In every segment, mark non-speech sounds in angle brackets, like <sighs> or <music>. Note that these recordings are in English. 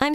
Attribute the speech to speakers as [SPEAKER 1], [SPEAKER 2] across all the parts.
[SPEAKER 1] I'm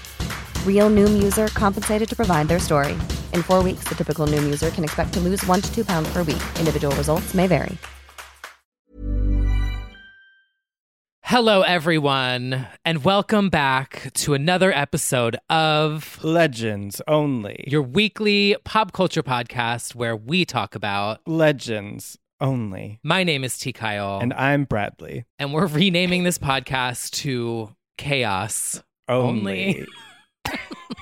[SPEAKER 2] Real Noom user compensated to provide their story. In four weeks, the typical Noom user can expect to lose one to two pounds per week. Individual results may vary.
[SPEAKER 3] Hello, everyone, and welcome back to another episode of
[SPEAKER 4] Legends only.
[SPEAKER 3] your weekly pop culture podcast where we talk about.
[SPEAKER 4] Legends only.
[SPEAKER 3] My name is T. Kyle,
[SPEAKER 4] And I'm Bradley.
[SPEAKER 3] and we're renaming this podcast to Chaos.
[SPEAKER 4] Only.
[SPEAKER 3] Only.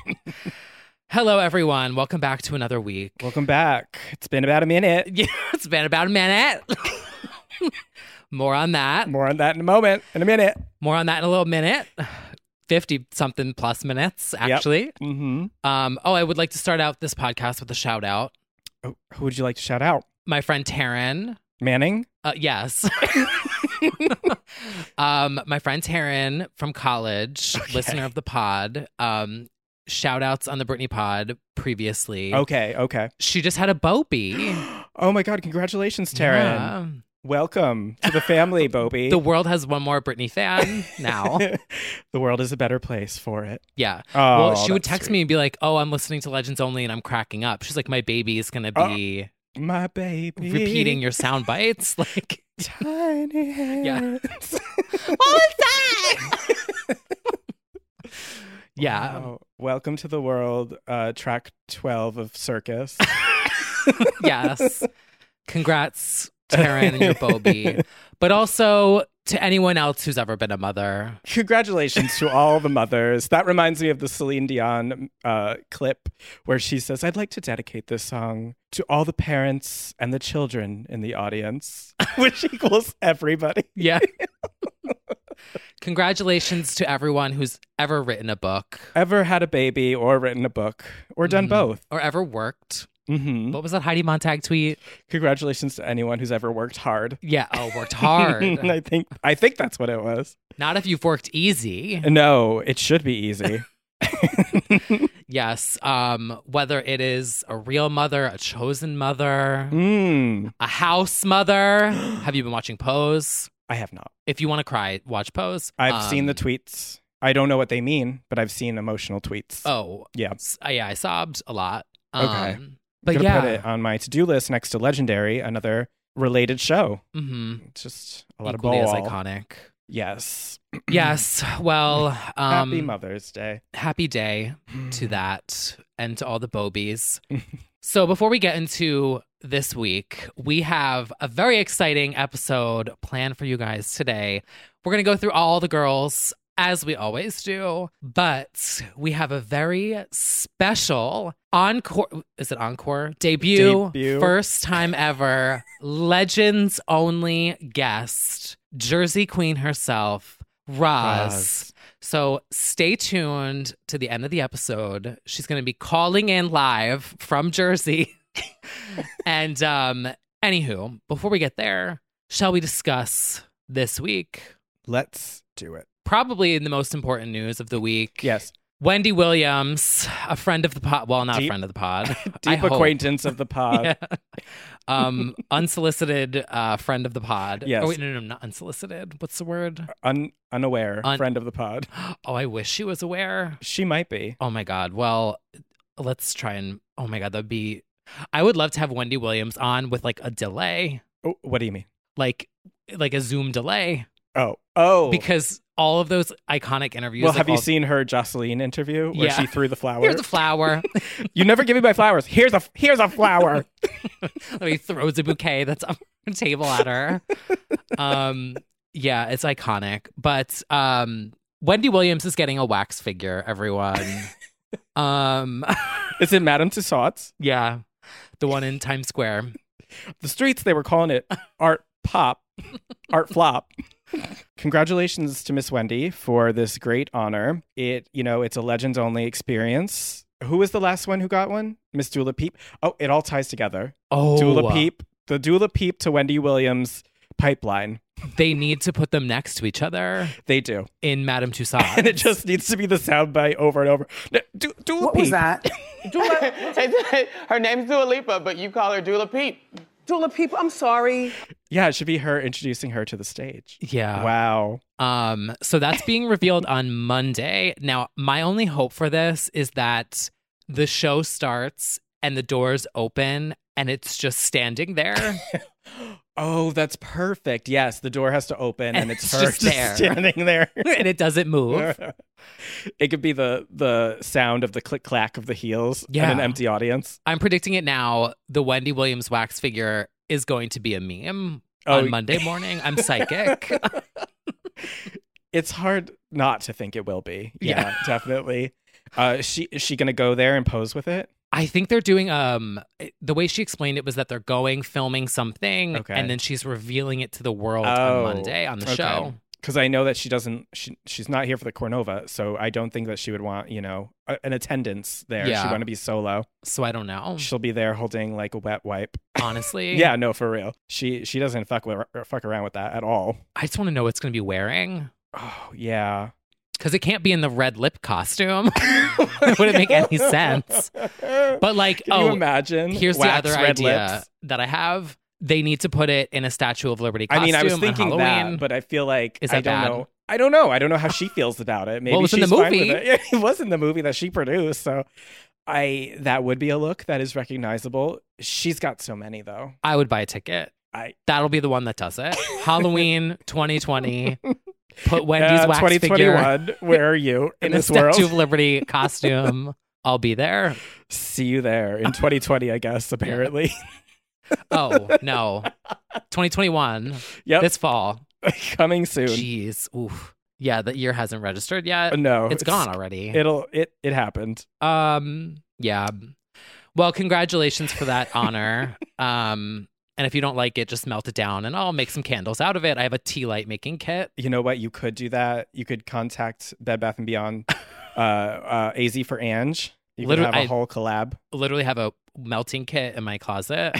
[SPEAKER 3] Hello, everyone. Welcome back to another week.
[SPEAKER 4] <laughs> Welcome back. It's been about a minute.
[SPEAKER 3] <laughs> Yeah, it's been about a minute. <laughs> More on that.
[SPEAKER 4] More on that in a moment. In a minute.
[SPEAKER 3] More on that in a little minute. 50 something plus minutes, actually.
[SPEAKER 4] Mm-hmm.
[SPEAKER 3] Um, oh, I would like to start out this podcast with a shout out.
[SPEAKER 4] Oh, who would you like to shout out?
[SPEAKER 3] My friend Taryn.
[SPEAKER 4] Manning?
[SPEAKER 3] Uh, yes. <laughs> um, my friend Taryn from college, listener of the pod. Um, shout outs on the Britney pod previously.
[SPEAKER 4] Okay, okay.
[SPEAKER 3] She just had a
[SPEAKER 4] <gasps>
[SPEAKER 3] Bobby.
[SPEAKER 4] Oh my God, congratulations, Taryn.
[SPEAKER 3] Yeah.
[SPEAKER 4] Welcome to
[SPEAKER 3] <laughs>
[SPEAKER 4] the family, Bobby.
[SPEAKER 3] The world has one more Britney fan now.
[SPEAKER 4] <laughs> The world is a better place for it.
[SPEAKER 3] Yeah.
[SPEAKER 4] Oh,
[SPEAKER 3] well, she would
[SPEAKER 4] that's
[SPEAKER 3] text
[SPEAKER 4] sweet.
[SPEAKER 3] me and be like, "Oh, I'm listening to Legends Only and I'm cracking up." She's like, "My baby is gonna
[SPEAKER 4] Oh.
[SPEAKER 3] be
[SPEAKER 4] My baby.
[SPEAKER 3] repeating your sound bites." <laughs> Like,
[SPEAKER 4] tiny
[SPEAKER 3] <laughs> Yeah.
[SPEAKER 4] hands.
[SPEAKER 3] what was
[SPEAKER 4] <laughs>
[SPEAKER 3] that? yeah,
[SPEAKER 4] Wow. Welcome to the world, uh, track 12
[SPEAKER 3] <laughs>
[SPEAKER 4] of Circus.
[SPEAKER 3] yes. Congrats, Taryn
[SPEAKER 4] <laughs>
[SPEAKER 3] and your Bobby, but also to anyone else who's ever been a mother.
[SPEAKER 4] Congratulations to all the mothers. That reminds me of the Celine Dion uh, clip where she says, I'd like to dedicate this song to all the parents and the children in the audience, <laughs> which equals everybody. <laughs>
[SPEAKER 3] Yeah. Congratulations to everyone who's ever written a book
[SPEAKER 4] Ever had a baby or written a book or done
[SPEAKER 3] Mhm.
[SPEAKER 4] both?
[SPEAKER 3] or ever worked.
[SPEAKER 4] hmm
[SPEAKER 3] What was that Heidi Montag tweet?
[SPEAKER 4] Congratulations to anyone who's ever worked hard.
[SPEAKER 3] Yeah, oh,
[SPEAKER 4] <laughs>
[SPEAKER 3] worked hard.
[SPEAKER 4] I think I think that's what it was.
[SPEAKER 3] Not if you've worked easy.
[SPEAKER 4] No, it should
[SPEAKER 3] <laughs>
[SPEAKER 4] be easy.
[SPEAKER 3] Yes. Um, whether it is a real mother, a chosen mother,
[SPEAKER 4] Mm,
[SPEAKER 3] a house
[SPEAKER 4] <gasps>
[SPEAKER 3] mother. Have you been watching Pose?
[SPEAKER 4] I have not.
[SPEAKER 3] If you want to cry, watch Pose.
[SPEAKER 4] I've seen the
[SPEAKER 3] Um,
[SPEAKER 4] tweets. I don't know what they mean, but I've seen emotional tweets.
[SPEAKER 3] Oh,
[SPEAKER 4] yeah.
[SPEAKER 3] s- uh, yeah. I sobbed a lot.
[SPEAKER 4] Okay.
[SPEAKER 3] Um, But
[SPEAKER 4] gonna
[SPEAKER 3] yeah.
[SPEAKER 4] put it on my to-do list next to Legendary, another related show.
[SPEAKER 3] mm-hmm.
[SPEAKER 4] It's just a lot
[SPEAKER 3] Equally
[SPEAKER 4] of
[SPEAKER 3] as
[SPEAKER 4] ball.
[SPEAKER 3] iconic.
[SPEAKER 4] <clears throat> Yes.
[SPEAKER 3] yes. Well, um,
[SPEAKER 4] Happy Mm. Mother's Day.
[SPEAKER 3] happy day to that and to all the
[SPEAKER 4] <laughs>
[SPEAKER 3] Bobies. so before we get into this week, we have a very exciting episode planned for you guys today. We're going to go through all the girls as we always do, but we have a very special encore is it encore debut,
[SPEAKER 4] Debut.
[SPEAKER 3] first time ever legends only guest, Jersey Queen herself, Roz.
[SPEAKER 4] Roz.
[SPEAKER 3] So stay tuned to the end of the episode. She's going to be calling in live from
[SPEAKER 4] <laughs>
[SPEAKER 3] Jersey. and um, anywho, before we get there, shall we discuss this week?
[SPEAKER 4] <clears throat> Let's do it.
[SPEAKER 3] Probably the most important news of the week.
[SPEAKER 4] Yes.
[SPEAKER 3] Wendy Williams, a friend of the pod. Well, not a
[SPEAKER 4] Deep-
[SPEAKER 3] friend of the
[SPEAKER 4] <laughs>
[SPEAKER 3] pod. I
[SPEAKER 4] Deep
[SPEAKER 3] hope. <laughs>
[SPEAKER 4] acquaintance of the pod.
[SPEAKER 3] Yeah. um, unsolicited uh, friend of the pod.
[SPEAKER 4] Yes.
[SPEAKER 3] Oh, wait, no, no, not unsolicited. What's the word?
[SPEAKER 4] Un- unaware
[SPEAKER 3] Un-
[SPEAKER 4] friend of the pod.
[SPEAKER 3] Oh, I wish she was aware.
[SPEAKER 4] She might be.
[SPEAKER 3] Oh my God. Well, let's try and. Oh my God, that'd be. I would love to have Wendy Williams on with like a delay,
[SPEAKER 4] Oh, what do you mean?
[SPEAKER 3] like like a Zoom delay,
[SPEAKER 4] Oh, oh.
[SPEAKER 3] because all of those iconic interviews.
[SPEAKER 4] well,
[SPEAKER 3] like,
[SPEAKER 4] have you
[SPEAKER 3] all-
[SPEAKER 4] seen her Jocelyn interview where
[SPEAKER 3] Yeah.
[SPEAKER 4] she threw the
[SPEAKER 3] <laughs>
[SPEAKER 4] flower?
[SPEAKER 3] Here's a flower.
[SPEAKER 4] you never give me my flowers. Here's a here's a
[SPEAKER 3] <laughs>
[SPEAKER 4] flower.
[SPEAKER 3] he throws a bouquet that's on the table at her. Um, yeah, it's iconic. But um, Wendy Williams is getting a wax figure, everyone.
[SPEAKER 4] <laughs>
[SPEAKER 3] um,
[SPEAKER 4] Is it Madame Tussauds?
[SPEAKER 3] yeah, <laughs> the one in Times Square.
[SPEAKER 4] The streets they were calling it art pop, art flop. Congratulations to Miss Wendy for this great honor. It you know it's a legends only experience. Who was the last one who got one? Miss Dula Peep. Oh, it all ties together.
[SPEAKER 3] Oh,
[SPEAKER 4] Dula Peep, the Dula Peep to Wendy Williams pipeline.
[SPEAKER 3] They need to put them next to each other
[SPEAKER 4] They do, <laughs>
[SPEAKER 3] in Madame Tussauds.
[SPEAKER 4] and it just needs to be the soundbite over and over. No, Du- Dula Peep.
[SPEAKER 5] that?
[SPEAKER 6] <laughs> her name's Dua Lipa, but you call her Dula Peep.
[SPEAKER 5] Dula Peep, I'm sorry.
[SPEAKER 4] Yeah, it should be her introducing her to the stage.
[SPEAKER 3] yeah.
[SPEAKER 4] Wow.
[SPEAKER 3] Um, so that's being revealed on Monday. Now, my only hope for this is that the show starts and the doors open and it's just standing there.
[SPEAKER 4] <laughs> Oh, that's perfect. Yes, the door has to open and,
[SPEAKER 3] And <laughs>
[SPEAKER 4] it's,
[SPEAKER 3] it's
[SPEAKER 4] her
[SPEAKER 3] just
[SPEAKER 4] just
[SPEAKER 3] there.
[SPEAKER 4] standing there.
[SPEAKER 3] and it doesn't move.
[SPEAKER 4] <laughs> it could be the the sound of the click clack of the heels
[SPEAKER 3] Yeah.
[SPEAKER 4] in an empty audience.
[SPEAKER 3] I'm predicting it now. The Wendy Williams wax figure is going to be a meme
[SPEAKER 4] Oh.
[SPEAKER 3] on
[SPEAKER 4] <laughs>
[SPEAKER 3] Monday morning. I'm psychic.
[SPEAKER 4] It's hard not to think it will be. Yeah,
[SPEAKER 3] <laughs> Yeah.
[SPEAKER 4] definitely. Uh, is she is she gonna go there and pose with it?
[SPEAKER 3] I think they're doing um the way she explained it was that they're going filming something
[SPEAKER 4] Okay.
[SPEAKER 3] and then she's revealing it to the world
[SPEAKER 4] Oh,
[SPEAKER 3] on Monday on the
[SPEAKER 4] okay.
[SPEAKER 3] show.
[SPEAKER 4] Because I know that she doesn't. She she's not here for the Cornova, so I don't think that she would want you know a, an attendance there. She
[SPEAKER 3] Yeah. Hmm.
[SPEAKER 4] want to be solo.
[SPEAKER 3] So I don't know.
[SPEAKER 4] She'll be there holding like a wet wipe.
[SPEAKER 3] Honestly.
[SPEAKER 4] Yeah, no, for real. She she doesn't fuck with, fuck around with that at all.
[SPEAKER 3] I just want to know what's going to be wearing
[SPEAKER 4] Oh <laughs> yeah.
[SPEAKER 3] because it can't be in the red lip
[SPEAKER 4] <laughs>
[SPEAKER 3] costume. it <laughs> wouldn't make any sense. But like,
[SPEAKER 4] Can
[SPEAKER 3] oh,
[SPEAKER 4] you imagine?
[SPEAKER 3] here's
[SPEAKER 4] Wax
[SPEAKER 3] the other
[SPEAKER 4] red
[SPEAKER 3] idea
[SPEAKER 4] lips.
[SPEAKER 3] that I have. They need to put it in a Statue of Liberty costume
[SPEAKER 4] I mean, I was
[SPEAKER 3] on
[SPEAKER 4] thinking
[SPEAKER 3] Halloween.
[SPEAKER 4] that, but I feel like
[SPEAKER 3] Is
[SPEAKER 4] I
[SPEAKER 3] that
[SPEAKER 4] don't
[SPEAKER 3] bad?
[SPEAKER 4] know. I don't know. I don't know how she feels about it. Maybe
[SPEAKER 3] it was in
[SPEAKER 4] she's
[SPEAKER 3] the
[SPEAKER 4] fine with
[SPEAKER 3] movie.
[SPEAKER 4] it. <laughs> Yeah, it was in the movie that she produced, so I that would be a look that is recognizable. She's got so many though.
[SPEAKER 3] I would buy a ticket.
[SPEAKER 4] I
[SPEAKER 3] That'll be the one that does
[SPEAKER 4] <laughs>
[SPEAKER 3] it. Halloween 2020. Put Wendy's
[SPEAKER 4] Uh,
[SPEAKER 3] wax figure
[SPEAKER 4] 2021. Where are you
[SPEAKER 3] <laughs>
[SPEAKER 4] in,
[SPEAKER 3] in a
[SPEAKER 4] this
[SPEAKER 3] Statue
[SPEAKER 4] world?
[SPEAKER 3] of Liberty
[SPEAKER 4] <laughs>
[SPEAKER 3] costume. I'll be there.
[SPEAKER 4] See you there in 2020,
[SPEAKER 3] <laughs>
[SPEAKER 4] I guess. Apparently, <laughs>
[SPEAKER 3] Oh no, 2021
[SPEAKER 4] yep.
[SPEAKER 3] this fall.
[SPEAKER 4] coming soon.
[SPEAKER 3] Jeez, oof. Yeah, the year hasn't registered yet.
[SPEAKER 4] Uh, no,
[SPEAKER 3] it's gone already.
[SPEAKER 4] It'll it it happened.
[SPEAKER 3] Um, yeah. Well, congratulations for that
[SPEAKER 4] <laughs>
[SPEAKER 3] honor. um, and if you don't like it, just melt it down and I'll make some candles out of it. I have a tea light making kit.
[SPEAKER 4] You know what? You could do that. You could contact Bed Bath
[SPEAKER 3] <laughs>
[SPEAKER 4] and Beyond, uh, uh, AZ for Ange. You could
[SPEAKER 3] Literally,
[SPEAKER 4] have a
[SPEAKER 3] I-
[SPEAKER 4] whole collab.
[SPEAKER 3] Literally have a melting kit in my
[SPEAKER 4] <laughs>
[SPEAKER 3] closet.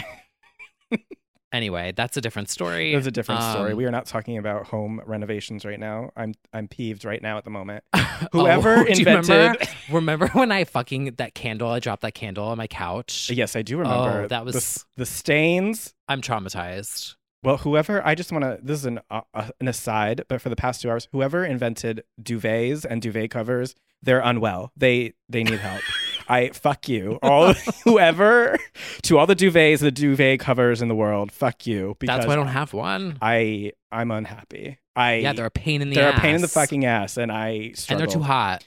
[SPEAKER 3] anyway, that's a different story.
[SPEAKER 4] It's a different story.
[SPEAKER 3] Um,
[SPEAKER 4] We are not talking about home renovations right now. I'm I'm peeved right now at
[SPEAKER 3] <laughs>
[SPEAKER 4] the moment. Whoever
[SPEAKER 3] oh, do you
[SPEAKER 4] invented.
[SPEAKER 3] remember, <laughs> remember when I fucking that candle, I dropped that candle on my couch.
[SPEAKER 4] Yes, I do remember.
[SPEAKER 3] Oh, that
[SPEAKER 4] The-
[SPEAKER 3] was-
[SPEAKER 4] the, stains.
[SPEAKER 3] I'm traumatized.
[SPEAKER 4] Well, whoever I just want to. This is an uh, uh, an aside, but for the past two hours, whoever invented duvets and duvet covers, they're unwell. They they need
[SPEAKER 3] <laughs>
[SPEAKER 4] help. I fuck you. All whoever to all the duvets, the duvet covers in the world. Fuck you. Because
[SPEAKER 3] That's why I don't have one.
[SPEAKER 4] I I'm unhappy. I
[SPEAKER 3] yeah, they're a pain in the
[SPEAKER 4] they're
[SPEAKER 3] ass.
[SPEAKER 4] a pain in the fucking ass, and I
[SPEAKER 3] And
[SPEAKER 4] struggle.
[SPEAKER 3] they're too hot.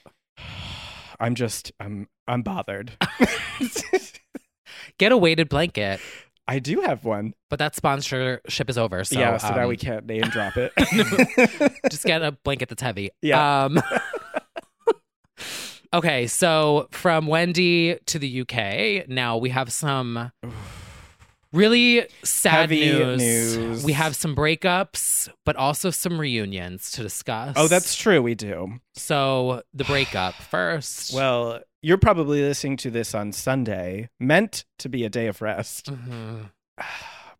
[SPEAKER 4] I'm just I'm I'm
[SPEAKER 3] <laughs>
[SPEAKER 4] bothered.
[SPEAKER 3] Get a weighted blanket.
[SPEAKER 4] I do have one.
[SPEAKER 3] But that sponsorship is over. So,
[SPEAKER 4] yeah, so now
[SPEAKER 3] um,
[SPEAKER 4] we can't name drop
[SPEAKER 3] <laughs>
[SPEAKER 4] it. <laughs>
[SPEAKER 3] just get a blanket that's heavy.
[SPEAKER 4] Yeah.
[SPEAKER 3] Um, <laughs> okay,
[SPEAKER 4] <sighs>
[SPEAKER 3] so from Wendy to the UK, now we have some Really sad
[SPEAKER 4] Heavy
[SPEAKER 3] news.
[SPEAKER 4] news.
[SPEAKER 3] We have some breakups, but also some reunions to discuss.
[SPEAKER 4] Oh, that's true. We do.
[SPEAKER 3] so the breakup first.
[SPEAKER 4] Well, you're probably listening to this on Sunday, meant to be a day of rest,
[SPEAKER 3] Mhm.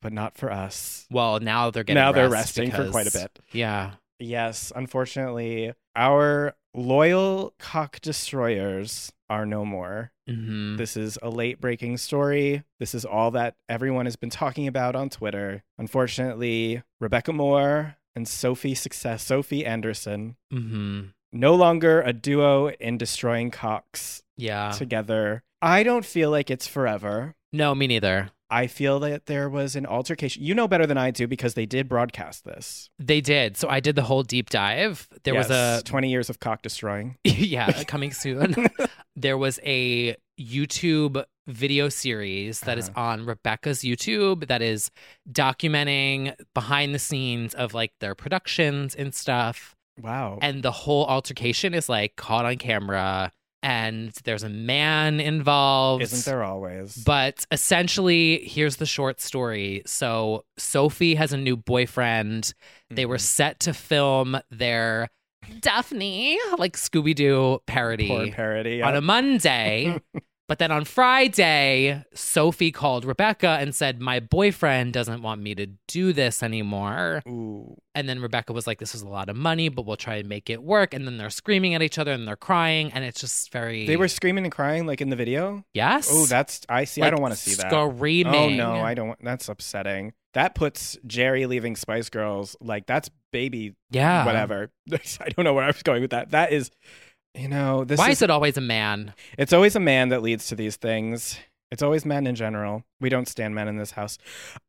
[SPEAKER 4] but not for us.
[SPEAKER 3] well, now they're getting
[SPEAKER 4] Now they're
[SPEAKER 3] rest
[SPEAKER 4] resting for quite a
[SPEAKER 3] because-
[SPEAKER 4] bit.
[SPEAKER 3] Yeah,
[SPEAKER 4] Yes, unfortunately, our loyal cock destroyers are no more.
[SPEAKER 3] hmm
[SPEAKER 4] This is a late breaking story. This is all that everyone has been talking about on Twitter. Unfortunately, Rebecca Moore and Sophie Success, Sophie Anderson,
[SPEAKER 3] hmm
[SPEAKER 4] no longer a duo in destroying cocks
[SPEAKER 3] yeah.
[SPEAKER 4] together. I don't feel like it's forever.
[SPEAKER 3] no, me neither.
[SPEAKER 4] I feel that there was an altercation. You know better than I do because they did broadcast this.
[SPEAKER 3] They did. So I did the whole deep dive. There was
[SPEAKER 4] Yes,
[SPEAKER 3] a
[SPEAKER 4] 20 years of cock destroying.
[SPEAKER 3] <laughs> yeah, coming soon. there was a YouTube video series that is
[SPEAKER 4] Uh-huh.
[SPEAKER 3] on Rebecca's YouTube that is documenting behind the scenes of like their productions and stuff.
[SPEAKER 4] Wow.
[SPEAKER 3] And the whole altercation is like caught on camera and there's a man involved.
[SPEAKER 4] Isn't there always?
[SPEAKER 3] But essentially, here's the short story. So, Sophie has a new boyfriend. They
[SPEAKER 4] Mm-hmm.
[SPEAKER 3] were set to film their Daphne, like Scooby Doo parody,
[SPEAKER 4] Poor parody.
[SPEAKER 3] on a
[SPEAKER 4] <laughs>
[SPEAKER 3] Monday. but then on Friday, Sophie called Rebecca and said, My boyfriend doesn't want me to do this anymore.
[SPEAKER 4] Ooh.
[SPEAKER 3] And then Rebecca was like, This is a lot of money, but we'll try and make it work. And then they're screaming at each other and they're crying. And it's just very.
[SPEAKER 4] They were screaming and crying like in the video.
[SPEAKER 3] Yes.
[SPEAKER 4] Oh, that's I see. I
[SPEAKER 3] Like,
[SPEAKER 4] don't want to see that.
[SPEAKER 3] Screaming.
[SPEAKER 4] Oh no, I don't. want That's upsetting. That puts Jerry leaving Spice Girls like that's baby
[SPEAKER 3] Yeah.
[SPEAKER 4] whatever. <laughs> I don't know where I was going with that. That is, you know, this
[SPEAKER 3] Why
[SPEAKER 4] is
[SPEAKER 3] is it always a man?
[SPEAKER 4] It's always a man that leads to these things. It's always men in general. We don't stand men in this house.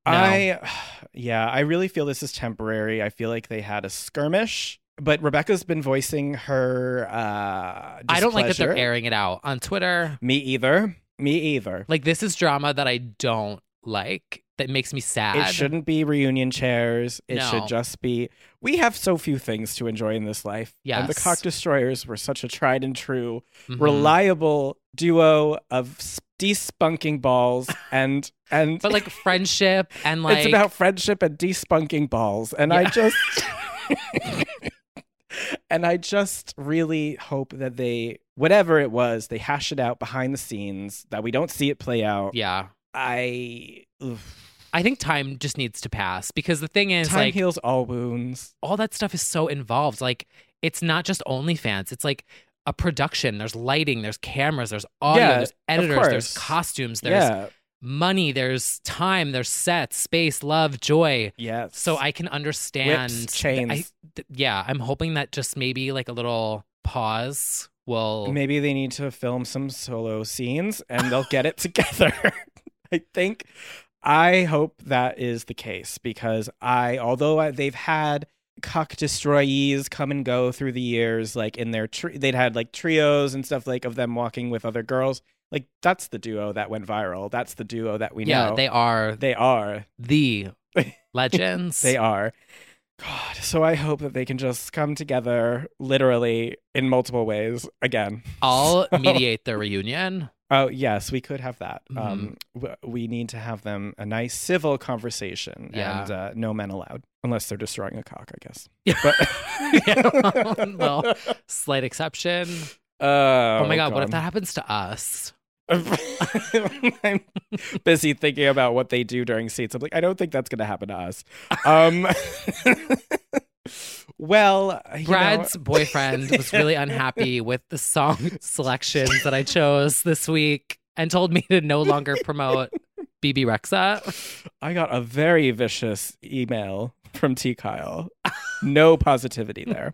[SPEAKER 3] No.
[SPEAKER 4] I, <sighs> yeah, I really feel this is temporary. I feel like they had a skirmish, but Rebecca's been voicing her. Uh,
[SPEAKER 3] I don't like that they're
[SPEAKER 4] displeasure.
[SPEAKER 3] airing it out on Twitter.
[SPEAKER 4] Me either. Me either.
[SPEAKER 3] Like this is drama that I don't like. That makes me sad.
[SPEAKER 4] It shouldn't be reunion chairs. It
[SPEAKER 3] No.
[SPEAKER 4] should just be. We have so few things to enjoy in this life. And the
[SPEAKER 3] Yes.
[SPEAKER 4] Cock Destroyers were such a tried and true
[SPEAKER 3] Mhm.
[SPEAKER 4] reliable duo of s-
[SPEAKER 3] <laughs>
[SPEAKER 4] despunking balls and and
[SPEAKER 3] But like friendship and like
[SPEAKER 4] <laughs> it's about friendship and despunking balls and i
[SPEAKER 3] Yeah.
[SPEAKER 4] just
[SPEAKER 3] <laughs>
[SPEAKER 4] <laughs> and i just really hope that they whatever it was they hash it out behind the scenes that we don't see it play out
[SPEAKER 3] yeah.
[SPEAKER 4] i oof.
[SPEAKER 3] I think time just needs to pass because the thing is
[SPEAKER 4] time
[SPEAKER 3] like
[SPEAKER 4] heals all wounds
[SPEAKER 3] all that stuff is so involved. Like it's not just OnlyFans. It's like a production. There's lighting. There's cameras. There's audio.
[SPEAKER 4] Yeah,
[SPEAKER 3] there's
[SPEAKER 4] of
[SPEAKER 3] editors. There's
[SPEAKER 4] course.
[SPEAKER 3] costumes. There's
[SPEAKER 4] yeah
[SPEAKER 3] money. There's time. There's sets. Space. Love. Joy.
[SPEAKER 4] yes
[SPEAKER 3] so I can understand
[SPEAKER 4] Whips,
[SPEAKER 3] th- I-
[SPEAKER 4] chains.
[SPEAKER 3] th- yeah, I'm hoping that just maybe like a little pause will.
[SPEAKER 4] Maybe they need to film some solo scenes and they'll get it <laughs> together. I think. I hope that is the case because I, although I, they've had cock destroyees come and go through the years, like in their, tri- they'd had like trios and stuff like of them walking with other girls. Like that's the duo that went viral. That's the duo that we
[SPEAKER 3] yeah,
[SPEAKER 4] know.
[SPEAKER 3] they are
[SPEAKER 4] they are. <laughs>
[SPEAKER 3] the legends.
[SPEAKER 4] They are. God. So I hope that they can just come together literally in multiple ways again.
[SPEAKER 3] I'll mediate their
[SPEAKER 4] <laughs>
[SPEAKER 3] reunion.
[SPEAKER 4] Oh yes, we could have that.
[SPEAKER 3] Mm-hmm.
[SPEAKER 4] Um, w- we need to have them a nice civil conversation,
[SPEAKER 3] Yeah.
[SPEAKER 4] and uh, no men allowed unless they're destroying a cock, I
[SPEAKER 3] <laughs>
[SPEAKER 4] guess. <laughs>
[SPEAKER 3] Yeah, well, slight exception.
[SPEAKER 4] Uh,
[SPEAKER 3] Oh, my god, what if that happens to us?
[SPEAKER 4] <laughs> I'm busy thinking about what they do during seats. I'm like, I don't think that's going to happen to us. Um, <laughs> well, you know-
[SPEAKER 3] Brad's boyfriend was really
[SPEAKER 4] <laughs>
[SPEAKER 3] unhappy with the song selections that I chose this week and told me to no longer promote BB Rexa.
[SPEAKER 4] I got a very vicious email from T. Kyle. No positivity
[SPEAKER 3] <laughs>
[SPEAKER 4] there.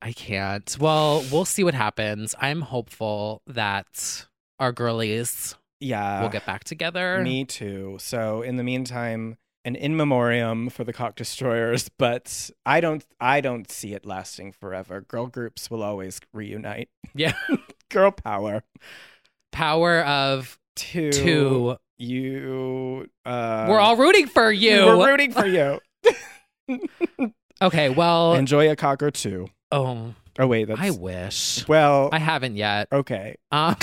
[SPEAKER 3] I can't. Well, we'll see what happens. I'm hopeful that our girlies
[SPEAKER 4] Yeah,
[SPEAKER 3] will get back together.
[SPEAKER 4] Uh, Me too. So in the meantime, an in memoriam for the cock destroyers, <laughs> but I don't I don't see it lasting forever. Girl groups will always reunite.
[SPEAKER 3] Yeah.
[SPEAKER 4] <laughs> Girl power.
[SPEAKER 3] Power of
[SPEAKER 4] Two.
[SPEAKER 3] two.
[SPEAKER 4] You uh
[SPEAKER 3] We're all rooting for you.
[SPEAKER 4] We're rooting for you.
[SPEAKER 3] okay, <laughs> well,
[SPEAKER 4] Enjoy a cock or two.
[SPEAKER 3] oh,
[SPEAKER 4] Oh wait, that's
[SPEAKER 3] I wish.
[SPEAKER 4] well
[SPEAKER 3] I haven't yet. Um, <laughs>
[SPEAKER 4] okay.
[SPEAKER 3] Uh,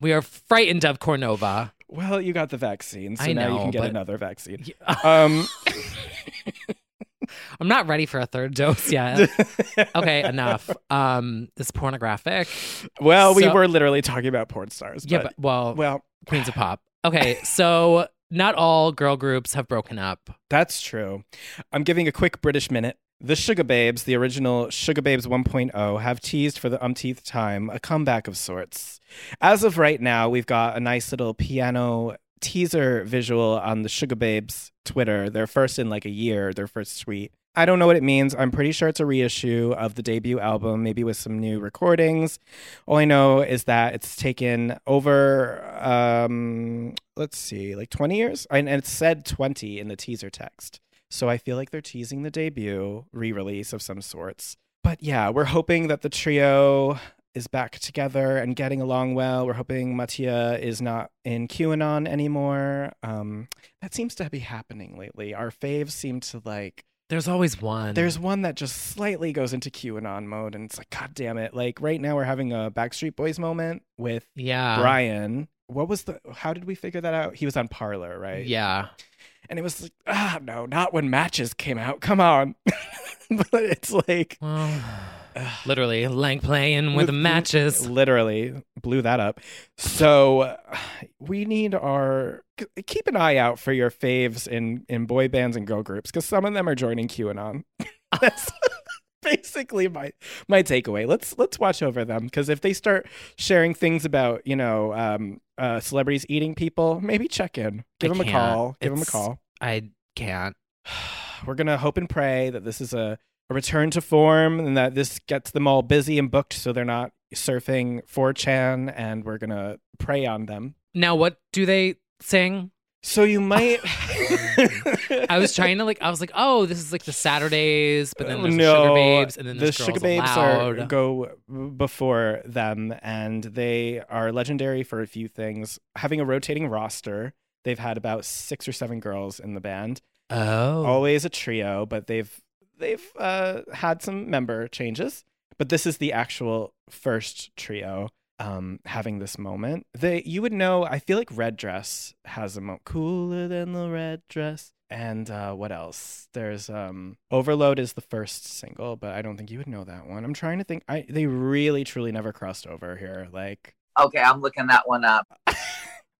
[SPEAKER 3] we are frightened of Cornova.
[SPEAKER 4] Well, you got the vaccine, so
[SPEAKER 3] I
[SPEAKER 4] now you
[SPEAKER 3] know,
[SPEAKER 4] can get
[SPEAKER 3] but-
[SPEAKER 4] another
[SPEAKER 3] <laughs>
[SPEAKER 4] vaccine.
[SPEAKER 3] Yeah.
[SPEAKER 4] Um,
[SPEAKER 3] I'm not ready for a third dose yet. okay, enough. Um, it's pornographic.
[SPEAKER 4] <laughs> well, we
[SPEAKER 3] So-
[SPEAKER 4] were literally talking about porn stars.
[SPEAKER 3] Yeah, but, oh. well,
[SPEAKER 4] well,
[SPEAKER 3] Queens of Pop. Okay, so not all girl groups have broken up.
[SPEAKER 4] That's true. I'm giving a quick British minute. The Sugar Babes, the original Sugar Babes 1.0, have teased for the umpteenth time a comeback of sorts. As of right now, we've got a nice little piano teaser visual on the Sugar Babes Twitter, their first in like a year, their first tweet. I don't know what it means. I'm pretty sure it's a reissue of the debut album, maybe with some new recordings. All I know is that it's taken over, um, let's see, like 20 years? And and it said 20 in the teaser text. So I feel like they're teasing the debut re release of some sorts. But yeah, we're hoping that the trio is back together and getting along well. We're hoping Mattia is not in QAnon anymore. Um, that seems to be happening lately. Our faves seem to like
[SPEAKER 3] There's always one.
[SPEAKER 4] there's one that just slightly goes into QAnon mode, and it's like, God damn it! Like right now, we're having a Backstreet Boys moment with
[SPEAKER 3] yeah,
[SPEAKER 4] Brian. What was the? How did we figure that out? He was on Parlor, right?
[SPEAKER 3] Yeah,
[SPEAKER 4] And it was like, ah, no, not when matches came out. Come on. <laughs> but it's like <sighs>
[SPEAKER 3] well, literally, lang playing with the matches.
[SPEAKER 4] Literally blew that up. So <sighs> we need our c- keep an eye out for your faves in in boy bands and girl groups because some of them are
[SPEAKER 3] <laughs>
[SPEAKER 4] joining QAnon. That's basically my my takeaway. Let's let's watch over them because if they start sharing things about you know um, uh, celebrities eating people, maybe check in, give
[SPEAKER 3] I
[SPEAKER 4] them a
[SPEAKER 3] can't.
[SPEAKER 4] call, give them a
[SPEAKER 3] It's-
[SPEAKER 4] call.
[SPEAKER 3] I can't.
[SPEAKER 4] <sighs> We're gonna hope and pray that this is a, a return to form and that this gets them all busy and booked so they're not surfing 4chan and we're gonna prey on them.
[SPEAKER 3] Now, what do they sing?
[SPEAKER 4] So you might
[SPEAKER 3] <laughs> I was trying to like, I was like, oh, this is like the Saturdays, but then there's
[SPEAKER 4] no,
[SPEAKER 3] the Sugar Babes, and then
[SPEAKER 4] the
[SPEAKER 3] there's
[SPEAKER 4] sugar
[SPEAKER 3] Girls
[SPEAKER 4] babes
[SPEAKER 3] Aloud.
[SPEAKER 4] are go before them, and they are legendary for a few things. Having a rotating roster, they've had about six or seven girls in the band.
[SPEAKER 3] oh,
[SPEAKER 4] always a trio, but they've they've uh, had some member changes. But this is the actual first trio um, having this moment. They you would know. I feel like Red Dress has a moment cooler than the Red Dress. And uh, what else? There's um, Overload is the first single, but I don't think you would know that one. I'm trying to think. I they really truly never crossed over here. Like
[SPEAKER 7] Okay, I'm looking that one up.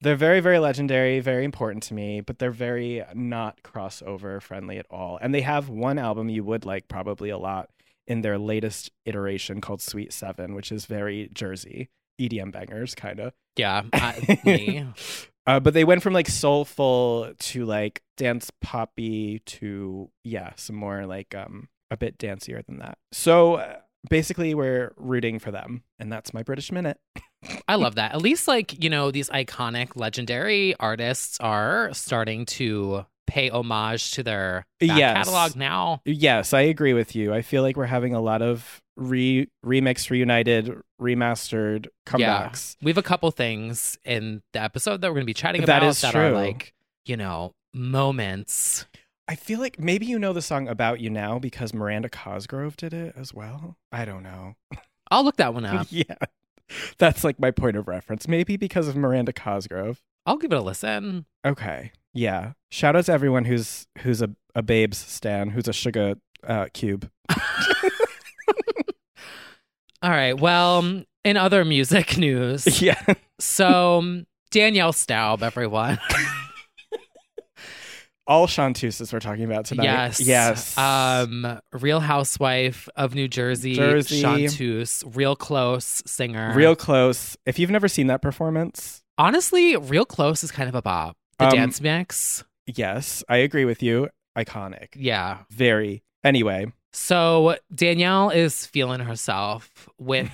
[SPEAKER 4] they're very, very legendary, very important to me, but they're very not crossover friendly at all. And they have one album you would like probably a lot in their latest iteration called Sweet Seven, which is very Jersey EDM bangers, kind of.
[SPEAKER 3] yeah,
[SPEAKER 4] <laughs>
[SPEAKER 3] I, me.
[SPEAKER 4] Uh, but they went from like soulful to like dance poppy to yeah, some more like um a bit dancier than that. So uh, basically, we're rooting for them, and that's my British minute.
[SPEAKER 3] I love that. At least, like, you know, these iconic, legendary artists are starting to pay homage to their back
[SPEAKER 4] Yes.
[SPEAKER 3] catalog now.
[SPEAKER 4] Yes, I agree with you. I feel like we're having a lot of re remixed, reunited, remastered comebacks.
[SPEAKER 3] We have a couple things in the episode that we're going to be chatting
[SPEAKER 4] That
[SPEAKER 3] about
[SPEAKER 4] is
[SPEAKER 3] that are
[SPEAKER 4] true.
[SPEAKER 3] like, you know, moments.
[SPEAKER 4] I feel like maybe you know the song About You Now because Miranda Cosgrove did it as well. I don't know.
[SPEAKER 3] I'll look that one up.
[SPEAKER 4] <laughs> yeah. That's like my point of reference. Maybe because of Miranda Cosgrove.
[SPEAKER 3] I'll give it a listen.
[SPEAKER 4] Okay. Yeah. Shout out to everyone who's who's a, a babes stan, who's a sugar uh, cube.
[SPEAKER 3] All right. Well, um, in other music news,
[SPEAKER 4] <laughs> yeah.
[SPEAKER 3] so um, Danielle Staub, everyone.
[SPEAKER 4] All Shantusas we're talking about <laughs> tonight.
[SPEAKER 3] Yes.
[SPEAKER 4] Yes.
[SPEAKER 3] Um, Real Housewife of New Jersey,
[SPEAKER 4] Jersey.
[SPEAKER 3] Shantus, real close singer.
[SPEAKER 4] Real close. If you've never seen that performance,
[SPEAKER 3] Honestly, real close is kind of a bop. The
[SPEAKER 4] Um,
[SPEAKER 3] dance mix.
[SPEAKER 4] Yes, I agree with you. Iconic.
[SPEAKER 3] Yeah.
[SPEAKER 4] Very. Anyway,
[SPEAKER 3] So Danielle is feeling herself
[SPEAKER 4] <laughs>
[SPEAKER 3] with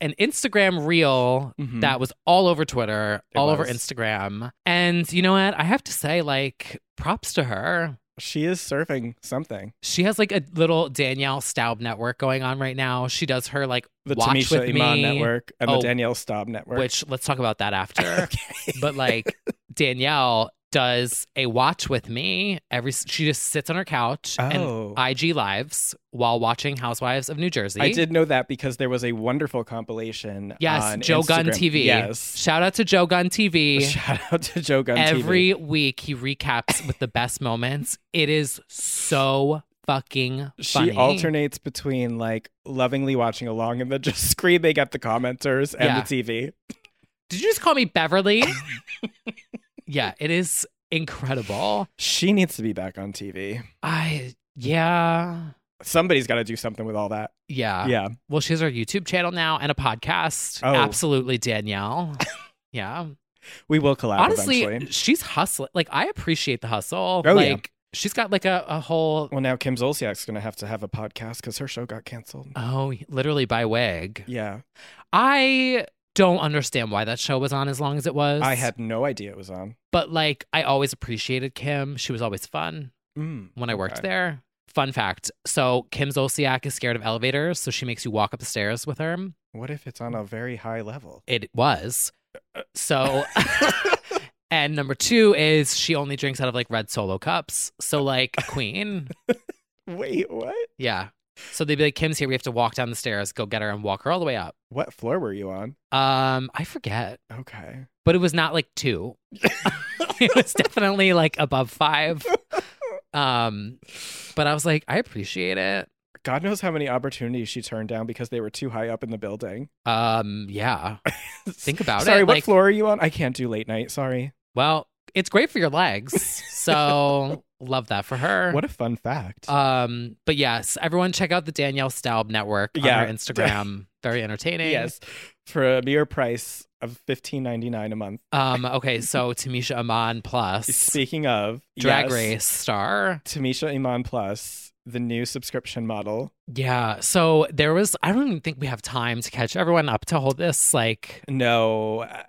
[SPEAKER 3] an Instagram reel
[SPEAKER 4] Mhm.
[SPEAKER 3] that was all over Twitter,
[SPEAKER 4] It
[SPEAKER 3] all over
[SPEAKER 4] was.
[SPEAKER 3] Instagram. And you know what? I have to say, like, props to her.
[SPEAKER 4] she is surfing something.
[SPEAKER 3] She has like a little Danielle Staub network going on right now. She does her like
[SPEAKER 4] The
[SPEAKER 3] watch
[SPEAKER 4] Tamisha
[SPEAKER 3] with
[SPEAKER 4] Iman
[SPEAKER 3] me,
[SPEAKER 4] Network and
[SPEAKER 3] Oh,
[SPEAKER 4] the Danielle Staub Network. <laughs>
[SPEAKER 3] which let's talk about that after. But like Danielle does a watch with me every she just sits on her couch
[SPEAKER 4] Oh.
[SPEAKER 3] and IG lives while watching Housewives of New Jersey.
[SPEAKER 4] I did know that because there was a wonderful compilation.
[SPEAKER 3] Yes,
[SPEAKER 4] on
[SPEAKER 3] Joe Gunn
[SPEAKER 4] Instagram.
[SPEAKER 3] TV.
[SPEAKER 4] Yes.
[SPEAKER 3] Shout out to Joe Gunn
[SPEAKER 4] <laughs>
[SPEAKER 3] TV.
[SPEAKER 4] Shout out to Joe Gunn
[SPEAKER 3] Every
[SPEAKER 4] TV.
[SPEAKER 3] week he recaps with the best moments. It is so fucking funny.
[SPEAKER 4] She alternates between like lovingly watching along and then <laughs> just screaming at the commenters and
[SPEAKER 3] Yeah.
[SPEAKER 4] the TV.
[SPEAKER 3] Did you just call me Beverly? yeah, it is incredible.
[SPEAKER 4] She needs to be back on TV.
[SPEAKER 3] I yeah.
[SPEAKER 4] Somebody's got to do something with all that.
[SPEAKER 3] Yeah.
[SPEAKER 4] yeah.
[SPEAKER 3] Well, she has her YouTube channel now and a podcast.
[SPEAKER 4] Oh.
[SPEAKER 3] Absolutely,
[SPEAKER 4] <laughs>
[SPEAKER 3] Danielle. yeah.
[SPEAKER 4] We will collab
[SPEAKER 3] Honestly,
[SPEAKER 4] eventually.
[SPEAKER 3] she's hustling. Like, I appreciate the hustle.
[SPEAKER 4] Oh,
[SPEAKER 3] like,
[SPEAKER 4] yeah.
[SPEAKER 3] she's got like a, a whole,
[SPEAKER 4] Well, now Kim Zolciak's going to have to have a podcast because her show got canceled.
[SPEAKER 3] oh, literally by wig.
[SPEAKER 4] yeah.
[SPEAKER 3] I don't understand why that show was on as long as it was.
[SPEAKER 4] I had no idea it was on.
[SPEAKER 3] But like, I always appreciated Kim. She was always fun
[SPEAKER 4] Mm.
[SPEAKER 3] when I worked
[SPEAKER 4] Okay.
[SPEAKER 3] there. Fun fact. So, Kim Zolciak is scared of elevators. So, she makes you walk up the stairs with her.
[SPEAKER 4] What if it's on a very high level?
[SPEAKER 3] It was.
[SPEAKER 4] <laughs>
[SPEAKER 3] So, and number two is she only drinks out of like red solo cups. So, like, queen.
[SPEAKER 4] Wait, what?
[SPEAKER 3] Yeah. So they'd be like, Kim's here. We have to walk down the stairs, go get her, and walk her all the way up.
[SPEAKER 4] What floor were you on?
[SPEAKER 3] Um, I forget,
[SPEAKER 4] Okay.
[SPEAKER 3] but it was not like two. <laughs> it was definitely like above five. Um, but I was like, I appreciate it.
[SPEAKER 4] God knows how many opportunities she turned down because they were too high up in the building. <laughs>
[SPEAKER 3] Um, yeah. Think about
[SPEAKER 4] Sorry,
[SPEAKER 3] it.
[SPEAKER 4] what
[SPEAKER 3] like,
[SPEAKER 4] floor are you on? I can't do late night. Sorry.
[SPEAKER 3] Well, it's great for your
[SPEAKER 4] <laughs>
[SPEAKER 3] legs. So love that for her.
[SPEAKER 4] What a fun fact.
[SPEAKER 3] Um, but yes, everyone check out the Danielle Staub Network on
[SPEAKER 4] Yeah.
[SPEAKER 3] her
[SPEAKER 4] <laughs>
[SPEAKER 3] Instagram. Very entertaining.
[SPEAKER 4] yes, for a mere price of fifteen ninety nine a month.
[SPEAKER 3] Um, okay, so Tamisha Aman Plus,
[SPEAKER 4] Speaking of
[SPEAKER 3] Drag
[SPEAKER 4] yes,
[SPEAKER 3] Race star.
[SPEAKER 4] Tamisha Iman Plus, the new subscription model.
[SPEAKER 3] Yeah. So there was I don't even think we have time to catch everyone up to hold this. Like
[SPEAKER 4] No, uh,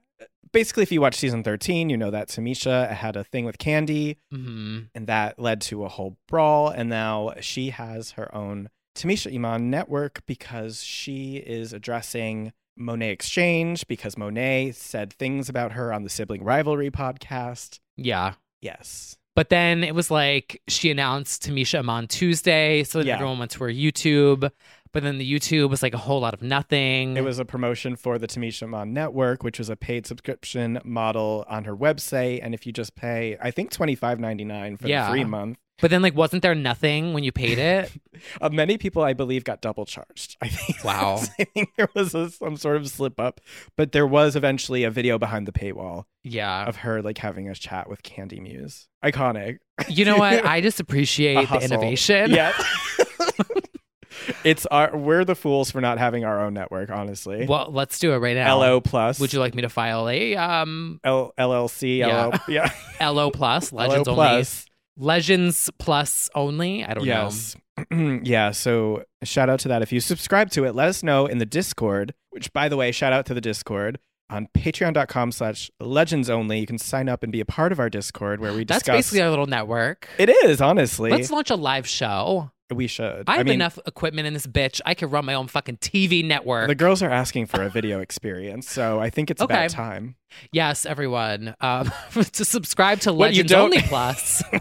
[SPEAKER 4] basically, if you watch season thirteen, you know that Tamisha had a thing with Candy,
[SPEAKER 3] mhm.
[SPEAKER 4] and that led to a whole brawl. And now she has her own Tamisha Iman network because she is addressing Monet Exchange because Monet said things about her on the Sibling Rivalry podcast.
[SPEAKER 3] yeah.
[SPEAKER 4] Yes.
[SPEAKER 3] But then it was like she announced Tamisha Aman Tuesday, so then
[SPEAKER 4] Yeah.
[SPEAKER 3] everyone went to her YouTube. But then the YouTube was like a whole lot of nothing.
[SPEAKER 4] It was a promotion for the Tamisha Mon Network, which was a paid subscription model on her website. And if you just pay, I think twenty five ninety nine for
[SPEAKER 3] Yeah.
[SPEAKER 4] the free month,
[SPEAKER 3] But then like wasn't there nothing when you paid it?
[SPEAKER 4] <laughs> uh, many people I believe got double charged. <laughs> I think.
[SPEAKER 3] Wow.
[SPEAKER 4] I think there was a, some sort of slip up, but there was eventually a video behind the paywall
[SPEAKER 3] yeah.
[SPEAKER 4] <laughs> of her like having a chat with Candy Muse. Iconic.
[SPEAKER 3] You know what? I just
[SPEAKER 4] <laughs> A
[SPEAKER 3] appreciate the
[SPEAKER 4] hustle.
[SPEAKER 3] innovation. <laughs>
[SPEAKER 4] Yeah. <laughs> it's our we're the fools for not having our own network. Honestly.
[SPEAKER 3] Well, let's do it right now.
[SPEAKER 4] LO plus.
[SPEAKER 3] Would you like me to file a um
[SPEAKER 4] L- LLC?
[SPEAKER 3] Yeah.
[SPEAKER 4] LL, yeah.
[SPEAKER 3] LO plus Legends
[SPEAKER 4] LO
[SPEAKER 3] only?
[SPEAKER 4] plus.
[SPEAKER 3] Legends plus only? I don't
[SPEAKER 4] yes. <clears throat> yeah. So shout out to that. If you subscribe to it, let us know in the Discord, which by the way, shout out to the Discord on patreon.com slash legends only. You can sign up and be a part of our Discord where we
[SPEAKER 3] know. That's
[SPEAKER 4] discuss
[SPEAKER 3] basically our little network.
[SPEAKER 4] it is, honestly.
[SPEAKER 3] Let's launch a live show.
[SPEAKER 4] we should.
[SPEAKER 3] I have
[SPEAKER 4] mean,
[SPEAKER 3] enough equipment in this bitch. I could run my own fucking TV network.
[SPEAKER 4] The girls are asking for a video experience, so I think it's
[SPEAKER 3] Okay.
[SPEAKER 4] about time.
[SPEAKER 3] yes, everyone, um, <laughs> to subscribe to
[SPEAKER 4] What, you
[SPEAKER 3] Legends
[SPEAKER 4] don't-
[SPEAKER 3] Only Plus.
[SPEAKER 4] <laughs>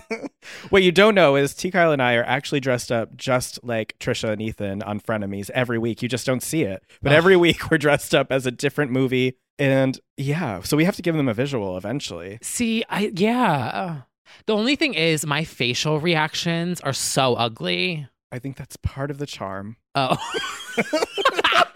[SPEAKER 4] What you don't know is T. Kyle and I are actually dressed up just like Trisha and Ethan on Frenemies every week. You just don't see it. But
[SPEAKER 3] Ugh.
[SPEAKER 4] every week <laughs> we're dressed up as a different movie. And yeah, so we have to give them a visual eventually.
[SPEAKER 3] See, I yeah. The only thing is, my facial reactions are so ugly.
[SPEAKER 4] I think that's part of the charm.
[SPEAKER 3] Oh. <laughs>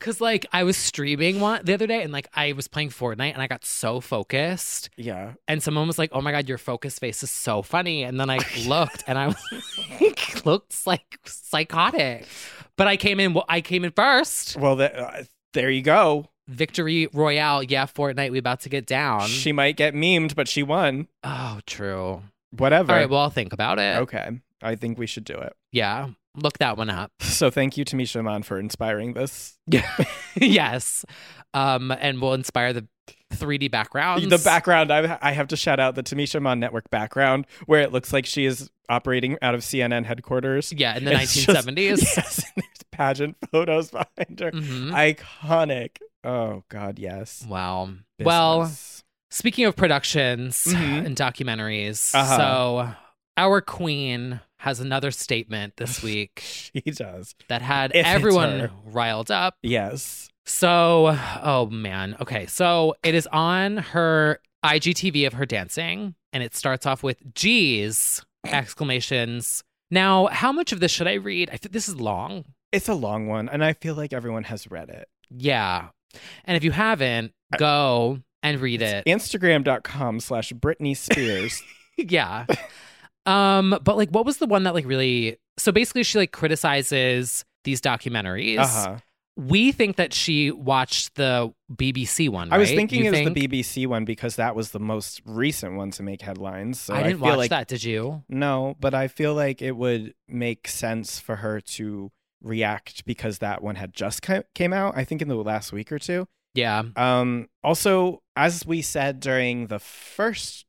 [SPEAKER 3] Cause like I was streaming one the other day and like I was playing Fortnite and I got so focused
[SPEAKER 4] Yeah.
[SPEAKER 3] and someone was like, Oh my god, your focus face is so funny and
[SPEAKER 4] <laughs>
[SPEAKER 3] then I looked and I was looked like <laughs> psychotic. But I came in I came in first.
[SPEAKER 4] Well, th- uh, there you go.
[SPEAKER 3] Victory Royale, yeah, Fortnite, we about to get down.
[SPEAKER 4] She might get memed, but she won.
[SPEAKER 3] oh, true.
[SPEAKER 4] Whatever.
[SPEAKER 3] All right, well I'll think about it.
[SPEAKER 4] okay. I think we should do it.
[SPEAKER 3] Yeah. Look that one up. <laughs>
[SPEAKER 4] So thank you, Tamisha Iman, for inspiring this.
[SPEAKER 3] yes. Um, and we'll inspire the 3D backgrounds.
[SPEAKER 4] the background I, I have to shout out the tamisha mon network background where it looks like she is operating out of cnn headquarters
[SPEAKER 3] Yeah, in the
[SPEAKER 4] <laughs> It's just-
[SPEAKER 3] 1970s.
[SPEAKER 4] <laughs> yes and there's pageant <laughs> photos behind her
[SPEAKER 3] Mhm.
[SPEAKER 4] iconic oh god yes
[SPEAKER 3] Wow. Mm-hmm. Well,
[SPEAKER 4] Business.
[SPEAKER 3] Speaking of productions
[SPEAKER 4] Mhm.
[SPEAKER 3] and documentaries,
[SPEAKER 4] Uh-huh.
[SPEAKER 3] so our queen has another statement
[SPEAKER 4] <laughs>
[SPEAKER 3] this week
[SPEAKER 4] She does.
[SPEAKER 3] that had
[SPEAKER 4] If it's
[SPEAKER 3] everyone
[SPEAKER 4] her.
[SPEAKER 3] riled up.
[SPEAKER 4] Yes.
[SPEAKER 3] So, oh man. Okay. So it is on her IGTV of her dancing, and it starts off with G's exclamations. Now, how much of this should I read? I think this is long.
[SPEAKER 4] It's a long one, and I feel like everyone has read it.
[SPEAKER 3] Yeah. And if you haven't, go and read it.
[SPEAKER 4] Instagram.com slash
[SPEAKER 3] <laughs>
[SPEAKER 4] Britney Spears.
[SPEAKER 3] yeah. Um, but like what was the one that like really so basically she like criticizes these documentaries.
[SPEAKER 4] uh huh.
[SPEAKER 3] We think that she watched the BBC one.
[SPEAKER 4] I was
[SPEAKER 3] right?
[SPEAKER 4] thinking
[SPEAKER 3] You
[SPEAKER 4] it
[SPEAKER 3] think?
[SPEAKER 4] was the BBC one because that was the most recent one to make headlines. So
[SPEAKER 3] I didn't
[SPEAKER 4] feel
[SPEAKER 3] watch
[SPEAKER 4] like,
[SPEAKER 3] that, did you?
[SPEAKER 4] No, but I feel like it would make sense for her to react because that one had just ca- came out. I think in the last week or two.
[SPEAKER 3] Yeah.
[SPEAKER 4] Um, also, as we said during the first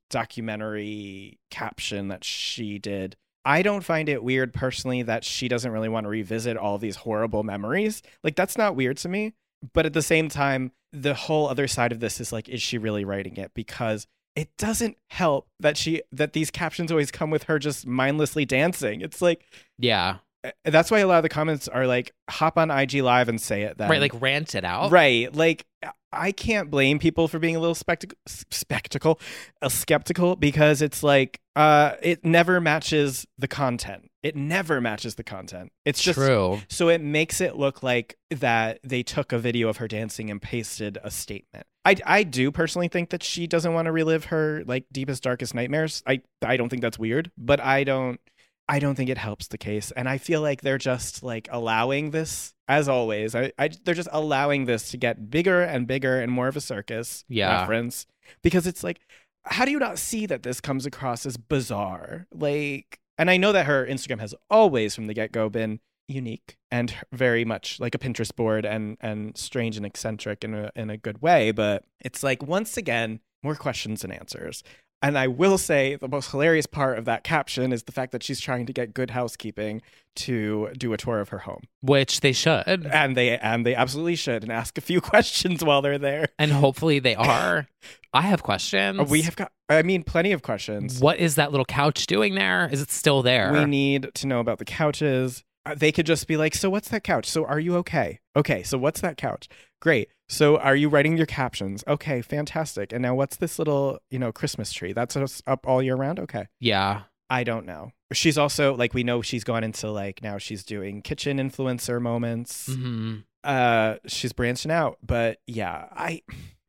[SPEAKER 4] documentary caption that she did, I don't find it weird personally that she doesn't really want to revisit all these horrible memories. Like, that's not weird to me. But at the same time, the whole other side of this is like, is she really writing it? Because it doesn't help that she that these captions always come with her just mindlessly dancing. It's like
[SPEAKER 3] Yeah.
[SPEAKER 4] uh, that's why a lot of the comments are like, hop on IG live and say it then.
[SPEAKER 3] Right, like rant it out.
[SPEAKER 4] Right. Like I can't blame people for being a little spectac- s- spectacle, a skeptical because it's like uh it never matches the content. It never matches the content. It's just
[SPEAKER 3] True.
[SPEAKER 4] so it makes it look like that they took a video of her dancing and pasted a statement. I, I do personally think that she doesn't want to relive her like deepest darkest nightmares. I I don't think that's weird, but I don't I don't think it helps the case. And I feel like they're just like allowing this as always. I, I they're just allowing this to get bigger and bigger and more of a circus
[SPEAKER 3] Yeah.
[SPEAKER 4] reference because it's like how do you not see that this comes across as bizarre? Like and I know that her Instagram has always from the get-go been unique and very much like a Pinterest board and and strange and eccentric in a in a good way. But it's like once again more questions and answers. And I will say the most hilarious part of that caption is the fact that she's trying to get good housekeeping to do a tour of her home,
[SPEAKER 3] Which they should.
[SPEAKER 4] and they and they absolutely should and ask a few <laughs> questions while they're there.
[SPEAKER 3] And hopefully they are. I have questions.
[SPEAKER 4] We have got, I mean, plenty of questions.
[SPEAKER 3] what is that little couch doing there? Is it still there?
[SPEAKER 4] We need to know about the couches. Uh, They could just be like, "So what's that couch? So are you okay? Okay. So what's that couch? Great. So are you writing your captions? Okay, fantastic. And now what's this little, you know, Christmas tree that's us- up all year round? Okay.
[SPEAKER 3] yeah.
[SPEAKER 4] I don't know. She's also like we know she's gone into like now she's doing kitchen influencer moments.
[SPEAKER 3] hmm
[SPEAKER 4] Uh, she's branching out, but yeah, I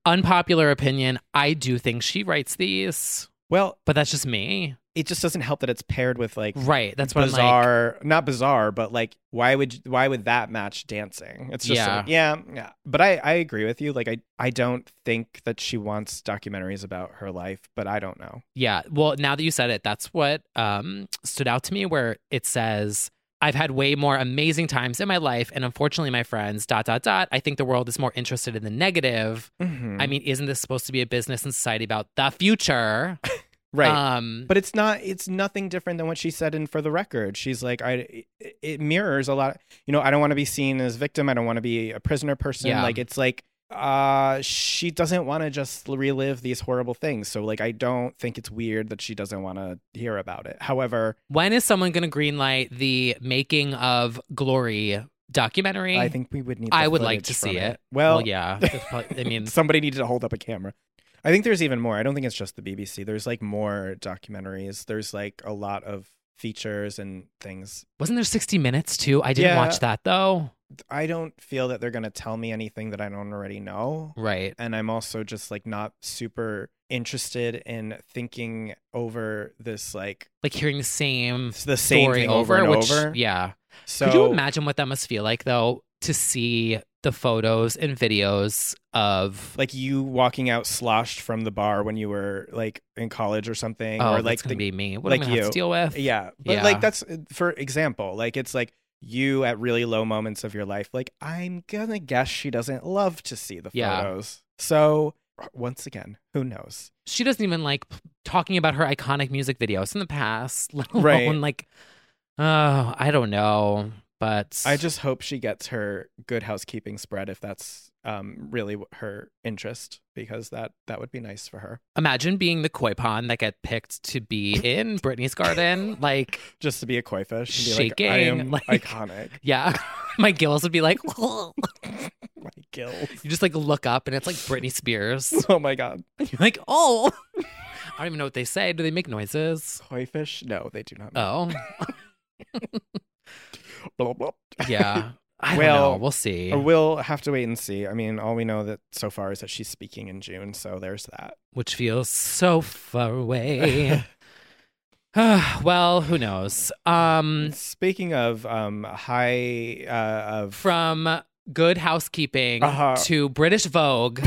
[SPEAKER 3] Unpopular opinion. I do think she writes these,
[SPEAKER 4] well,
[SPEAKER 3] but that's just me.
[SPEAKER 4] it just doesn't help that it's paired with like
[SPEAKER 3] Right. That's what I'm like.
[SPEAKER 4] bizarre not bizarre but like why would why would that match dancing it's just
[SPEAKER 3] Yeah.
[SPEAKER 4] like yeah yeah but i i agree with you like i i don't think that she wants documentaries about her life but i don't know
[SPEAKER 3] Yeah. Well, now that you said it, that's what um, stood out to me where it says, I've had way more amazing times in my life. And unfortunately, my friends, dot, dot, dot, I think the world is more interested in the negative.
[SPEAKER 4] Mm-hmm.
[SPEAKER 3] I mean, isn't this supposed to be a business and society about the future?
[SPEAKER 4] right
[SPEAKER 3] Um,
[SPEAKER 4] but it's not it's nothing different than what she said in for the record she's like i it- it mirrors a lot you know i don't want to be seen as victim i don't want to be a prisoner person
[SPEAKER 3] Yeah.
[SPEAKER 4] like it's like uh she doesn't want to just relive these horrible things so like i don't think it's weird that she doesn't want to hear about it however
[SPEAKER 3] when is someone going to greenlight the making of glory documentary?
[SPEAKER 4] I think we would need.
[SPEAKER 3] I
[SPEAKER 4] the
[SPEAKER 3] would like to
[SPEAKER 4] footage
[SPEAKER 3] see
[SPEAKER 4] from
[SPEAKER 3] it.
[SPEAKER 4] Well,
[SPEAKER 3] yeah.
[SPEAKER 4] <laughs>
[SPEAKER 3] that's probably- I mean,
[SPEAKER 4] somebody needed to hold up a camera. I think there's even more. I don't think it's just the BBC. There's like more documentaries. There's like a lot of features and things.
[SPEAKER 3] wasn't there 60 Minutes too? I didn't
[SPEAKER 4] Yeah.
[SPEAKER 3] watch that though.
[SPEAKER 4] I don't feel that they're gonna tell me anything that I don't already know.
[SPEAKER 3] Right.
[SPEAKER 4] And I'm also just like not super interested in thinking over this like
[SPEAKER 3] Like hearing the same
[SPEAKER 4] the same
[SPEAKER 3] story
[SPEAKER 4] thing
[SPEAKER 3] over,
[SPEAKER 4] over, and
[SPEAKER 3] which,
[SPEAKER 4] over.
[SPEAKER 3] Yeah.
[SPEAKER 4] So
[SPEAKER 3] Could you imagine what that must feel like though to see the photos and videos of
[SPEAKER 4] like you walking out sloshed from the bar when you were like in college or something,
[SPEAKER 3] oh,
[SPEAKER 4] or like
[SPEAKER 3] that's gonna
[SPEAKER 4] the-
[SPEAKER 3] be me. What
[SPEAKER 4] like
[SPEAKER 3] am I gonna have
[SPEAKER 4] you.
[SPEAKER 3] to deal with?
[SPEAKER 4] Yeah. But
[SPEAKER 3] Yeah.
[SPEAKER 4] like that's uh, for example, like it's like you at really low moments of your life, like I'm gonna guess she doesn't love to see the
[SPEAKER 3] Yeah.
[SPEAKER 4] photos. So once again, who knows?
[SPEAKER 3] She doesn't even like p- talking about her <laughs> iconic music videos in the past, let alone
[SPEAKER 4] Right.
[SPEAKER 3] like oh, I don't know. But
[SPEAKER 4] I just hope she gets her good housekeeping spread if that's um, really wh- her interest, because that that would be nice for her.
[SPEAKER 3] imagine being the koi pond that get picked to
[SPEAKER 4] <laughs>
[SPEAKER 3] be in Britney's garden. Like,
[SPEAKER 4] Just to be a koi fish and be like, I
[SPEAKER 3] Shaking, <laughs>
[SPEAKER 4] am
[SPEAKER 3] like-
[SPEAKER 4] iconic.
[SPEAKER 3] yeah, <laughs> my gills would be like, <laughs>
[SPEAKER 4] My gills. <laughs>
[SPEAKER 3] you just like look up and it's like Britney Spears.
[SPEAKER 4] Oh my god.
[SPEAKER 3] You're <laughs> like, oh, I don't even know what they say. Do they make noises?
[SPEAKER 4] Koi fish? No, they do not.
[SPEAKER 3] Oh,
[SPEAKER 4] Blah, blah.
[SPEAKER 3] <laughs> yeah. I
[SPEAKER 4] Well,
[SPEAKER 3] don't know. We'll see.
[SPEAKER 4] Or we'll have to wait and see. I mean, all we know that so far is that she's speaking in June, so there's that.
[SPEAKER 3] which feels so far away. <sighs> well, who knows? Um,
[SPEAKER 4] Speaking of um high uh of
[SPEAKER 3] from Good Housekeeping
[SPEAKER 4] Uh-huh.
[SPEAKER 3] to British
[SPEAKER 4] <laughs>
[SPEAKER 3] Vogue,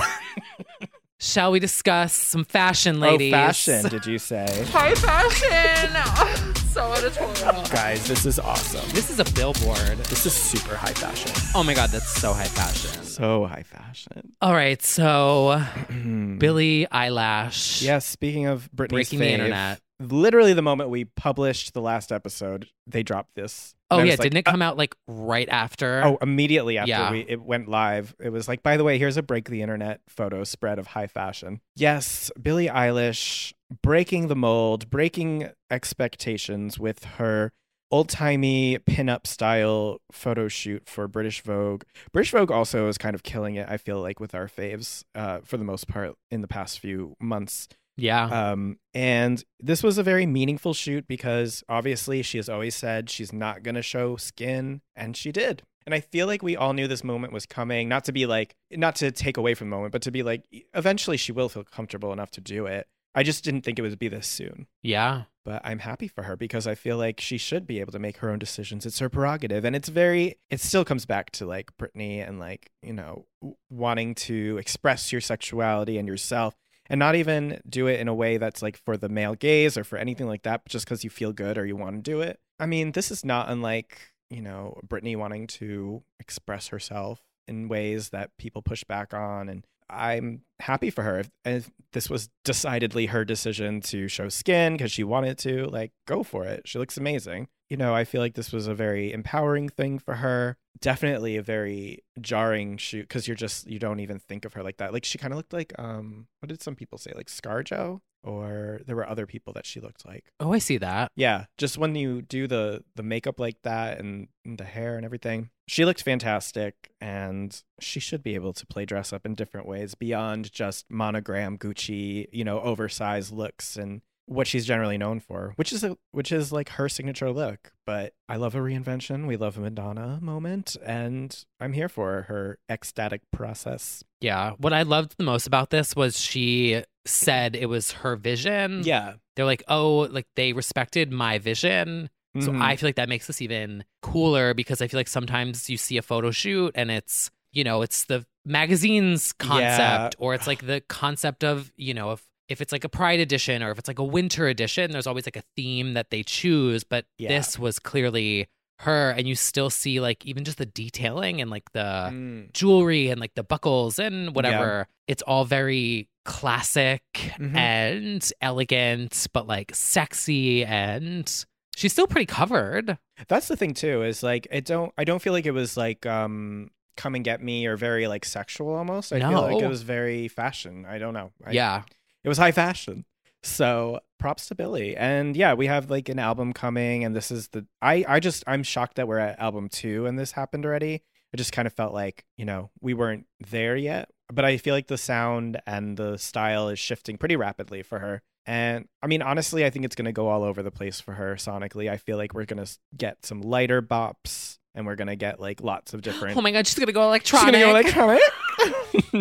[SPEAKER 3] shall we discuss some fashion, ladies?
[SPEAKER 4] Oh, fashion, did you say?
[SPEAKER 6] <laughs> High fashion. <laughs> so editorial.
[SPEAKER 4] Guys, this is awesome.
[SPEAKER 3] This is a billboard.
[SPEAKER 4] This is super high fashion.
[SPEAKER 3] Oh my god, that's so high fashion.
[SPEAKER 4] So high fashion. <clears throat>
[SPEAKER 3] All right, so Billy Eyelash.
[SPEAKER 4] Yeah, speaking of Britney's
[SPEAKER 3] Breaking the
[SPEAKER 4] fave,
[SPEAKER 3] internet.
[SPEAKER 4] Literally the moment we published the last episode, they dropped this.
[SPEAKER 3] Oh
[SPEAKER 4] And I
[SPEAKER 3] yeah,
[SPEAKER 4] was like,
[SPEAKER 3] didn't it come out like right after?
[SPEAKER 4] Oh, immediately after
[SPEAKER 3] Yeah.
[SPEAKER 4] we it went live, it was like, by the way, here's a break the internet photo spread of high fashion. Yes, Billie Eilish breaking the mold, breaking expectations with her old timey pinup style photo shoot for British Vogue. British Vogue also is kind of killing it, I feel like, with our faves, uh, for the most part, in the past few months.
[SPEAKER 3] yeah.
[SPEAKER 4] Um, and this was a very meaningful shoot because obviously she has always said she's not going to show skin, and she did. And I feel like we all knew this moment was coming, not to be like, not to take away from the moment, but to be like, "E-" eventually she will feel comfortable enough to do it. I just didn't think it would be this soon.
[SPEAKER 3] yeah.
[SPEAKER 4] But I'm happy for her because I feel like she should be able to make her own decisions. It's her prerogative. And it's very, it still comes back to like Britney and like, you know, w- wanting to express your sexuality and yourself and not even do it in a way that's like for the male gaze or for anything like that, but just because you feel good or you want to do it. I mean, this is not unlike, you know, Britney wanting to express herself in ways that people push back on. And I'm happy for her. If, if this was decidedly her decision to show skin because she wanted to, like, go for it. She looks amazing. You know, I feel like this was a very empowering thing for her. Definitely a very jarring shoot because you're just you don't even think of her like that. Like she kind of looked like um, what did some people say? Like ScarJo, or there were other people that she looked like.
[SPEAKER 3] Oh, I see that.
[SPEAKER 4] Yeah, just when you do the the makeup like that and, and the hair and everything. She looked fantastic and she should be able to play dress up in different ways beyond just monogram Gucci, you know, oversized looks and what she's generally known for, which is a, which is like her signature look. But I love a reinvention. We love a Madonna moment and I'm here for her ecstatic process.
[SPEAKER 3] Yeah. What I loved the most about this was she said it was her vision.
[SPEAKER 4] Yeah.
[SPEAKER 3] They're like, oh, like they respected my vision. So
[SPEAKER 4] Mhm.
[SPEAKER 3] I feel like that makes this even cooler because I feel like sometimes you see a photo shoot and it's, you know, it's the magazine's concept or it's like the concept of, you know, if if it's like a pride edition or if it's like a winter edition, there's always like a theme that they choose, but
[SPEAKER 4] Yeah.
[SPEAKER 3] this was clearly her and you still see like even just the detailing and like the
[SPEAKER 4] Mm.
[SPEAKER 3] jewelry and like the buckles and whatever. It's all very classic
[SPEAKER 4] Mhm.
[SPEAKER 3] and elegant, but like sexy and she's still pretty covered.
[SPEAKER 4] That's the thing too, is like it don't I don't feel like it was like um come and get me or very like sexual almost. I feel like
[SPEAKER 3] No.
[SPEAKER 4] it was very fashion. I don't know. I,
[SPEAKER 3] yeah.
[SPEAKER 4] It was high fashion. So props to Billy. And yeah, we have like an album coming and this is the I I just I'm shocked that we're at album 2 and this happened already. It just kind of felt like, you know, we weren't there yet, but I feel like the sound and the style is shifting pretty rapidly for her. And I mean, honestly, I think it's going to go all over the place for her sonically. I feel like we're going to get some lighter bops and we're going to get like lots of different
[SPEAKER 3] Oh my god, she's gonna go
[SPEAKER 4] She's
[SPEAKER 3] electronic.
[SPEAKER 4] gonna go <laughs> electronic. <laughs>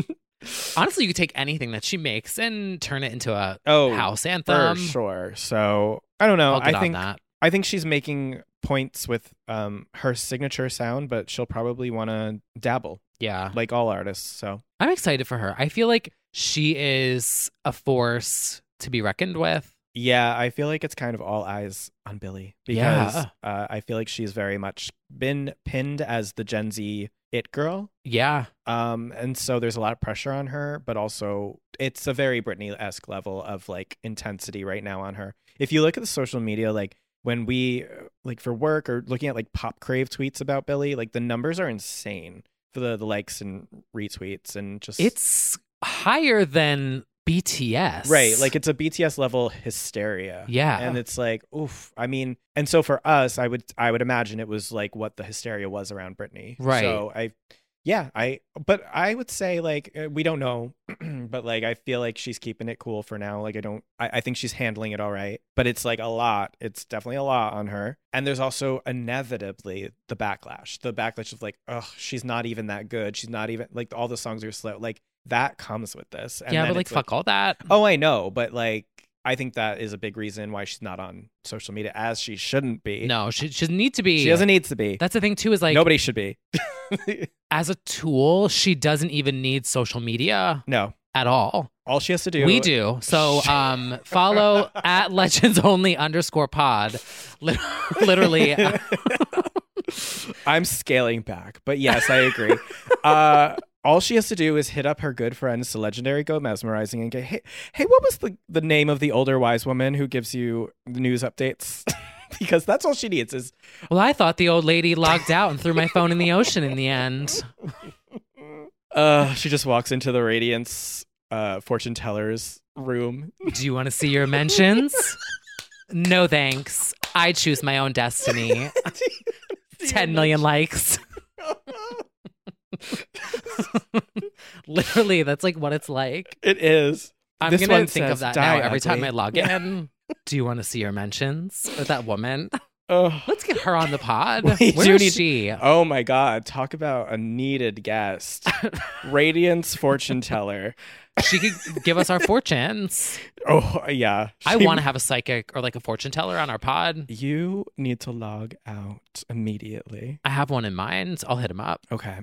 [SPEAKER 3] Honestly, you could take anything that she makes and turn it into a
[SPEAKER 4] oh,
[SPEAKER 3] house
[SPEAKER 4] for
[SPEAKER 3] anthem.
[SPEAKER 4] sure. So I don't
[SPEAKER 3] Um,
[SPEAKER 4] know.
[SPEAKER 3] I'll get
[SPEAKER 4] I
[SPEAKER 3] on
[SPEAKER 4] think
[SPEAKER 3] that.
[SPEAKER 4] I think she's making points with um her signature sound, but she'll probably want to dabble
[SPEAKER 3] Yeah.
[SPEAKER 4] like all artists. So
[SPEAKER 3] I'm excited for her. I feel like she is a force to be reckoned with.
[SPEAKER 4] yeah, I feel like it's kind of all eyes on Billy because uh, I feel like she's very much been pinned as the Gen Z it girl.
[SPEAKER 3] Yeah.
[SPEAKER 4] Um, and so there's a lot of pressure on her, but also it's a very Britney esque level of like intensity right now on her. If you look at the social media, like when we uh, like for work or looking at like pop crave tweets about Billy, like the numbers are insane for the, the likes and retweets and just
[SPEAKER 3] It's higher than BTS.
[SPEAKER 4] Right. Like it's a BTS level hysteria.
[SPEAKER 3] Yeah.
[SPEAKER 4] And it's like, oof. I mean, and so for us, I would I would imagine it was like what the hysteria was around Britney.
[SPEAKER 3] Right.
[SPEAKER 4] So I yeah, I but I would say like uh, we don't know, <clears throat> but like I feel like she's keeping it cool for now. Like I don't I, I think she's handling it all right. But it's like a lot. It's definitely a lot on her. And there's also inevitably the backlash. The backlash of like, oh, she's not even that good. She's not even like all the songs are slow. Like that comes with this. And
[SPEAKER 3] yeah,
[SPEAKER 4] then
[SPEAKER 3] but like
[SPEAKER 4] it's,
[SPEAKER 3] fuck all that.
[SPEAKER 4] Oh, I know, but like I think that is a big reason why she's not on social media as she shouldn't be.
[SPEAKER 3] No, she she doesn't need to be.
[SPEAKER 4] She doesn't e- need to be.
[SPEAKER 3] That's the thing too. Is like
[SPEAKER 4] Nobody should be.
[SPEAKER 3] as a tool, she doesn't even need social media
[SPEAKER 4] no.
[SPEAKER 3] at all.
[SPEAKER 4] All she has to do
[SPEAKER 3] We do. So um,
[SPEAKER 4] <laughs>
[SPEAKER 3] follow at legends only underscore pod. Lit- <laughs>
[SPEAKER 4] <laughs>
[SPEAKER 3] Literally. uh,
[SPEAKER 4] I'm scaling back, but yes,
[SPEAKER 3] <laughs>
[SPEAKER 4] I agree. uh all she has to do is hit up her good friends, the legendary Go Mesmerizing, and get, hey, hey, what was the, the name of the older wise woman who gives you the news updates? <laughs> because that's all she needs is
[SPEAKER 3] well, I thought the old lady logged out and threw my phone in the ocean in the end.
[SPEAKER 4] uh, she just walks into the Radiance uh, fortune teller's room
[SPEAKER 3] Do you want to see your mentions? No thanks. I choose my own
[SPEAKER 4] <laughs>
[SPEAKER 3] destiny. 10 million likes. Literally, that's like what it's like.
[SPEAKER 4] It is.
[SPEAKER 3] I'm
[SPEAKER 4] This
[SPEAKER 3] gonna
[SPEAKER 4] one
[SPEAKER 3] think of
[SPEAKER 4] says,
[SPEAKER 3] that
[SPEAKER 4] "Die
[SPEAKER 3] now every time
[SPEAKER 4] ugly."
[SPEAKER 3] I log
[SPEAKER 4] Yeah.
[SPEAKER 3] in. Do you want to see your mentions with that woman?
[SPEAKER 4] Ugh.
[SPEAKER 3] Let's get her on the pod.
[SPEAKER 4] <laughs> We do
[SPEAKER 3] Where
[SPEAKER 4] need-
[SPEAKER 3] is she?
[SPEAKER 4] Oh my God. Talk about a
[SPEAKER 3] <laughs>
[SPEAKER 4] needed guest. Radiance fortune teller.
[SPEAKER 3] She could give us our fortunes.
[SPEAKER 4] Oh, yeah.
[SPEAKER 3] I want to have a psychic or like a fortune teller on our pod.
[SPEAKER 4] You need to log out immediately.
[SPEAKER 3] I have one in mind. I'll hit him up.
[SPEAKER 4] Okay.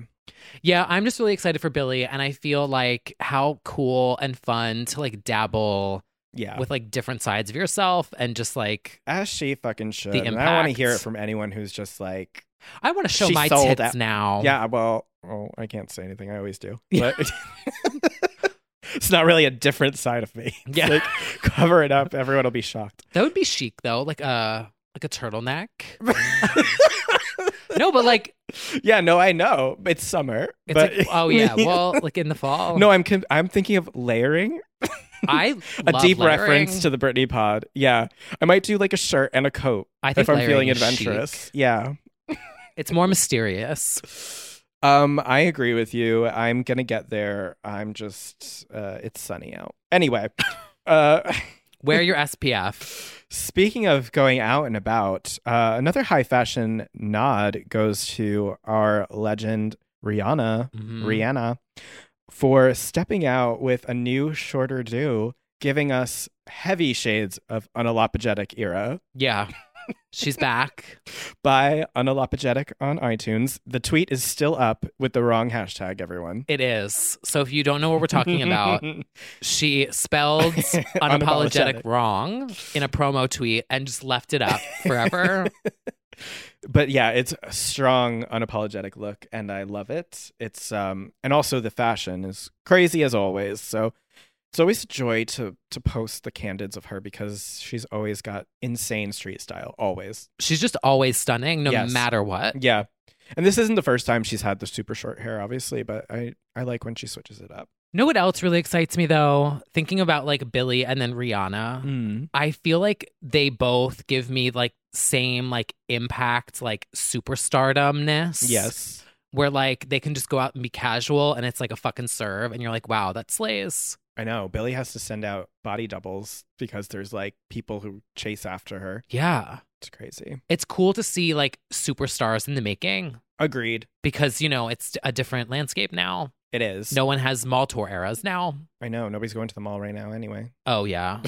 [SPEAKER 3] Yeah, I'm just really excited for Billy, and I feel like how cool and fun to like dabble
[SPEAKER 4] Yeah.
[SPEAKER 3] with like different sides of yourself and just like
[SPEAKER 4] As she fucking should.
[SPEAKER 3] The
[SPEAKER 4] and I want to
[SPEAKER 3] impact.
[SPEAKER 4] hear it from anyone who's just like,
[SPEAKER 3] I want to show
[SPEAKER 4] She
[SPEAKER 3] my
[SPEAKER 4] sold
[SPEAKER 3] tits
[SPEAKER 4] out.
[SPEAKER 3] now.
[SPEAKER 4] yeah, well, oh, I can't say anything. I always do.
[SPEAKER 3] <laughs> Yeah.
[SPEAKER 4] But <laughs> it's not really a different side of
[SPEAKER 3] <laughs>
[SPEAKER 4] me. It's
[SPEAKER 3] Yeah.
[SPEAKER 4] Like, cover it up. Everyone will be shocked.
[SPEAKER 3] that would be chic though, like a like a
[SPEAKER 4] <laughs>
[SPEAKER 3] turtleneck. no, but like
[SPEAKER 4] Yeah, no, I know. It's summer.
[SPEAKER 3] it's
[SPEAKER 4] but
[SPEAKER 3] like
[SPEAKER 4] <laughs>
[SPEAKER 3] oh yeah, well like in the fall.
[SPEAKER 4] no, I'm con- I'm thinking of layering.
[SPEAKER 3] I
[SPEAKER 4] A
[SPEAKER 3] love
[SPEAKER 4] deep
[SPEAKER 3] layering.
[SPEAKER 4] reference to the Britney pod. Yeah, I might do like a shirt and a coat
[SPEAKER 3] I think
[SPEAKER 4] if I'm
[SPEAKER 3] layering
[SPEAKER 4] feeling
[SPEAKER 3] is
[SPEAKER 4] adventurous.
[SPEAKER 3] chic.
[SPEAKER 4] Yeah.
[SPEAKER 3] It's more mysterious.
[SPEAKER 4] Um, I agree with you. I'm gonna get there. I'm just uh, it's sunny out.
[SPEAKER 3] <laughs>
[SPEAKER 4] Anyway, uh,
[SPEAKER 3] Wear your SPF.
[SPEAKER 4] Speaking of going out and about, uh, another high fashion nod goes to our legend Rihanna,
[SPEAKER 3] Mhm.
[SPEAKER 4] Rihanna, for stepping out with a new shorter do, giving us heavy shades of unapologetic era <laughs>
[SPEAKER 3] Yeah. She's back.
[SPEAKER 4] by unapologetic on iTunes. The tweet is still up with the wrong hashtag. Everyone,
[SPEAKER 3] It is. So if you don't know what we're talking
[SPEAKER 4] <laughs>
[SPEAKER 3] about, she spelled
[SPEAKER 4] Unapologetic.
[SPEAKER 3] unapologetic wrong in a promo tweet and just left it
[SPEAKER 4] <laughs>
[SPEAKER 3] up forever.
[SPEAKER 4] but yeah, it's a strong, unapologetic look, and I love it. It's um, and also the fashion is crazy as always. So it's always a joy to to post the candids of her because she's always got insane street style, always.
[SPEAKER 3] She's just always stunning no
[SPEAKER 4] Yes.
[SPEAKER 3] matter what.
[SPEAKER 4] Yeah, and this isn't the first time she's had the super short hair, obviously, but I I like when she switches it up.
[SPEAKER 3] Know what else really excites me though? Thinking about like Billy and then Rihanna,
[SPEAKER 4] Mm-hmm.
[SPEAKER 3] I feel like they both give me like same like impact, like superstardomness.
[SPEAKER 4] Yes.
[SPEAKER 3] Where like they can just go out and be casual and it's like a fucking serve and you're like, wow, that slays.
[SPEAKER 4] I know Billy has to send out body doubles because there's like people who chase after her.
[SPEAKER 3] Yeah.
[SPEAKER 4] It's crazy.
[SPEAKER 3] It's cool to see like superstars in the making.
[SPEAKER 4] Agreed.
[SPEAKER 3] because you know it's a different landscape now.
[SPEAKER 4] It is.
[SPEAKER 3] No one has mall tour eras now.
[SPEAKER 4] I know nobody's going to the mall right now anyway.
[SPEAKER 3] Oh
[SPEAKER 4] <laughs>
[SPEAKER 3] yeah,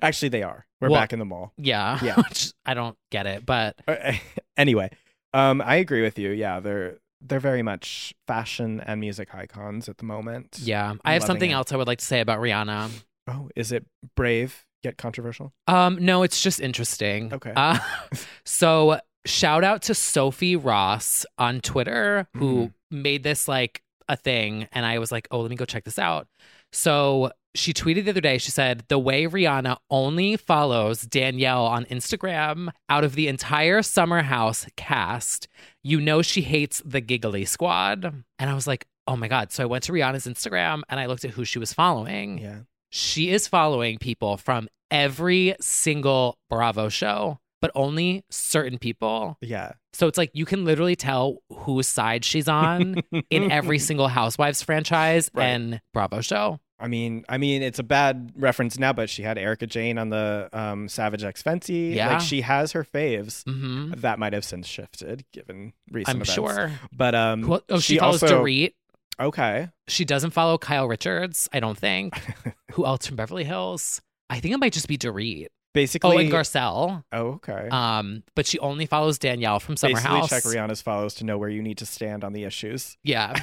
[SPEAKER 4] Actually, they are. We're
[SPEAKER 3] Well-
[SPEAKER 4] back in the mall.
[SPEAKER 3] yeah.
[SPEAKER 4] Yeah.
[SPEAKER 3] <laughs> Which I don't get it, but
[SPEAKER 4] Uh, <laughs> anyway, um, I agree with you. Yeah, they're they're very much fashion and music icons at the moment.
[SPEAKER 3] yeah, I have
[SPEAKER 4] loving
[SPEAKER 3] something
[SPEAKER 4] it.
[SPEAKER 3] else I would like to say about Rihanna.
[SPEAKER 4] Oh, is it brave yet controversial?
[SPEAKER 3] Um, no, it's just interesting.
[SPEAKER 4] Okay.
[SPEAKER 3] Uh, <laughs> so shout out to Sophie Ross on Twitter who made this like a thing, and I was like, oh, let me go check this out. So she tweeted the other day, she said, The way Rihanna only follows Danielle on Instagram out of the entire Summer House cast, you know she hates the Giggly Squad. And I was like, Oh my God. So I went to Rihanna's Instagram and I looked at who she was following.
[SPEAKER 4] Yeah.
[SPEAKER 3] She is following people from every single Bravo show, but only certain people.
[SPEAKER 4] Yeah.
[SPEAKER 3] So it's like you can literally tell whose side she's on Mm.
[SPEAKER 4] <laughs>
[SPEAKER 3] in every single Housewives franchise
[SPEAKER 4] Right.
[SPEAKER 3] and Bravo show.
[SPEAKER 4] I mean, I mean, it's a bad reference now, but she had Erica Jane on the um, Savage X Fenty.
[SPEAKER 3] Yeah.
[SPEAKER 4] Like she has her faves.
[SPEAKER 3] hmm
[SPEAKER 4] That might have since shifted given recent
[SPEAKER 3] I'm
[SPEAKER 4] events.
[SPEAKER 3] sure.
[SPEAKER 4] But um
[SPEAKER 3] Well, oh, she, follows Oh,
[SPEAKER 4] also,
[SPEAKER 3] Dorit.
[SPEAKER 4] Okay.
[SPEAKER 3] She doesn't follow Kyle Richards, I don't
[SPEAKER 4] <laughs>
[SPEAKER 3] think. Who else from Beverly Hills? I think it might just be Dorit.
[SPEAKER 4] Basically
[SPEAKER 3] Oh, and Garcelle.
[SPEAKER 4] Oh, okay.
[SPEAKER 3] Um, but she only follows Danielle from Summer
[SPEAKER 4] Basically
[SPEAKER 3] House.
[SPEAKER 4] check Rihanna's follows to know where you need to stand on the issues. <laughs>
[SPEAKER 3] Yeah.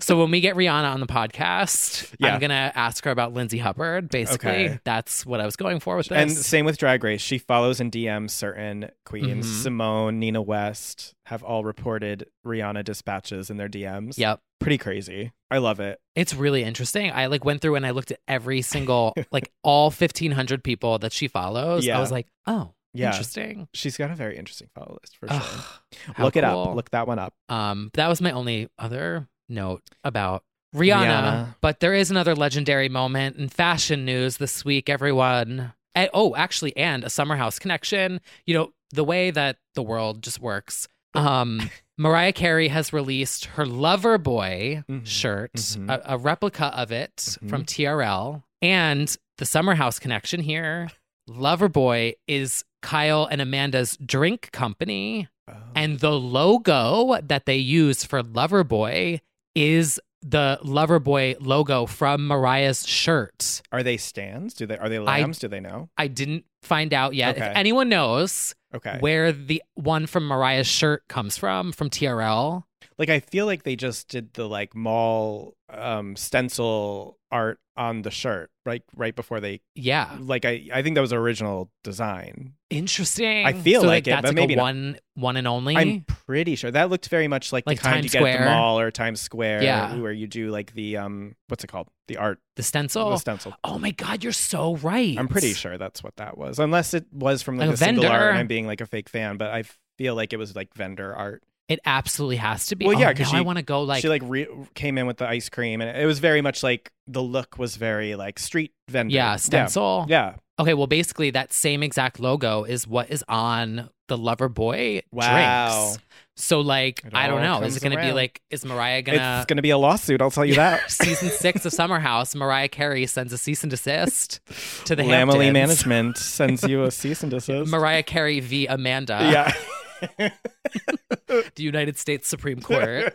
[SPEAKER 3] so when we get Rihanna on the podcast,
[SPEAKER 4] Yeah.
[SPEAKER 3] I'm gonna ask her about Lindsay Hubbard. Basically,
[SPEAKER 4] Okay.
[SPEAKER 3] that's what I was going for with this.
[SPEAKER 4] And same with Drag Race. She follows and DMs certain queens.
[SPEAKER 3] Mhm.
[SPEAKER 4] Simone, Nina West have all reported Rihanna dispatches in their DMs.
[SPEAKER 3] yep.
[SPEAKER 4] Pretty crazy. I love it.
[SPEAKER 3] It's really interesting. I like went through and I looked at every
[SPEAKER 4] <laughs>
[SPEAKER 3] single like all 1500 people that she follows.
[SPEAKER 4] Yeah.
[SPEAKER 3] I was like, "Oh,
[SPEAKER 4] Yeah.
[SPEAKER 3] interesting."
[SPEAKER 4] She's got a very interesting follow list for
[SPEAKER 3] Ugh,
[SPEAKER 4] sure.
[SPEAKER 3] how
[SPEAKER 4] Look it
[SPEAKER 3] cool.
[SPEAKER 4] up. Look that one up.
[SPEAKER 3] Um that was my only other note about Rihanna,
[SPEAKER 4] Rihanna.
[SPEAKER 3] but there is another legendary moment in fashion news this week, everyone. And, oh, actually, and a summer house connection. You know, the way that the world just works. Um Mariah Carey has released her Lover Boy
[SPEAKER 4] Mhm.
[SPEAKER 3] shirt,
[SPEAKER 4] Mhm.
[SPEAKER 3] a, a replica of it from TRL, and the Summer House connection here. Lover Boy is Kyle and Amanda's drink company,
[SPEAKER 4] Um,
[SPEAKER 3] and the logo that they use for Lover Boy is the Lover Boy logo from Mariah's shirt.
[SPEAKER 4] Are they stands? Do they are they
[SPEAKER 3] I-
[SPEAKER 4] lambs? Do they know?
[SPEAKER 3] I didn't find out yet.
[SPEAKER 4] Okay.
[SPEAKER 3] If anyone knows
[SPEAKER 4] Okay.
[SPEAKER 3] where the one from Mariah's shirt comes from, from TRL,
[SPEAKER 4] like I feel like they just did the like mall um stencil art on the shirt right right before they
[SPEAKER 3] yeah.
[SPEAKER 4] like I I think that was original design.
[SPEAKER 3] Interesting.
[SPEAKER 4] I feel
[SPEAKER 3] So,
[SPEAKER 4] like it,
[SPEAKER 3] that's
[SPEAKER 4] but
[SPEAKER 3] like
[SPEAKER 4] maybe
[SPEAKER 3] a
[SPEAKER 4] not.
[SPEAKER 3] one one and only.
[SPEAKER 4] I'm pretty sure that looked very much like,
[SPEAKER 3] Like
[SPEAKER 4] the kind
[SPEAKER 3] Times
[SPEAKER 4] you get at
[SPEAKER 3] Square?
[SPEAKER 4] the mall or Times Square,
[SPEAKER 3] Yeah.
[SPEAKER 4] where you do like the um what's it called the art
[SPEAKER 3] the
[SPEAKER 4] the
[SPEAKER 3] stencil.
[SPEAKER 4] stencil.
[SPEAKER 3] Oh my god, you're so right.
[SPEAKER 4] I'm pretty sure that's what that was, unless it was from like,
[SPEAKER 3] Like a
[SPEAKER 4] a single art
[SPEAKER 3] vendor.
[SPEAKER 4] and I'm being like a fake fan, but I feel like it was like vendor art.
[SPEAKER 3] It absolutely has to be.
[SPEAKER 4] Well, yeah,
[SPEAKER 3] because
[SPEAKER 4] 'cause
[SPEAKER 3] I
[SPEAKER 4] she-
[SPEAKER 3] want to go like,
[SPEAKER 4] she like re- came in with the ice cream, and it was very much like the look was very like street vendor.
[SPEAKER 3] yeah, stencil.
[SPEAKER 4] Yeah.
[SPEAKER 3] Okay, well, basically that same exact logo is what is on the Lover Boy
[SPEAKER 4] Wow.
[SPEAKER 3] drinks. So like,
[SPEAKER 4] It
[SPEAKER 3] I don't
[SPEAKER 4] all
[SPEAKER 3] know. Is
[SPEAKER 4] comes
[SPEAKER 3] it going to be
[SPEAKER 4] around.
[SPEAKER 3] like, is Mariah
[SPEAKER 4] It's
[SPEAKER 3] gonna?
[SPEAKER 4] gonna be a lawsuit. I'll
[SPEAKER 3] <laughs>
[SPEAKER 4] tell you that.
[SPEAKER 3] season six of Summer House, Mariah Carey sends a cease and desist to the
[SPEAKER 4] Lamely
[SPEAKER 3] Hamptons.
[SPEAKER 4] Management sends you
[SPEAKER 3] <laughs>
[SPEAKER 4] a cease and desist.
[SPEAKER 3] Mariah Carey v. Amanda.
[SPEAKER 4] yeah.
[SPEAKER 3] the United States Supreme
[SPEAKER 4] <laughs>
[SPEAKER 3] Court.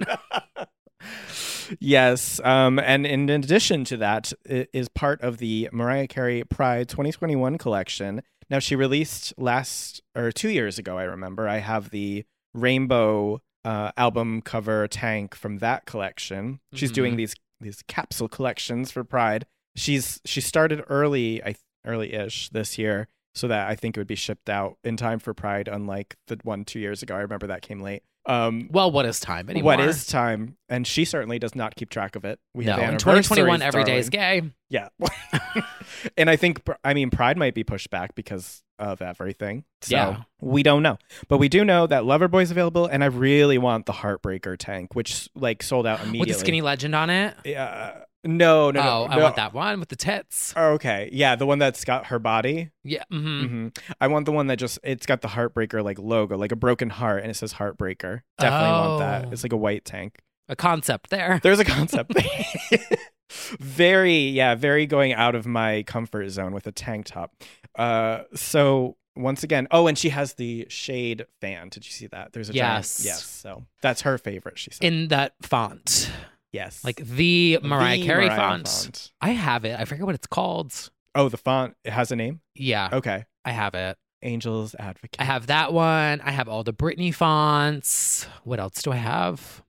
[SPEAKER 4] yes. Um, and in addition to that, it is part of the Mariah Carey Pride 2021 collection. Now, she released last or two years ago, I remember. I have the rainbow uh, album cover tank from that collection. She's
[SPEAKER 3] Mhm.
[SPEAKER 4] doing these these capsule collections for Pride. She's she started early, I early ish this year, so that I think it would be shipped out in time for Pride. Unlike the one two years ago, I remember that came late. Um,
[SPEAKER 3] well, what is time anymore?
[SPEAKER 4] what is time? And she certainly does not keep track of it. We
[SPEAKER 3] no,
[SPEAKER 4] have
[SPEAKER 3] in 2021,
[SPEAKER 4] anniversaries,
[SPEAKER 3] every day is
[SPEAKER 4] darling.
[SPEAKER 3] gay.
[SPEAKER 4] Yeah. <laughs> and I think, pr- I mean, Pride might be pushed back because of everything. So
[SPEAKER 3] Yeah.
[SPEAKER 4] we don't know. But we do know that Loverboy's available, and I really want the Heartbreaker tank, which like sold out immediately.
[SPEAKER 3] With the skinny legend on it.
[SPEAKER 4] <gasps> Yeah. No, no, no.
[SPEAKER 3] oh, I
[SPEAKER 4] no.
[SPEAKER 3] want that one with the tits.
[SPEAKER 4] Oh, Okay. Yeah, the one that's got her body.
[SPEAKER 3] Yeah. hmm
[SPEAKER 4] hmm I want the one that just it's got the heartbreaker like logo, like a broken heart, and it says heartbreaker. Definitely want
[SPEAKER 3] Oh.
[SPEAKER 4] that. It's like a white tank.
[SPEAKER 3] A concept there.
[SPEAKER 4] There's a concept. <laughs> very, yeah, very going out of my comfort zone with a tank top. Uh, so once again, oh, and she has the shade fan. Did you see that? There's a giant-
[SPEAKER 3] Yes.
[SPEAKER 4] yes. So that's her favorite. She said
[SPEAKER 3] in that font,
[SPEAKER 4] yes,
[SPEAKER 3] like the
[SPEAKER 4] The
[SPEAKER 3] Mariah Carey
[SPEAKER 4] Mariah
[SPEAKER 3] font. I have it. I forget what it's called.
[SPEAKER 4] Oh, the font it has a name.
[SPEAKER 3] Yeah,
[SPEAKER 4] Okay,
[SPEAKER 3] I have it.
[SPEAKER 4] Angels Advocate.
[SPEAKER 3] I have that one. I have all the Britney fonts. What else do I have?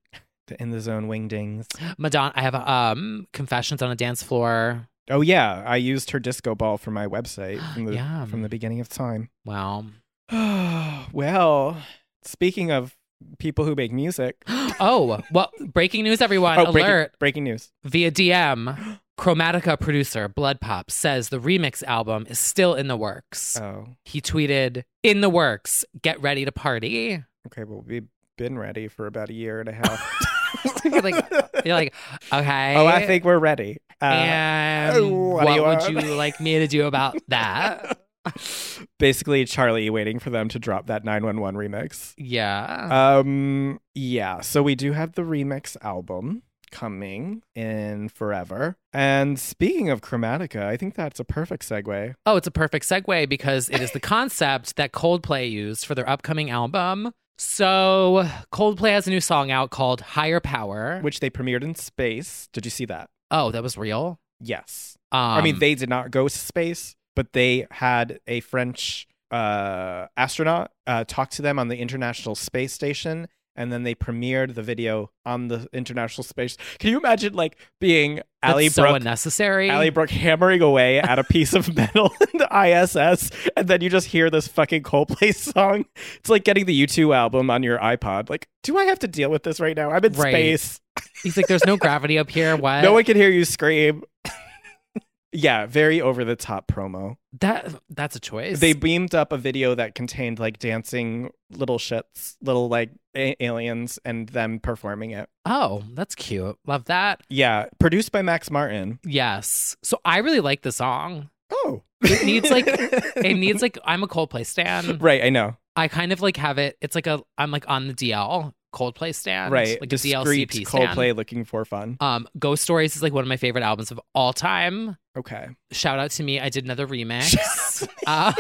[SPEAKER 4] the In the Zone Wingdings.
[SPEAKER 3] Madonna. I have um Confessions on a Dance Floor.
[SPEAKER 4] Oh yeah, I used her disco ball for my website from
[SPEAKER 3] <gasps>
[SPEAKER 4] the
[SPEAKER 3] Yum.
[SPEAKER 4] from the beginning of time. <sighs>
[SPEAKER 3] <gasps> Wow.
[SPEAKER 4] well, speaking of people who make music.
[SPEAKER 3] oh, well, breaking news, everyone.
[SPEAKER 4] Oh, breaking,
[SPEAKER 3] Alert
[SPEAKER 4] breaking news.
[SPEAKER 3] via DM. Chromatica producer Blood Pop says the remix album is still in the works.
[SPEAKER 4] Oh,
[SPEAKER 3] He tweeted, "In the works. Get ready to party." <laughs>
[SPEAKER 4] okay. Well, we've been ready for about a year and a
[SPEAKER 3] <laughs>
[SPEAKER 4] half.
[SPEAKER 3] you're like, you're
[SPEAKER 4] <laughs>
[SPEAKER 3] like, okay.
[SPEAKER 4] oh, I think we're ready. Uh,
[SPEAKER 3] Eh, and
[SPEAKER 4] oh,
[SPEAKER 3] what,
[SPEAKER 4] what do you
[SPEAKER 3] would
[SPEAKER 4] want?
[SPEAKER 3] you like me to do
[SPEAKER 4] <laughs>
[SPEAKER 3] about that?
[SPEAKER 4] Basically, Charlie waiting for them to drop that 911 remix.
[SPEAKER 3] yeah.
[SPEAKER 4] Um, yeah. So we do have the remix album coming in forever. And speaking of Chromatica, I think that's a perfect segue.
[SPEAKER 3] oh, it's a perfect segue because it is the concept that Coldplay used for their upcoming album. So, Coldplay has a new song out called Higher Power.
[SPEAKER 4] which they premiered in space. Did you see that?
[SPEAKER 3] oh, that was real.
[SPEAKER 4] Yes.
[SPEAKER 3] Um,
[SPEAKER 4] I mean, they did not go to space, but they had a French uh, astronaut uh, talk to them on the International Space Station, and then they premiered the video on the International Space. Can you imagine, like, being
[SPEAKER 3] that's
[SPEAKER 4] Ali
[SPEAKER 3] so
[SPEAKER 4] Brooke?
[SPEAKER 3] unnecessary.
[SPEAKER 4] Allie Brooke hammering away at a piece of <laughs> metal in the ISS, and then you just hear this fucking Coldplay <laughs> song. It's like getting the U2 album on your iPod. Like, do I have to deal with this right now? I'm in
[SPEAKER 3] Right.
[SPEAKER 4] space.
[SPEAKER 3] He's like, there's no gravity up here. What?
[SPEAKER 4] <laughs> No one can hear you scream. <laughs> yeah, very over the top promo.
[SPEAKER 3] that that's a choice.
[SPEAKER 4] They beamed up a video that contained like dancing little shits, little like a- aliens, and them performing it.
[SPEAKER 3] oh, that's cute. Love that.
[SPEAKER 4] Yeah, produced by Max Martin.
[SPEAKER 3] Yes. So I really like the song.
[SPEAKER 4] Oh,
[SPEAKER 3] It needs, like- It needs like I'm a Coldplay stan.
[SPEAKER 4] <laughs> right. I know.
[SPEAKER 3] I kind of like have it. It's like a I'm like on the DL Coldplay stan.
[SPEAKER 4] right,
[SPEAKER 3] Like
[SPEAKER 4] discreet
[SPEAKER 3] a DLCP stan.
[SPEAKER 4] Coldplay looking for fun.
[SPEAKER 3] Um, Ghost Stories is like one of my favorite albums of all time.
[SPEAKER 4] Okay.
[SPEAKER 3] Shout out to me. I did another
[SPEAKER 4] <laughs>
[SPEAKER 3] remix. uh,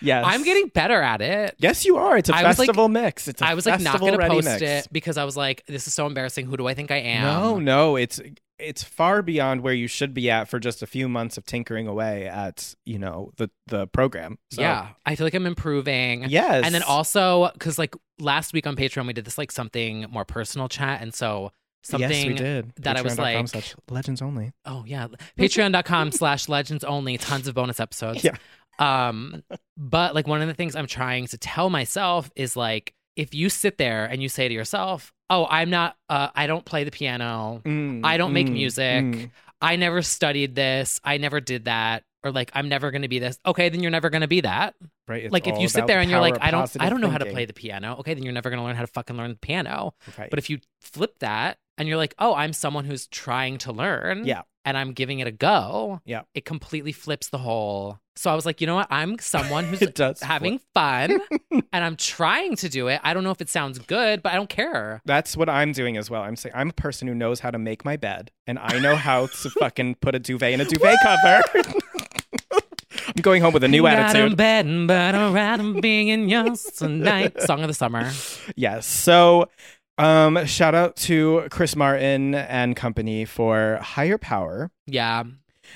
[SPEAKER 4] Yes.
[SPEAKER 3] I'm getting better at it.
[SPEAKER 4] Yes, you are. It's a
[SPEAKER 3] I was, like-
[SPEAKER 4] festival mix. It's a
[SPEAKER 3] I was like not
[SPEAKER 4] festival
[SPEAKER 3] gonna
[SPEAKER 4] ready
[SPEAKER 3] post
[SPEAKER 4] mix.
[SPEAKER 3] it because I was like, this is so embarrassing. Who do I think I am?
[SPEAKER 4] No, no, it's it's far beyond where you should be at for just a few months of tinkering away at you know the the program. So,
[SPEAKER 3] Yeah. I feel like I'm improving.
[SPEAKER 4] Yes.
[SPEAKER 3] And then also because like last week on Patreon we did this like something more personal chat, and so something
[SPEAKER 4] yes, we did.
[SPEAKER 3] that I was
[SPEAKER 4] Patreon.com
[SPEAKER 3] like-
[SPEAKER 4] slash legends only.
[SPEAKER 3] Oh yeah. Patreon.com slash legends only, tons of bonus episodes.
[SPEAKER 4] Yeah.
[SPEAKER 3] Um, but like one of the things I'm trying to tell myself is like if you sit there and you say to yourself, Oh, I'm not uh I don't play the piano,
[SPEAKER 4] Mm,
[SPEAKER 3] I don't make
[SPEAKER 4] mm,
[SPEAKER 3] music,
[SPEAKER 4] mm.
[SPEAKER 3] I never studied this, I never did that, or like I'm never gonna be this, okay, then you're never gonna be that.
[SPEAKER 4] Right. it's
[SPEAKER 3] like if
[SPEAKER 4] all
[SPEAKER 3] you sit
[SPEAKER 4] about
[SPEAKER 3] there
[SPEAKER 4] the
[SPEAKER 3] and you're
[SPEAKER 4] power
[SPEAKER 3] like,
[SPEAKER 4] of
[SPEAKER 3] I don't I
[SPEAKER 4] positive
[SPEAKER 3] don't know how to play
[SPEAKER 4] thinking.
[SPEAKER 3] the piano, okay, then you're never gonna learn how to fucking learn the piano.
[SPEAKER 4] Right.
[SPEAKER 3] But if you flip that and you're like, oh, I'm someone who's trying to learn
[SPEAKER 4] Yeah.
[SPEAKER 3] and I'm giving it a go,
[SPEAKER 4] Yeah.
[SPEAKER 3] it completely flips the whole. So I was like, you know what? I'm someone
[SPEAKER 4] <laughs>
[SPEAKER 3] who's
[SPEAKER 4] It
[SPEAKER 3] <laughs>
[SPEAKER 4] does
[SPEAKER 3] having
[SPEAKER 4] <laughs>
[SPEAKER 3] fun and I'm trying to do it. I don't know if it sounds good, but I don't care.
[SPEAKER 4] That's what I'm doing as well. I'm saying I'm a person who knows how to make my bed, and I know
[SPEAKER 3] <laughs>
[SPEAKER 4] how to fucking put a duvet in a duvet cover. <laughs> I'm going home with a new
[SPEAKER 3] Not
[SPEAKER 4] attitude.
[SPEAKER 3] in bed, but all right, I'm being in yours
[SPEAKER 4] <laughs>
[SPEAKER 3] tonight. Song of the summer.
[SPEAKER 4] Yes. So, um, shout out to Chris Martin and company for Higher Power.
[SPEAKER 3] Yeah.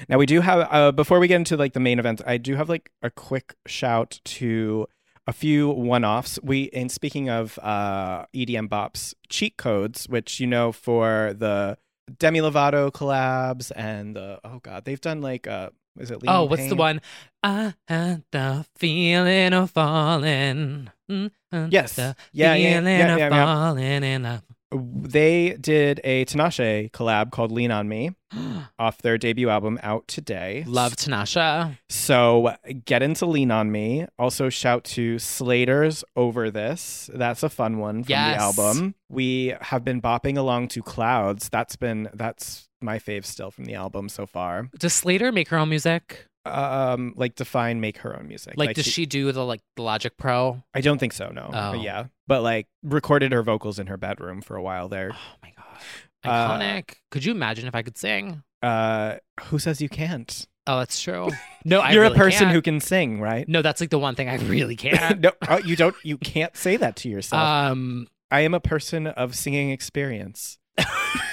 [SPEAKER 4] Now we do have uh, before we get into like the main events, I do have like a quick shout to a few one-offs. We and speaking of uh, EDM bops, cheat codes, which you know for the Demi Lovato collabs and the oh god, they've done like uh, is it? Lean
[SPEAKER 3] oh, what's the
[SPEAKER 4] Pain?
[SPEAKER 3] one? I had the feeling of falling. Mm, mm,
[SPEAKER 4] Yes.
[SPEAKER 3] The
[SPEAKER 4] Yeah, yeah,
[SPEAKER 3] feeling
[SPEAKER 4] yeah,
[SPEAKER 3] of
[SPEAKER 4] yeah, yeah.
[SPEAKER 3] falling in love.
[SPEAKER 4] They did a Tinashe collab called "Lean
[SPEAKER 3] <gasps>
[SPEAKER 4] on Me" off their debut album out today.
[SPEAKER 3] Love Tanasha.
[SPEAKER 4] So get into Lean On Me. Also shout to Slater's Over This. That's a fun one from
[SPEAKER 3] Yes.
[SPEAKER 4] the album. We have been bopping along to Clouds. That's been that's my fave still from the album so far.
[SPEAKER 3] Does Slater make her own music?
[SPEAKER 4] Um like define make her own music.
[SPEAKER 3] Like, does she do the like the Logic Pro?
[SPEAKER 4] I don't think so, no.
[SPEAKER 3] Oh.
[SPEAKER 4] But yeah. But like recorded her vocals in her bedroom for a while there.
[SPEAKER 3] Oh my god,
[SPEAKER 4] Uh,
[SPEAKER 3] iconic! could you imagine if I could sing?
[SPEAKER 4] Uh who says you can't?
[SPEAKER 3] Oh, that's true. No, I
[SPEAKER 4] You're
[SPEAKER 3] really
[SPEAKER 4] a person
[SPEAKER 3] can't.
[SPEAKER 4] who can sing, right?
[SPEAKER 3] No, that's like the one thing I
[SPEAKER 4] <laughs>
[SPEAKER 3] really can't.
[SPEAKER 4] no, oh, you don't you can't say that to yourself.
[SPEAKER 3] um,
[SPEAKER 4] I am a person of singing experience.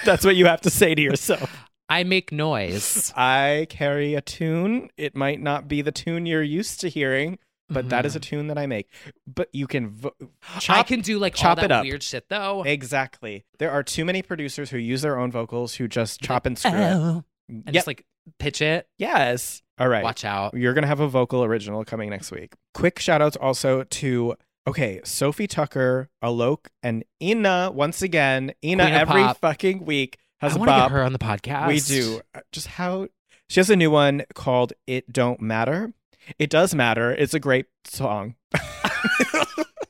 [SPEAKER 4] That's what you have to say to yourself.
[SPEAKER 3] <laughs> I make
[SPEAKER 4] <gasps>
[SPEAKER 3] noise.
[SPEAKER 4] I carry a tune. It might not be the tune you're used to hearing, but that is a tune that I make. But you can vo- chop
[SPEAKER 3] Mm-hmm. <gasps> I can do like
[SPEAKER 4] chop
[SPEAKER 3] all
[SPEAKER 4] it
[SPEAKER 3] that
[SPEAKER 4] up.
[SPEAKER 3] weird shit though.
[SPEAKER 4] exactly. There are too many producers who use their own vocals who just chop and screw. it.
[SPEAKER 3] Oh, and
[SPEAKER 4] Yep.
[SPEAKER 3] just like pitch it.
[SPEAKER 4] yes. All right.
[SPEAKER 3] Watch out.
[SPEAKER 4] You're going to have a vocal original coming next week. Quick shout outs also to, okay, Sophie Tucker, Alok, and Ina once again. Ina
[SPEAKER 3] Queen of
[SPEAKER 4] every
[SPEAKER 3] pop.
[SPEAKER 4] fucking week. Has
[SPEAKER 3] I
[SPEAKER 4] a
[SPEAKER 3] want to
[SPEAKER 4] bop.
[SPEAKER 3] get her on the podcast.
[SPEAKER 4] We do. Uh, Just how she has a new one called "It Don't Matter." It does matter. It's a great song.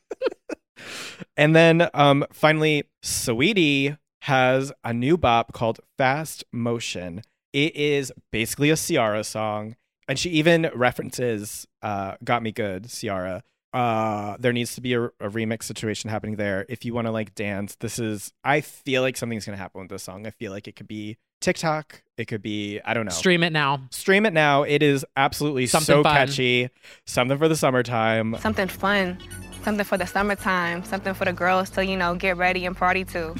[SPEAKER 4] <laughs> and then um, finally, Sweetie has a new bop called "Fast Motion." It is basically a Ciara song, and she even references uh, "Got Me Good" Ciara. Uh, there needs to be a, a remix situation happening there. If you want to like dance, this is. I feel like something's gonna happen with this song. I feel like it could be TikTok. It could be I don't know.
[SPEAKER 3] Stream it now.
[SPEAKER 4] Stream it now. It is absolutely
[SPEAKER 3] Something
[SPEAKER 4] so
[SPEAKER 3] fun.
[SPEAKER 4] catchy. Something for the summertime.
[SPEAKER 8] Something fun, something for the summertime, something for the girls to, you know, get ready and party to.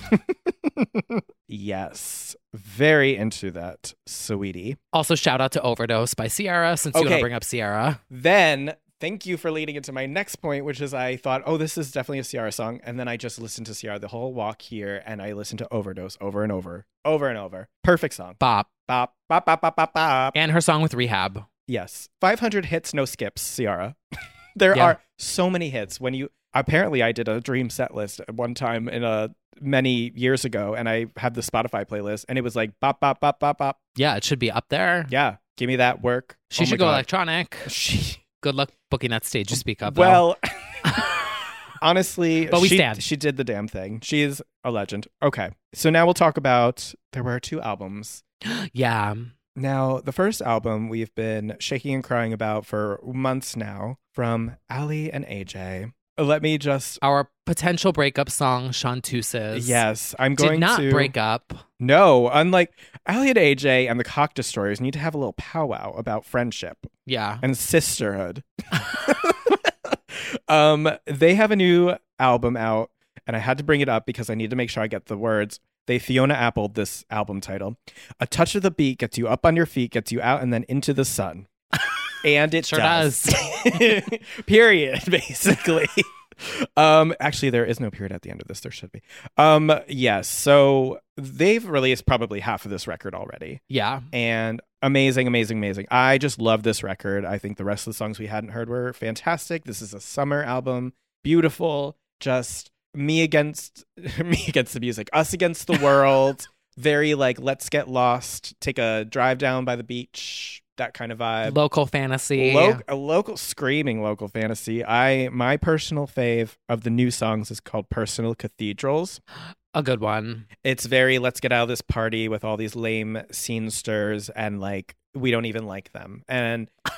[SPEAKER 4] Yes, very into that, sweetie.
[SPEAKER 3] Also, shout out to Overdose by Sierra since you want
[SPEAKER 4] Okay.
[SPEAKER 3] to bring up Sierra.
[SPEAKER 4] Then thank you for leading into my next point, which is I thought, oh, this is definitely a Ciara song. And then I just listened to Ciara the whole walk here and I listened to Overdose over and over, over and over. Perfect song.
[SPEAKER 3] Bop.
[SPEAKER 4] Bop, bop, bop, bop, bop, bop.
[SPEAKER 3] And her song with Rehab.
[SPEAKER 4] Yes. 500 hits, no skips, Ciara. <laughs> there
[SPEAKER 3] Yeah.
[SPEAKER 4] are so many hits. When you apparently, I did a dream set list at one time in a many years ago, and I had the Spotify playlist, and it was like bop, bop, bop, bop, bop.
[SPEAKER 3] Yeah, it should be up there.
[SPEAKER 4] Yeah, give me that work.
[SPEAKER 3] She
[SPEAKER 4] Oh my
[SPEAKER 3] should go
[SPEAKER 4] God.
[SPEAKER 3] electronic.
[SPEAKER 4] <laughs> She,
[SPEAKER 3] Good luck booking that stage. You speak up. though.
[SPEAKER 4] well, <laughs> honestly,
[SPEAKER 3] But we
[SPEAKER 4] she,
[SPEAKER 3] stand.
[SPEAKER 4] she did the damn thing. She is a legend. Okay, so now we'll talk about there were two albums.
[SPEAKER 3] yeah.
[SPEAKER 4] Now, the first album we've been shaking and crying about for months now from Ali and AJ. Let me just
[SPEAKER 3] Our potential breakup song, Shantuses.
[SPEAKER 4] Yes, I'm
[SPEAKER 3] Did
[SPEAKER 4] going
[SPEAKER 3] not
[SPEAKER 4] to
[SPEAKER 3] break up.
[SPEAKER 4] No, unlike Ali and AJ and the Cock Destroyers, need to have a little powwow about friendship
[SPEAKER 3] Yeah.
[SPEAKER 4] and sisterhood. um, they have a new album out, and I had to bring it up because I need to make sure I get the words. They Fiona Appled this album title. A touch of the beat gets you up on your feet, gets you out and then into the sun. And
[SPEAKER 3] <laughs>
[SPEAKER 4] it
[SPEAKER 3] Sure
[SPEAKER 4] does. <laughs> period, <laughs> basically. um, actually, there is no period at the end of this. There should be. Um, yes. So they've released probably half of this record already
[SPEAKER 3] Yeah.
[SPEAKER 4] and amazing, amazing, amazing. I just love this record. I think the rest of the songs we hadn't heard were fantastic. This is a summer album, beautiful. Just me against <laughs> me against the music, us against the world. Very like let's get lost, take a drive down by the beach, that kind of vibe.
[SPEAKER 3] Local fantasy.
[SPEAKER 4] Lo- a local screaming local fantasy. I my personal fave of the new songs is called Personal Cathedrals.
[SPEAKER 3] a good one.
[SPEAKER 4] It's very let's get out of this party with all these lame scenesters and like we don't even like them. And I,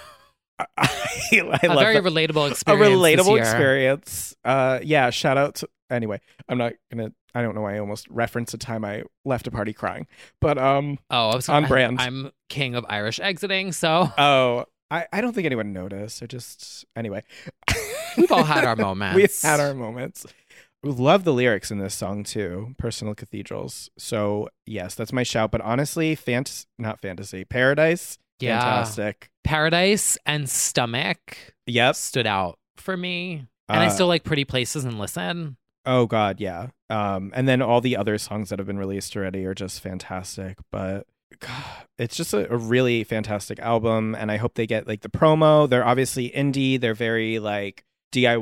[SPEAKER 4] <laughs> I,
[SPEAKER 3] A
[SPEAKER 4] love
[SPEAKER 3] very
[SPEAKER 4] that.
[SPEAKER 3] relatable
[SPEAKER 4] a
[SPEAKER 3] experience. this
[SPEAKER 4] relatable
[SPEAKER 3] year.
[SPEAKER 4] experience. Uh, yeah. Shout out to anyway. I'm not gonna. I don't know. why I almost referenced a time I left a party crying, but um.
[SPEAKER 3] Oh, I was
[SPEAKER 4] On brand.
[SPEAKER 3] I, am king of Irish exiting, so
[SPEAKER 4] Oh, I I don't think anyone noticed. I just anyway.
[SPEAKER 3] <laughs> we've all
[SPEAKER 4] <laughs>
[SPEAKER 3] had our moments.
[SPEAKER 4] We've had our moments. Love the lyrics in this song too, Personal Cathedrals. So, yes, that's my shout. But honestly, fant- not fantasy, paradise,
[SPEAKER 3] Yeah.
[SPEAKER 4] fantastic.
[SPEAKER 3] paradise and stomach
[SPEAKER 4] Yep.
[SPEAKER 3] stood out for me, and I
[SPEAKER 4] Uh,
[SPEAKER 3] still like pretty places and listen.
[SPEAKER 4] Oh, God, yeah. Um, and then all the other songs that have been released already are just fantastic. But <sighs> God, it's just a, a really fantastic album. And I hope they get like the promo. They're obviously indie, they're very like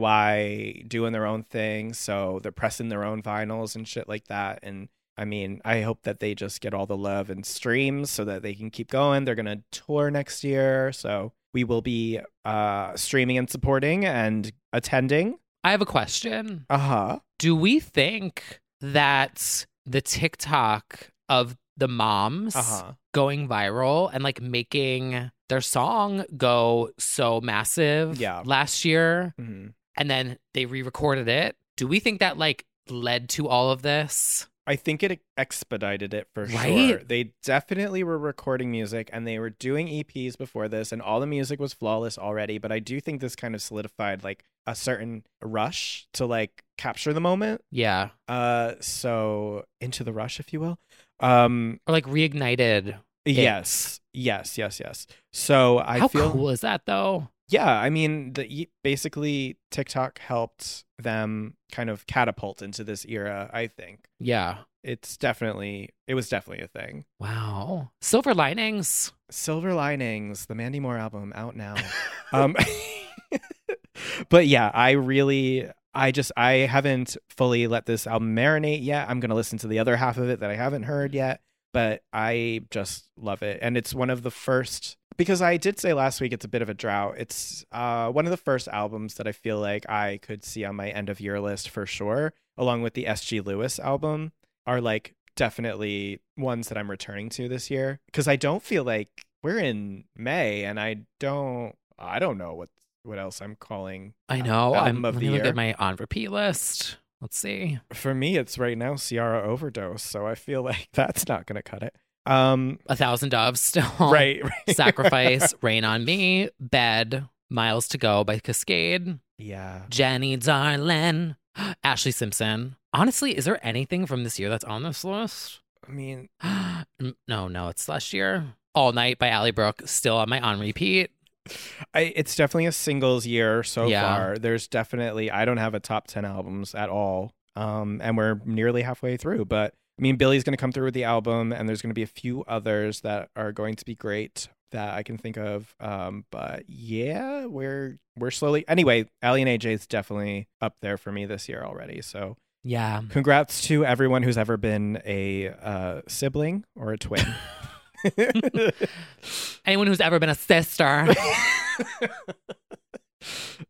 [SPEAKER 4] DIY, doing their own thing. So they're pressing their own vinyls and shit like that. And I mean, I hope that they just get all the love and streams so that they can keep going. They're going to tour next year. So we will be uh, streaming and supporting and attending.
[SPEAKER 3] I have a question.
[SPEAKER 4] Uh huh.
[SPEAKER 3] Do we think that the TikTok of the moms
[SPEAKER 4] Uh huh.
[SPEAKER 3] going viral and like making their song go so massive
[SPEAKER 4] Yeah.
[SPEAKER 3] last year
[SPEAKER 4] hmm
[SPEAKER 3] and then they re-recorded it? Do we think that like led to all of this?
[SPEAKER 4] I think it expedited it for sure.
[SPEAKER 3] Right?
[SPEAKER 4] They definitely were recording music and they were doing EPs before this, and all the music was flawless already. But I do think this kind of solidified like a certain rush to like capture the moment.
[SPEAKER 3] Yeah.
[SPEAKER 4] Uh, so into the rush, if you will. Um,
[SPEAKER 3] or like reignited.
[SPEAKER 4] yes, yes, yes, yes. So I
[SPEAKER 3] How
[SPEAKER 4] feel
[SPEAKER 3] cool is that though?
[SPEAKER 4] yeah i mean the e- basically tiktok helped them kind of catapult into this era i think
[SPEAKER 3] Yeah.
[SPEAKER 4] it's definitely it was definitely a thing
[SPEAKER 3] Wow. Silver linings.
[SPEAKER 4] silver linings the mandy moore album out now um <laughs> but yeah i really i just i haven't fully let this album marinate yet i'm gonna listen to the other half of it that i haven't heard yet but I just love it. And it's one of the first because I did say last week it's a bit of a drought. It's uh, one of the first albums that I feel like I could see on my end of year list for sure, along with the SG Lewis album, are like definitely ones that I'm returning to this year. Because I don't feel like we're in May and I don't I don't know what what else I'm calling
[SPEAKER 3] I know. I'm
[SPEAKER 4] album of
[SPEAKER 3] let
[SPEAKER 4] the
[SPEAKER 3] me look
[SPEAKER 4] year.
[SPEAKER 3] at my on repeat list. Let's see.
[SPEAKER 4] For me, it's right now Ciara Overdose, so I feel <laughs> like that's not gonna cut it. Um
[SPEAKER 3] A thousand doves still.
[SPEAKER 4] right, right.
[SPEAKER 3] Sacrifice. <laughs> Rain on me. Bed. Miles to go by Cascade.
[SPEAKER 4] yeah.
[SPEAKER 3] Jenny Darlin. <gasps> Ashley Simpson. Honestly, is there anything from this year that's on this list? <gasps>
[SPEAKER 4] I mean,
[SPEAKER 3] Mm, no, no, it's last year. All Night by Allie Brooke, still on my on repeat.
[SPEAKER 4] I, it's definitely a singles year so
[SPEAKER 3] Yeah.
[SPEAKER 4] far. There's definitely I don't have a top ten albums at all, um, and we're nearly halfway through. But I mean, Billy's going to come through with the album, and there's going to be a few others that are going to be great that I can think of. Um, but yeah, we're we're slowly anyway. Ali and AJ's definitely up there for me this year already. So
[SPEAKER 3] Yeah.
[SPEAKER 4] congrats to everyone who's ever been a uh, sibling or a twin. <laughs>
[SPEAKER 3] Anyone who's ever been a sister.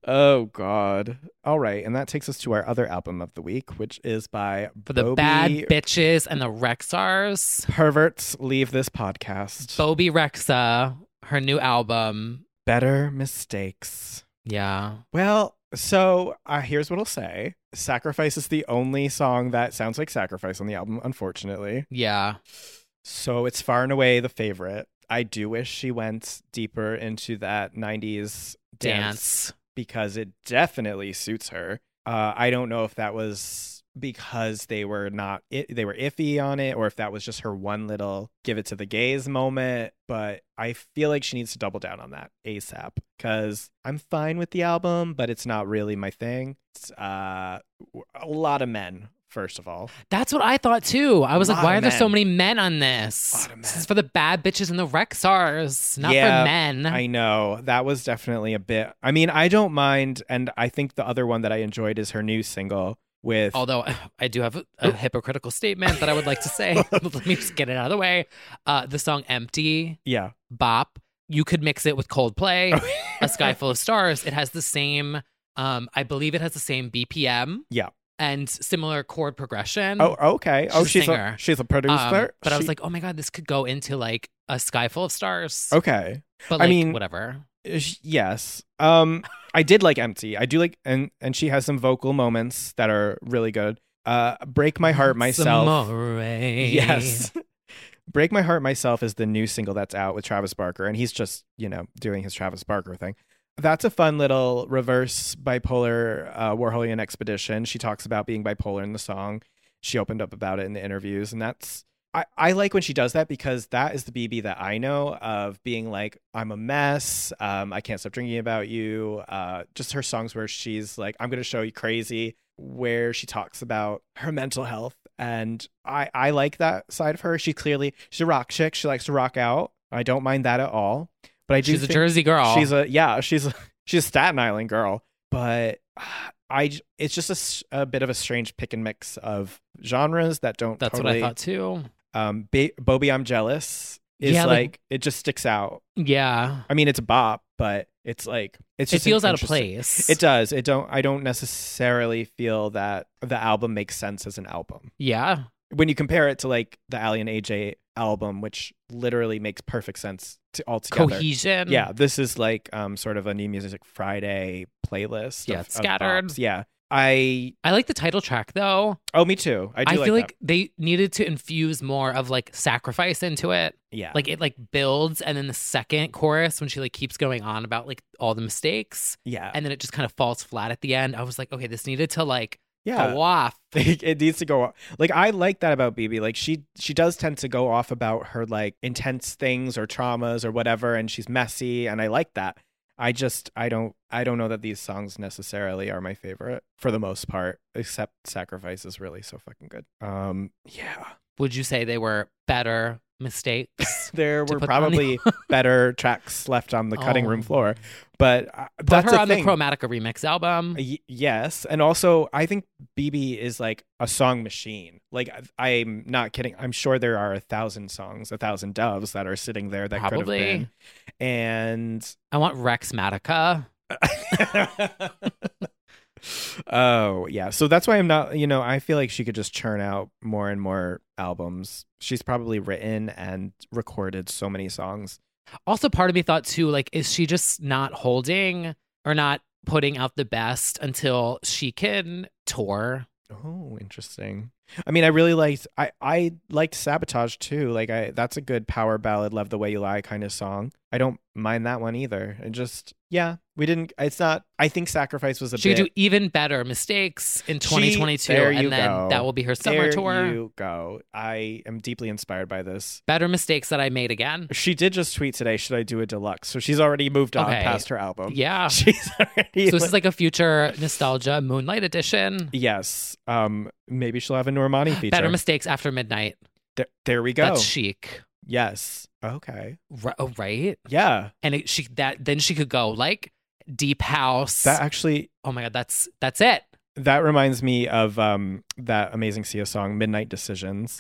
[SPEAKER 4] oh God! All right, and that takes us to our other album of the week, which is by
[SPEAKER 3] For the bad
[SPEAKER 4] Bobby
[SPEAKER 3] bitches and the Rexars.
[SPEAKER 4] perverts. Leave this podcast.
[SPEAKER 3] Bobby Rexa, her new album.
[SPEAKER 4] Better mistakes.
[SPEAKER 3] Yeah.
[SPEAKER 4] Well, so uh, here's what I'll say: "Sacrifice" is the only song that sounds like "Sacrifice" on the album, unfortunately.
[SPEAKER 3] Yeah.
[SPEAKER 4] So it's far and away the favorite. I do wish she went deeper into that '90s dance
[SPEAKER 3] Dance.
[SPEAKER 4] because it definitely suits her. Uh, I don't know if that was because they were not i they were iffy on it or if that was just her one little give it to the gays moment but i feel like she needs to double down on that asap because i'm fine with the album but it's not really my thing it's uh w- a lot of men first of all
[SPEAKER 3] That's what I thought too. I was like,
[SPEAKER 4] Lot
[SPEAKER 3] why
[SPEAKER 4] of
[SPEAKER 3] are there so
[SPEAKER 4] men.
[SPEAKER 3] many men on this?
[SPEAKER 4] Lot of
[SPEAKER 3] This
[SPEAKER 4] men.
[SPEAKER 3] is for the bad bitches and the Rexars, not
[SPEAKER 4] Yeah,
[SPEAKER 3] for men.
[SPEAKER 4] I know that was definitely a bit. I mean, I don't mind, and I think the other one that I enjoyed is her new single with
[SPEAKER 3] Although I do have a, a hypocritical statement that I would like to
[SPEAKER 4] <laughs>
[SPEAKER 3] say. <laughs> Let me just get it out of the way. Uh, the song Empty,
[SPEAKER 4] yeah,
[SPEAKER 3] Bop. You could mix it with
[SPEAKER 4] Oh,
[SPEAKER 3] Coldplay, A Sky Full of Stars. It has the same, um, I believe it has the same BPM.
[SPEAKER 4] Yeah.
[SPEAKER 3] And similar chord progression.
[SPEAKER 4] Oh, okay. oh,
[SPEAKER 3] Mm-hmm. She's a
[SPEAKER 4] she's a,
[SPEAKER 3] singer.
[SPEAKER 4] she's a
[SPEAKER 3] Um,
[SPEAKER 4] producer.
[SPEAKER 3] but I was
[SPEAKER 4] She-
[SPEAKER 3] like, oh my God, this could go into like a sky full of stars.
[SPEAKER 4] okay,
[SPEAKER 3] But
[SPEAKER 4] Oh, I
[SPEAKER 3] like,
[SPEAKER 4] mean-
[SPEAKER 3] whatever.
[SPEAKER 4] Uh, sh- yes. Um, I did like Empty. I do like, and and she has some vocal moments that are really good. Uh, Break My Heart myself.
[SPEAKER 3] Samore.
[SPEAKER 4] Yes. <laughs> Break My Heart Myself is the new single that's out with Travis Barker, and he's just, you know, doing his Travis Barker thing. That's a fun little reverse bipolar uh, Warholian expedition. She talks about being bipolar in the song. She opened up about it in the interviews, and that's I, I like when she does that because that is the BB that I know of being like, I'm a mess. Um, I can't stop drinking about you. Uh, just her songs where she's like, I'm going to show you crazy, where she talks about her mental health. And I, I like that side of her. She clearly, she's a rock chick. She likes to rock out. I don't mind that at all. But I do
[SPEAKER 3] She's a
[SPEAKER 4] think-
[SPEAKER 3] Jersey girl.
[SPEAKER 4] She's a yeah. She's a, <laughs> she's a Staten Island girl, but <sighs> I j- it's just a s- a, bit of a strange pick and mix of genres that don't.
[SPEAKER 3] That's
[SPEAKER 4] totally,
[SPEAKER 3] what I thought too.
[SPEAKER 4] Um, ba- Bobby, I'm jealous is
[SPEAKER 3] Yeah,
[SPEAKER 4] like,
[SPEAKER 3] like-
[SPEAKER 4] it just sticks out.
[SPEAKER 3] Yeah.
[SPEAKER 4] I mean, it's a bop, but it's like it's
[SPEAKER 3] It
[SPEAKER 4] just an
[SPEAKER 3] feels out of
[SPEAKER 4] interesting-
[SPEAKER 3] place.
[SPEAKER 4] It does. It don't. I don't necessarily feel that the album makes sense as an album
[SPEAKER 3] Yeah.
[SPEAKER 4] when you compare it to like the Ali and AJ album, which literally makes perfect sense to altogether.
[SPEAKER 3] Cohesion.
[SPEAKER 4] Yeah, this is like um sort of a new music Friday playlist.
[SPEAKER 3] Yeah,
[SPEAKER 4] of-
[SPEAKER 3] it's
[SPEAKER 4] of
[SPEAKER 3] scattered.
[SPEAKER 4] bops. yeah, I
[SPEAKER 3] I like the title track though.
[SPEAKER 4] oh me too. I do
[SPEAKER 3] I,
[SPEAKER 4] like,
[SPEAKER 3] feel
[SPEAKER 4] that.
[SPEAKER 3] like they needed to infuse more of like sacrifice into it.
[SPEAKER 4] yeah
[SPEAKER 3] Like it like builds and then the second chorus when she like keeps going on about like all the mistakes
[SPEAKER 4] yeah
[SPEAKER 3] and then it just kind of falls flat at the end. I was like, okay, this needed to like
[SPEAKER 4] yeah. <laughs>
[SPEAKER 3] go off.
[SPEAKER 4] it needs to go off. Like I like that about BB. Like she she does tend to go off about her like intense things or traumas or whatever, and she's messy, and I like that. I just I don't I don't know that these songs necessarily are my favorite for the most part, except Sacrifice is really so fucking good. Um yeah.
[SPEAKER 3] Would you say they were better
[SPEAKER 4] <laughs>
[SPEAKER 3] mistakes.
[SPEAKER 4] there
[SPEAKER 3] to
[SPEAKER 4] were
[SPEAKER 3] put on the-
[SPEAKER 4] probably
[SPEAKER 3] <laughs>
[SPEAKER 4] <laughs> better tracks left on the cutting
[SPEAKER 3] Oh.
[SPEAKER 4] room floor, but uh,
[SPEAKER 3] Put
[SPEAKER 4] that's
[SPEAKER 3] her
[SPEAKER 4] a
[SPEAKER 3] on
[SPEAKER 4] thing.
[SPEAKER 3] the Chromatica remix album.
[SPEAKER 4] Y- yes, and also I think BB is like a song machine. Like I- I'm not kidding. I'm sure there are a thousand songs, a thousand doves that are sitting there that could
[SPEAKER 3] Probably.
[SPEAKER 4] have been. And <laughs>
[SPEAKER 3] I want Rex Matica.
[SPEAKER 4] oh yeah, so that's why I'm not. You know, I feel like she could just churn out more and more albums. She's probably written and recorded so many songs.
[SPEAKER 3] Also, part of me thought too, like, is she just not holding or not putting out the best until she can tour?
[SPEAKER 4] Oh, interesting. I mean, I really liked I I liked Sabotage too. Like I that's a good power ballad, love the way you lie kind of song. I don't mind that one either. It just yeah, we didn't it's not I think Sacrifice was a
[SPEAKER 3] She
[SPEAKER 4] bit
[SPEAKER 3] could do even better mistakes in
[SPEAKER 4] She-
[SPEAKER 3] 2022,
[SPEAKER 4] there you
[SPEAKER 3] and then
[SPEAKER 4] go.
[SPEAKER 3] that will be her summer
[SPEAKER 4] there
[SPEAKER 3] tour.
[SPEAKER 4] you go. I am deeply inspired by this.
[SPEAKER 3] Better mistakes that I made again.
[SPEAKER 4] She did just tweet today, should I do a deluxe? So she's already moved on
[SPEAKER 3] Okay.
[SPEAKER 4] past her album.
[SPEAKER 3] Yeah. So
[SPEAKER 4] <laughs> She's already
[SPEAKER 3] this is like a future nostalgia Moonlight edition.
[SPEAKER 4] Yes. Um maybe she'll have a Normani
[SPEAKER 3] <gasps>
[SPEAKER 4] feature.
[SPEAKER 3] Better mistakes after midnight.
[SPEAKER 4] there, there we go.
[SPEAKER 3] That's chic.
[SPEAKER 4] yes. Okay.
[SPEAKER 3] Ri- oh, right?
[SPEAKER 4] Yeah.
[SPEAKER 3] And it, she that then she could go like deep house.
[SPEAKER 4] That actually
[SPEAKER 3] oh my god, that's that's it.
[SPEAKER 4] That reminds me of um, that amazing Sia song, Midnight Decisions.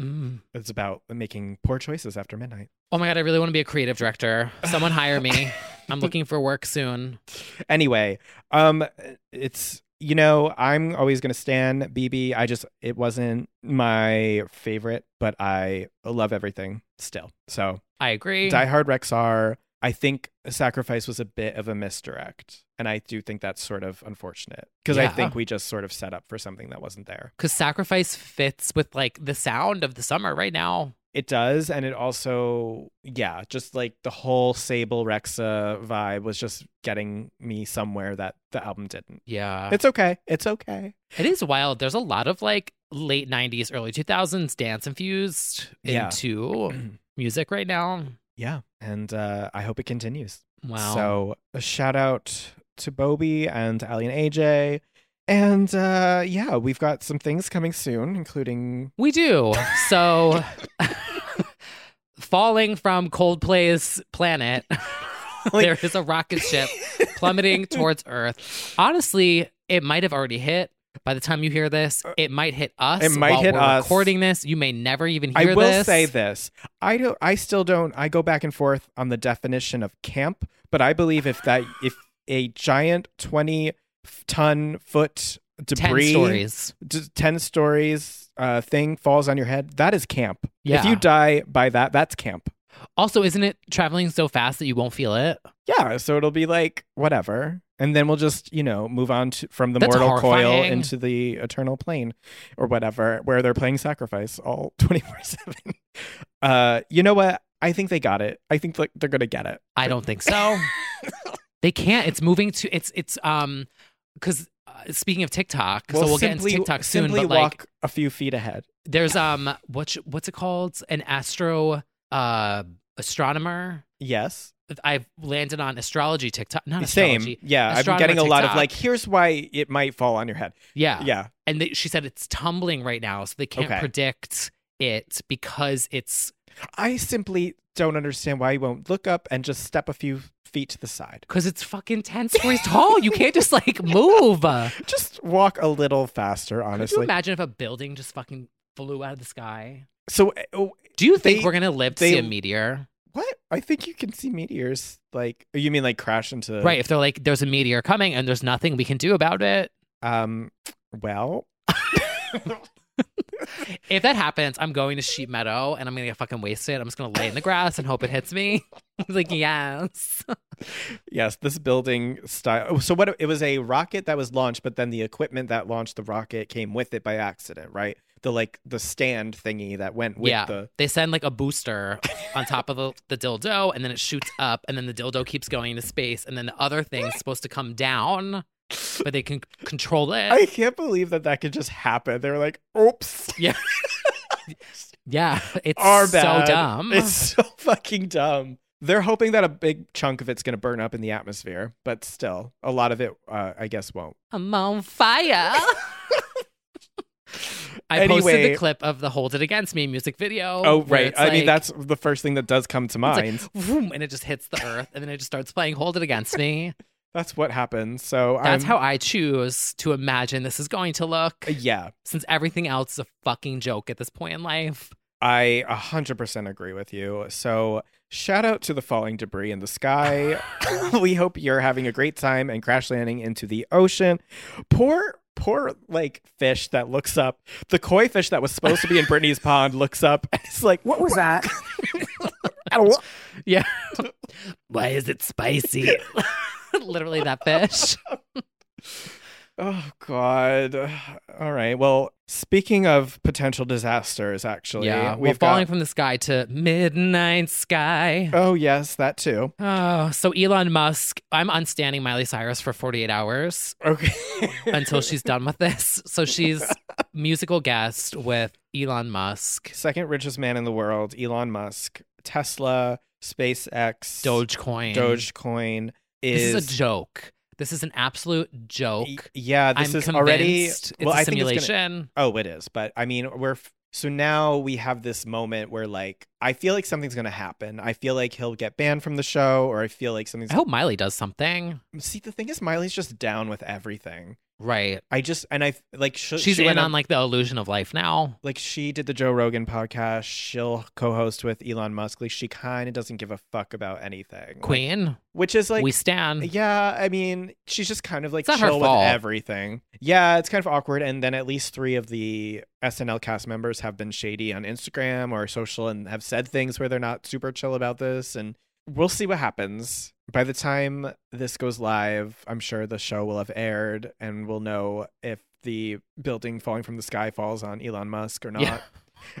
[SPEAKER 3] Mm.
[SPEAKER 4] It's about making poor choices after midnight.
[SPEAKER 3] Oh my god, I really want to be a creative director. Someone hire
[SPEAKER 4] <laughs>
[SPEAKER 3] me. I'm looking for work soon.
[SPEAKER 4] Anyway, um, it's, you know, I'm always going to stand BB. I just, it wasn't my favorite, but I love everything still. So,
[SPEAKER 3] I agree.
[SPEAKER 4] Die Hard Rexar, I think Sacrifice was a bit of a misdirect. And I do think that's sort of unfortunate because I
[SPEAKER 3] Yeah.
[SPEAKER 4] think we just sort of set up for something that wasn't there.
[SPEAKER 3] Because sacrifice fits with like the sound of the summer right now.
[SPEAKER 4] It does, and it also, yeah, just like the whole Sable Rexa vibe was just getting me somewhere that the album didn't. Uh,
[SPEAKER 3] Yeah.
[SPEAKER 4] It's okay. It's okay.
[SPEAKER 3] It is wild. There's a lot of like late 90s, early 2000s dance infused
[SPEAKER 4] Yeah.
[SPEAKER 3] into music right now.
[SPEAKER 4] <clears throat> Yeah, and uh, I hope it continues.
[SPEAKER 3] Wow.
[SPEAKER 4] So a shout out to Bobby and Ali and AJ, and uh, yeah, we've got some things coming soon, including
[SPEAKER 3] We do. So falling from Coldplay's planet, there is a rocket ship
[SPEAKER 4] <laughs>
[SPEAKER 3] plummeting towards Earth. Honestly, it might have already hit. By the time you hear this, it might hit us.
[SPEAKER 4] Uh, It might
[SPEAKER 3] while
[SPEAKER 4] hit
[SPEAKER 3] we're
[SPEAKER 4] us.
[SPEAKER 3] Recording this, you may never even hear
[SPEAKER 4] I will
[SPEAKER 3] this.
[SPEAKER 4] say this. I don't I still don't I go back and forth on the definition of camp, but I believe if that if a giant 20 f- ton foot
[SPEAKER 3] Ten
[SPEAKER 4] debris
[SPEAKER 3] stories.
[SPEAKER 4] d- 10 stories uh thing falls on your head, that is camp. If
[SPEAKER 3] Yeah.
[SPEAKER 4] you die by that, that's camp.
[SPEAKER 3] Also, isn't it traveling so fast that you won't feel it?
[SPEAKER 4] Yeah, so it'll be like whatever. And then we'll just, you know, move on to, from the
[SPEAKER 3] That's
[SPEAKER 4] mortal coil
[SPEAKER 3] horrifying.
[SPEAKER 4] into the eternal plane or whatever, where they're playing sacrifice all <laughs> 24 7. Uh, you know what? I think they got it. I think like, they're going to get it.
[SPEAKER 3] I don't think
[SPEAKER 4] <laughs>
[SPEAKER 3] so. they can't. It's moving to it's it's um because uh, speaking of TikTok, so we'll get into TikTok soon.
[SPEAKER 4] Simply
[SPEAKER 3] But like
[SPEAKER 4] walk a few feet ahead.
[SPEAKER 3] there's um what's what's it called an astro uh astronomer
[SPEAKER 4] Yes.
[SPEAKER 3] i've landed on astrology tiktok not
[SPEAKER 4] Same.
[SPEAKER 3] astrology
[SPEAKER 4] Yeah. I've been
[SPEAKER 3] Astronomer
[SPEAKER 4] getting a lot of
[SPEAKER 3] TikTok.
[SPEAKER 4] like, here's why it might fall on your head.
[SPEAKER 3] yeah
[SPEAKER 4] Yeah.
[SPEAKER 3] and they, she said it's tumbling right now so they can't
[SPEAKER 4] Okay.
[SPEAKER 3] predict it because it's
[SPEAKER 4] I simply don't understand why you won't look up and just step a few feet to the side.
[SPEAKER 3] because it's fucking 10 stories tall you can't just
[SPEAKER 4] <laughs>
[SPEAKER 3] like move Uh,
[SPEAKER 4] Just walk a little faster,
[SPEAKER 3] could you
[SPEAKER 4] honestly.
[SPEAKER 3] imagine if a building just fucking flew out of the sky
[SPEAKER 4] So uh,
[SPEAKER 3] do you think
[SPEAKER 4] They-
[SPEAKER 3] we're gonna live to
[SPEAKER 4] they-
[SPEAKER 3] see a meteor
[SPEAKER 4] what? I think you can see meteors. Like you mean like crash into
[SPEAKER 3] right if they're like there's a meteor coming and there's nothing we can do about it
[SPEAKER 4] Um. Well.
[SPEAKER 3] If that happens, I'm going to Sheep Meadow and I'm gonna get fucking wasted. I'm just gonna lay in the grass and hope it hits me. <laughs> He's like, yes.
[SPEAKER 4] Yes. This building style. oh, So what? It was a rocket that was launched, but then the equipment that launched the rocket came with it by accident, right? The like the stand thingy that went with
[SPEAKER 3] yeah.
[SPEAKER 4] the.
[SPEAKER 3] They send like a booster on top of the, the dildo and then it shoots up and then the dildo keeps going into space and then the other thing's supposed to come down, but they can c- control it.
[SPEAKER 4] I can't believe that that could just happen. They were like, "Oops, <laughs>
[SPEAKER 3] yeah. yeah. It's
[SPEAKER 4] our
[SPEAKER 3] so
[SPEAKER 4] bad."
[SPEAKER 3] dumb.
[SPEAKER 4] It's so fucking dumb. They're hoping that a big chunk of it's going to burn up in the atmosphere, but still, a <laughs> lot of it, uh, I guess, won't.
[SPEAKER 3] I'm on fire. I posted the
[SPEAKER 4] Anyway.
[SPEAKER 3] clip of the "Hold It Against Me" music video.
[SPEAKER 4] Oh,
[SPEAKER 3] where
[SPEAKER 4] right.
[SPEAKER 3] it's
[SPEAKER 4] I mean,
[SPEAKER 3] like-
[SPEAKER 4] that's the first thing that does come to
[SPEAKER 3] it's
[SPEAKER 4] mind.
[SPEAKER 3] like, vroom, and it just hits the earth, and then it just starts playing "Hold It Against Me."
[SPEAKER 4] that's what happens. So
[SPEAKER 3] That's
[SPEAKER 4] I'm, Uh,
[SPEAKER 3] how I choose to imagine this is going to look.
[SPEAKER 4] Yeah,
[SPEAKER 3] Since everything else is a fucking joke at this point in life.
[SPEAKER 4] I 100% agree with you. So shout out to the falling debris in
[SPEAKER 3] <laughs>
[SPEAKER 4] the sky. we hope you're having a great time and crash landing into the ocean. Poor. Poor like fish that looks up. The koi fish that was
[SPEAKER 3] <laughs>
[SPEAKER 4] supposed to be in Brittany's pond looks up. And it's like,
[SPEAKER 5] What was
[SPEAKER 4] <laughs>
[SPEAKER 5] that?
[SPEAKER 3] Yeah. <laughs> Why is it spicy? <laughs> Literally that fish.
[SPEAKER 4] Oh God! <sighs> All right. Well, speaking of potential disasters, actually,
[SPEAKER 3] yeah. We're
[SPEAKER 4] Oh, we've
[SPEAKER 3] falling
[SPEAKER 4] got.
[SPEAKER 3] from the sky to midnight sky.
[SPEAKER 4] oh yes, that too.
[SPEAKER 3] Oh, so Elon Musk, I'm unstanding Miley Cyrus for 48 hours
[SPEAKER 4] <laughs> Okay.
[SPEAKER 3] until she's done with this. So she's musical guest with Elon Musk,
[SPEAKER 4] second richest man in the world, Elon Musk, Tesla, SpaceX,
[SPEAKER 3] Dogecoin.
[SPEAKER 4] Dogecoin
[SPEAKER 3] This
[SPEAKER 4] is
[SPEAKER 3] is a joke. This is an absolute
[SPEAKER 4] Y-
[SPEAKER 3] joke.
[SPEAKER 4] Yeah, this
[SPEAKER 3] I'm
[SPEAKER 4] is already.
[SPEAKER 3] convinced it's
[SPEAKER 4] well,
[SPEAKER 3] a
[SPEAKER 4] I think
[SPEAKER 3] simulation.
[SPEAKER 4] it's gonna, Oh, it is. But I mean, we're f- so now we have this moment where like I feel like something's gonna happen. I feel like he'll get banned from the show, or I feel like something's.
[SPEAKER 3] I hope Miley does something.
[SPEAKER 4] See, the thing is, Miley's just down with everything.
[SPEAKER 3] Right.
[SPEAKER 4] I just and I f- like sh-
[SPEAKER 3] She's
[SPEAKER 4] she
[SPEAKER 3] in
[SPEAKER 4] went
[SPEAKER 3] on like the illusion of life now.
[SPEAKER 4] like she did the Joe Rogan podcast. She'll co-host with Elon Musk. Like she kind of doesn't give a fuck about anything. Like,
[SPEAKER 3] Queen,
[SPEAKER 4] which is like
[SPEAKER 3] we stand.
[SPEAKER 4] yeah. I mean, she's just kind of like
[SPEAKER 3] It's not her
[SPEAKER 4] chill with
[SPEAKER 3] fault.
[SPEAKER 4] everything. Yeah, it's kind of awkward. And then at least three of the SNL cast members have been shady on Instagram or social and have said things where they're not super chill about this. And we'll see what happens. By the time this goes live, I'm sure the show will have aired and we'll know if the building falling from the sky falls on Elon Musk or not.
[SPEAKER 3] Yeah.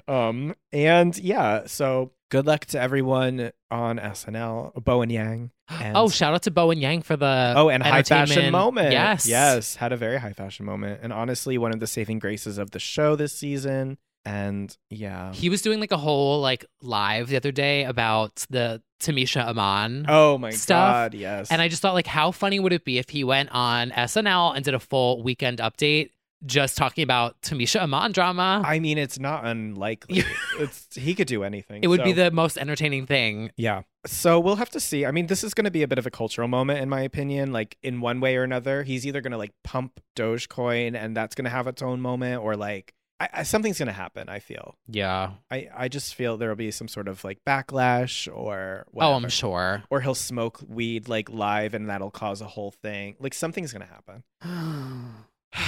[SPEAKER 4] Um and yeah, so good luck to everyone on SNL, Bo and Yang. And
[SPEAKER 3] Oh, shout out to Bo and Yang for the
[SPEAKER 4] Oh, and high
[SPEAKER 3] Uh, entertainment.
[SPEAKER 4] fashion moment.
[SPEAKER 3] Yes,
[SPEAKER 4] Yes. Had a very high fashion moment. And honestly, one of the saving graces of the show this season. And yeah.
[SPEAKER 3] He was doing like a whole like live the other day about the Tamisha Aman.
[SPEAKER 4] oh my
[SPEAKER 3] stuff.
[SPEAKER 4] God. Yes.
[SPEAKER 3] And I just thought, like, how funny would it be if he went on SNL and did a full weekend update just talking about Tamisha Amon drama?
[SPEAKER 4] I mean, it's
[SPEAKER 3] <laughs>
[SPEAKER 4] not unlikely. it's he could do anything.
[SPEAKER 3] it would be
[SPEAKER 4] so-
[SPEAKER 3] the most entertaining thing.
[SPEAKER 4] Yeah. So we'll have to see. I mean, this is going to be a bit of a cultural moment, in my opinion. Like, in one way or another, he's either going to like pump Dogecoin and that's going to have its own moment, or like I, I, something's going to happen. I feel.
[SPEAKER 3] Yeah.
[SPEAKER 4] I, I just feel there will be some sort of like backlash or whatever.
[SPEAKER 3] Oh, I'm sure.
[SPEAKER 4] Or he'll smoke weed like live and that'll cause a whole thing. Like, something's going to happen.
[SPEAKER 3] <sighs>
[SPEAKER 4] <sighs>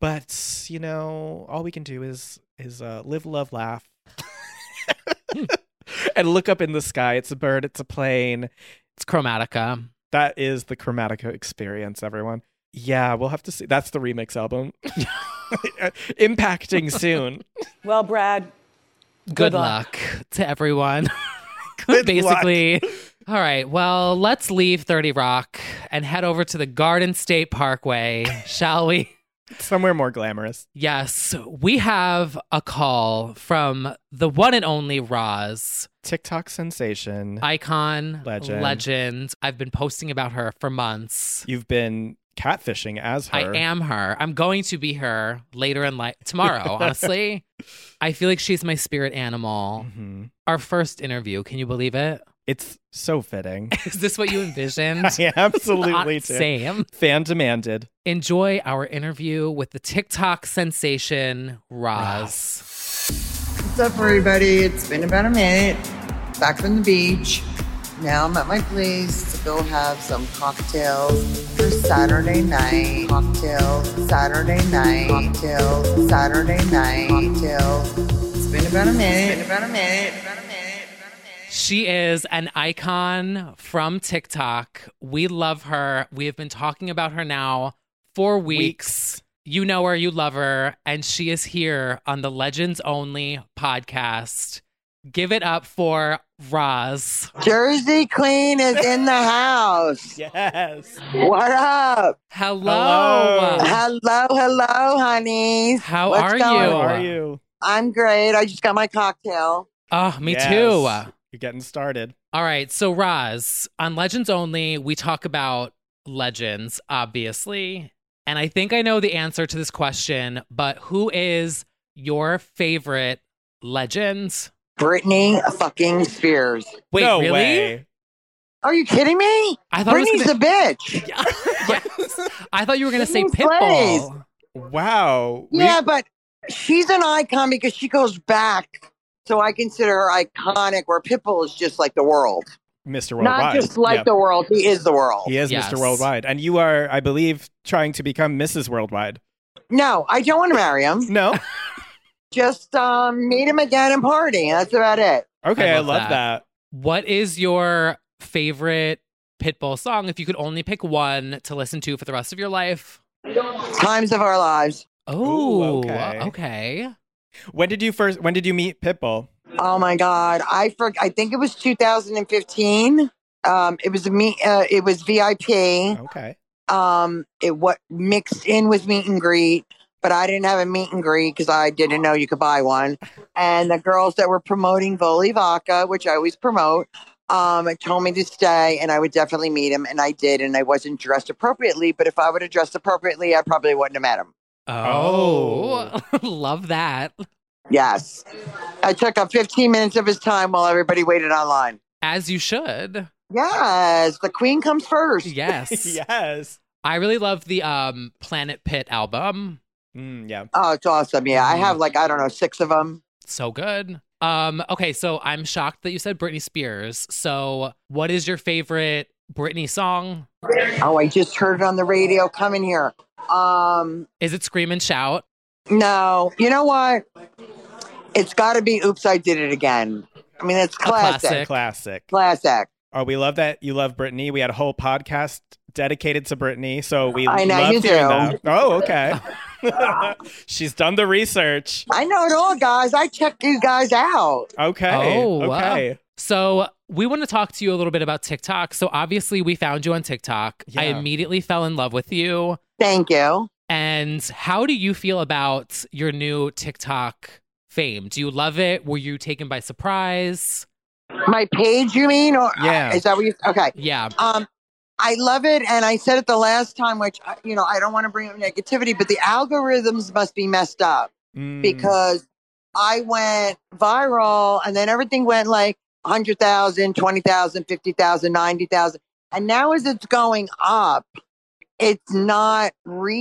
[SPEAKER 4] But, you know, all we can do is is uh, live, love, laugh. <laughs> and look up in the sky. It's a bird, it's a plane.
[SPEAKER 3] It's Chromatica.
[SPEAKER 4] That is the Chromatica experience, everyone. Yeah, we'll have to see. That's the remix album. <laughs>
[SPEAKER 3] <laughs>
[SPEAKER 4] Impacting soon.
[SPEAKER 5] Well, Brad,
[SPEAKER 3] Good,
[SPEAKER 5] Good
[SPEAKER 3] luck.
[SPEAKER 5] luck.
[SPEAKER 3] to everyone. <laughs>
[SPEAKER 4] Good
[SPEAKER 3] Basically. All right. Well, let's leave 30 Rock and head over to the Garden State
[SPEAKER 4] <laughs>
[SPEAKER 3] Parkway, shall we?
[SPEAKER 4] Somewhere more glamorous.
[SPEAKER 3] Yes. We have a call from the one and only Roz.
[SPEAKER 4] TikTok sensation.
[SPEAKER 3] icon, legend.
[SPEAKER 4] Legend.
[SPEAKER 3] I've been posting about her for months.
[SPEAKER 4] You've been catfishing as her.
[SPEAKER 3] I am her. I'm going to be her later in life
[SPEAKER 4] <laughs>
[SPEAKER 3] tomorrow, honestly. I feel like she's my spirit animal.
[SPEAKER 4] Mhm.
[SPEAKER 3] Our first interview, can you believe it? <laughs>
[SPEAKER 4] It's so fitting.
[SPEAKER 3] Is this what you envisioned?
[SPEAKER 4] I <laughs> absolutely
[SPEAKER 3] Hot
[SPEAKER 4] do.
[SPEAKER 3] Sam.
[SPEAKER 4] Fan demanded.
[SPEAKER 3] Enjoy our interview with the TikTok sensation Roz.
[SPEAKER 9] What's up, everybody? It's been about a minute. Back from the beach. Now I'm at my place to go have some cocktails for Saturday night. Cocktails, Saturday night. Cocktails, Saturday night. Cocktails. It's been about a minute. It's been about a minute. About a minute. About a minute.
[SPEAKER 3] She is an icon from TikTok. We love her. We have been talking about her now for weeks. You know her, you love her, and she is here on the Legends Only podcast. Give it up for Roz.
[SPEAKER 9] Jersey Queen is in the house.
[SPEAKER 4] Yes.
[SPEAKER 9] What up?
[SPEAKER 3] Hello.
[SPEAKER 4] Hello.
[SPEAKER 9] Hello, hello, honeys.
[SPEAKER 3] Uh, How
[SPEAKER 9] What's
[SPEAKER 3] are
[SPEAKER 9] going
[SPEAKER 3] you?
[SPEAKER 4] How
[SPEAKER 9] on?
[SPEAKER 4] are you?
[SPEAKER 9] I'm great. I just got my cocktail.
[SPEAKER 3] Oh, me
[SPEAKER 4] Yes.
[SPEAKER 3] too.
[SPEAKER 4] You're getting started.
[SPEAKER 3] All right. So, Roz, on Legends Only, we talk about legends, obviously. And I think I know the answer to this question, but who is your favorite legends?
[SPEAKER 9] Britney fucking Spears.
[SPEAKER 3] Wait,
[SPEAKER 9] No
[SPEAKER 3] really?
[SPEAKER 9] way. Are you kidding me?
[SPEAKER 3] I thought it was
[SPEAKER 9] Britney's
[SPEAKER 3] gonna- <laughs>
[SPEAKER 9] a bitch.
[SPEAKER 3] I thought you were going to say
[SPEAKER 9] Britney slays.
[SPEAKER 3] Pitbull.
[SPEAKER 4] Wow.
[SPEAKER 9] Yeah, but she's an icon because she goes back. So I consider her iconic, where Pitbull is just like the world.
[SPEAKER 4] Mr.
[SPEAKER 9] Not
[SPEAKER 4] Worldwide.
[SPEAKER 9] just like
[SPEAKER 4] Yeah.
[SPEAKER 9] the world, he is the world.
[SPEAKER 4] He is Mr. Worldwide. And you are, I believe, trying to become Mrs. Worldwide.
[SPEAKER 9] No, I don't want to marry him.
[SPEAKER 3] <laughs>
[SPEAKER 4] No.
[SPEAKER 9] just um, meet him again and party. and That's about it.
[SPEAKER 4] Okay, I love, that.
[SPEAKER 3] What is your favorite Pitbull song if you could only pick one to listen to for the rest of your life?
[SPEAKER 9] Times of our lives.
[SPEAKER 3] Oh,
[SPEAKER 4] okay.
[SPEAKER 3] okay.
[SPEAKER 4] When did you first when did you meet Pitbull?
[SPEAKER 9] Oh my god, I for, I think it was 2015. Um, it was a meet. Uh, it was VIP.
[SPEAKER 3] <laughs>
[SPEAKER 4] Okay.
[SPEAKER 9] Um, it what mixed in with meet and greet, but I didn't have a meet and greet because I didn't know you could buy one. And the girls that were promoting Voli Vodka, which I always promote, um, told me to stay, and I would definitely meet him, and I did. And I wasn't dressed appropriately, but if I would have dressed appropriately, I probably wouldn't have met him.
[SPEAKER 3] Oh, <laughs> love that.
[SPEAKER 9] Yes. I took up 15 minutes of his time while everybody waited online.
[SPEAKER 3] As you should.
[SPEAKER 9] Yes, the queen comes first.
[SPEAKER 3] Yes.
[SPEAKER 4] yes.
[SPEAKER 3] I really love the um Planet Pit album.
[SPEAKER 4] Mm, yeah.
[SPEAKER 9] Oh, it's awesome. Yeah, I have like, I don't know, six of them.
[SPEAKER 3] So good. Um okay, so I'm shocked that you said Britney Spears. So, what is your favorite Britney song?
[SPEAKER 9] Oh, I just heard it on the radio coming here. Um,
[SPEAKER 3] Is it Scream and Shout?
[SPEAKER 9] no, you know what? It's got to be Oops, I Did It Again. I mean, it's classic.
[SPEAKER 4] Classic.
[SPEAKER 9] Classic.
[SPEAKER 4] Oh, we love that you love Brittany. We had a whole podcast dedicated to Brittany, so we
[SPEAKER 9] I know,
[SPEAKER 4] love
[SPEAKER 9] you
[SPEAKER 4] hearing that.
[SPEAKER 9] do.
[SPEAKER 4] Oh, okay.
[SPEAKER 3] <laughs>
[SPEAKER 4] <laughs> She's done the research.
[SPEAKER 9] I know it all, guys. I checked you guys out.
[SPEAKER 4] Okay.
[SPEAKER 3] Oh, wow.
[SPEAKER 4] okay.
[SPEAKER 3] So we want to talk to you a little bit about TikTok. So obviously we found you on TikTok. I
[SPEAKER 9] Yeah.
[SPEAKER 3] immediately fell in love with you.
[SPEAKER 9] Thank you.
[SPEAKER 3] And how do you feel about your new TikTok fame? Do you love it? Were you taken by surprise?
[SPEAKER 9] My page, you mean? Or
[SPEAKER 3] Yeah.
[SPEAKER 9] is that what you? Okay.
[SPEAKER 3] Yeah.
[SPEAKER 9] Um, I love it, and I said it the last time, which uh, you know I don't want to bring up negativity, but the algorithms must be messed up
[SPEAKER 4] Mm.
[SPEAKER 9] because I went viral, and then everything went like 100,000, 20,000, 50,000, 90,000, and now as it's going up, it's not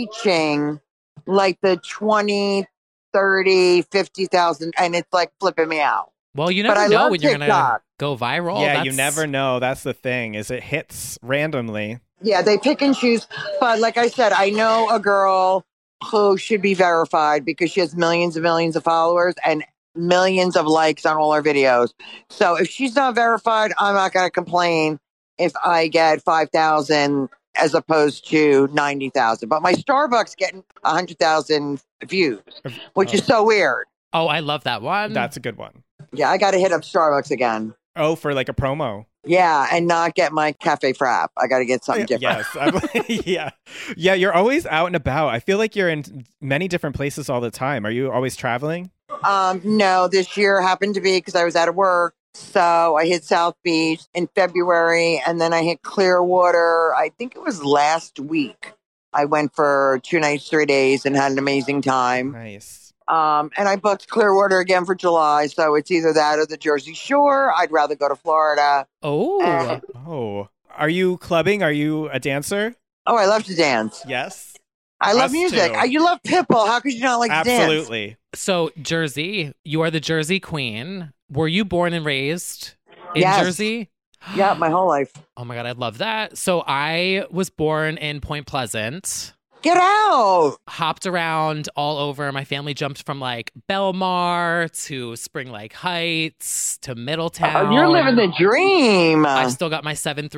[SPEAKER 9] reaching like the 20, 30, 50,000, and it's like flipping me out.
[SPEAKER 3] Well, you
[SPEAKER 9] But
[SPEAKER 3] never
[SPEAKER 9] I
[SPEAKER 3] know
[SPEAKER 9] love
[SPEAKER 3] when you're going to
[SPEAKER 9] TikTok.
[SPEAKER 3] go viral.
[SPEAKER 4] yeah,
[SPEAKER 3] That's-
[SPEAKER 4] you never know. That's the thing is it hits randomly.
[SPEAKER 9] Yeah, they pick and choose. But like I said, I know a girl who should be verified because she has millions and millions of followers and millions of likes on all her videos. So if she's not verified, I'm not going to complain if I get 5,000 as opposed to 90,000. But my Starbucks getting 100,000 views, which is so weird.
[SPEAKER 3] Oh, I love that one.
[SPEAKER 4] That's a good one.
[SPEAKER 9] Yeah, I got to hit up Starbucks again.
[SPEAKER 4] Oh, for like a promo.
[SPEAKER 9] Yeah, and not get my cafe frap. I got to get something different.
[SPEAKER 4] Yes. <laughs> I'm- yeah. Yeah, you're always out and about. I feel like you're in many different places all the time. Are you always traveling?
[SPEAKER 9] Um, no, this year happened to be because I was out of work. So I hit South Beach in February and then I hit Clearwater. I think it was last week. I went for two nights, three days and had an amazing time.
[SPEAKER 4] Nice.
[SPEAKER 9] Um, and I booked Clearwater again for July. So it's either that or the Jersey Shore. I'd rather go to Florida. Eh.
[SPEAKER 3] Oh.
[SPEAKER 4] Oh. Are you clubbing? Are you a dancer?
[SPEAKER 9] Oh, I love to dance.
[SPEAKER 4] Yes.
[SPEAKER 9] I love
[SPEAKER 4] Us
[SPEAKER 9] music.
[SPEAKER 4] too.
[SPEAKER 9] I, you love Pitbull. How could you not like to dance?
[SPEAKER 4] Absolutely.
[SPEAKER 3] So, Jersey, you are the Jersey queen. Were you born and raised in
[SPEAKER 9] Yes.
[SPEAKER 3] Jersey?
[SPEAKER 9] Yeah, my whole life.
[SPEAKER 3] Oh my God, I love that. So, I was born in Point Pleasant.
[SPEAKER 9] Get out.
[SPEAKER 3] hopped around all over. My family jumped from like Belmar to Spring Lake Heights to Middletown.
[SPEAKER 9] Oh, you're living the dream.
[SPEAKER 3] I've still got my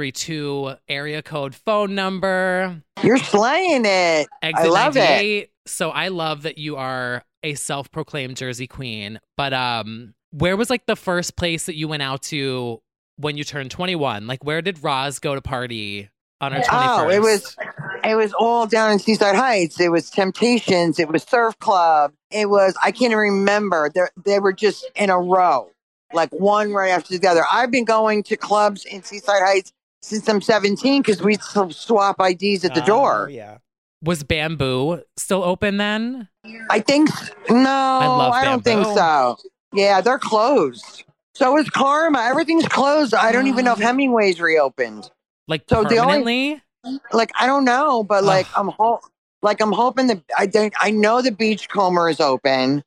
[SPEAKER 3] 732 area code phone number.
[SPEAKER 9] You're slaying it.
[SPEAKER 3] Exit
[SPEAKER 9] I love it.
[SPEAKER 3] 98. So I love that you are a self-proclaimed Jersey queen. But um where was like the first place that you went out to when you turned 21? Like where did Roz go to party on her 21st?
[SPEAKER 9] Oh, it was it was all down in Seaside Heights. It was Temptations. It was Surf Club. It was I can't even remember. They they were just in a row, like one right after the other. I've been going to clubs in Seaside Heights since I'm 17 because we sw- swap IDs at the
[SPEAKER 4] Oh,
[SPEAKER 9] door.
[SPEAKER 4] yeah.
[SPEAKER 3] Was Bamboo still open then?
[SPEAKER 9] I think no. I,
[SPEAKER 3] love
[SPEAKER 9] don't
[SPEAKER 3] Bamboo.
[SPEAKER 9] think so. Yeah, they're closed. So is Karma. Everything's closed. I don't even know if Hemingway's reopened.
[SPEAKER 3] Like
[SPEAKER 9] so
[SPEAKER 3] permanently?
[SPEAKER 9] The only, like I don't know, but like I'm ho- like I'm hoping that I think I know the Beachcomber is open,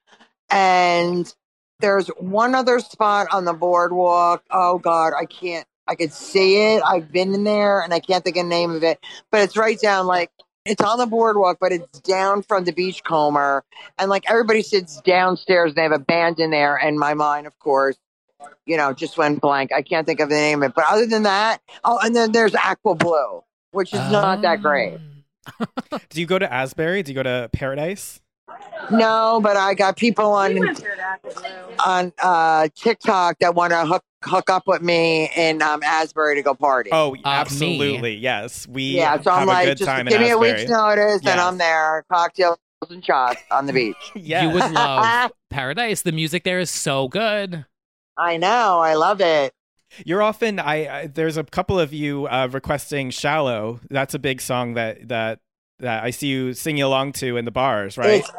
[SPEAKER 9] and there's one other spot on the boardwalk. Oh God, I can't. I could see it. I've been in there, and I can't think of the name of it. But it's right down like it's on the boardwalk, but it's down from the Beachcomber, and like everybody sits downstairs. And they have a band in there, and my mind, of course, you know, just went blank. I can't think of the name of it. But other than that, oh, and then there's Aqua Blue, which is not that
[SPEAKER 3] Oh.
[SPEAKER 9] great.
[SPEAKER 4] Do you go to Asbury? Do you go to Paradise? Oh.
[SPEAKER 9] No, but I got people on on uh, TikTok that want to hook hook up with me in um, Asbury to go party.
[SPEAKER 4] Oh, absolutely. Yes. We
[SPEAKER 9] yeah, so
[SPEAKER 4] have
[SPEAKER 9] I'm
[SPEAKER 4] a
[SPEAKER 9] like,
[SPEAKER 4] good
[SPEAKER 9] just
[SPEAKER 4] time
[SPEAKER 9] give
[SPEAKER 4] in
[SPEAKER 9] me a
[SPEAKER 4] Asbury.
[SPEAKER 9] week's notice, and I'm there, cocktails and shots on the beach.
[SPEAKER 3] You would
[SPEAKER 9] <laughs>
[SPEAKER 3] love Paradise. The music there is so good.
[SPEAKER 9] I know. I love it.
[SPEAKER 4] You're often I, I there's a couple of you uh, requesting "Shallow." That's a big song that that that I see you singing along to in the bars, right?
[SPEAKER 9] It's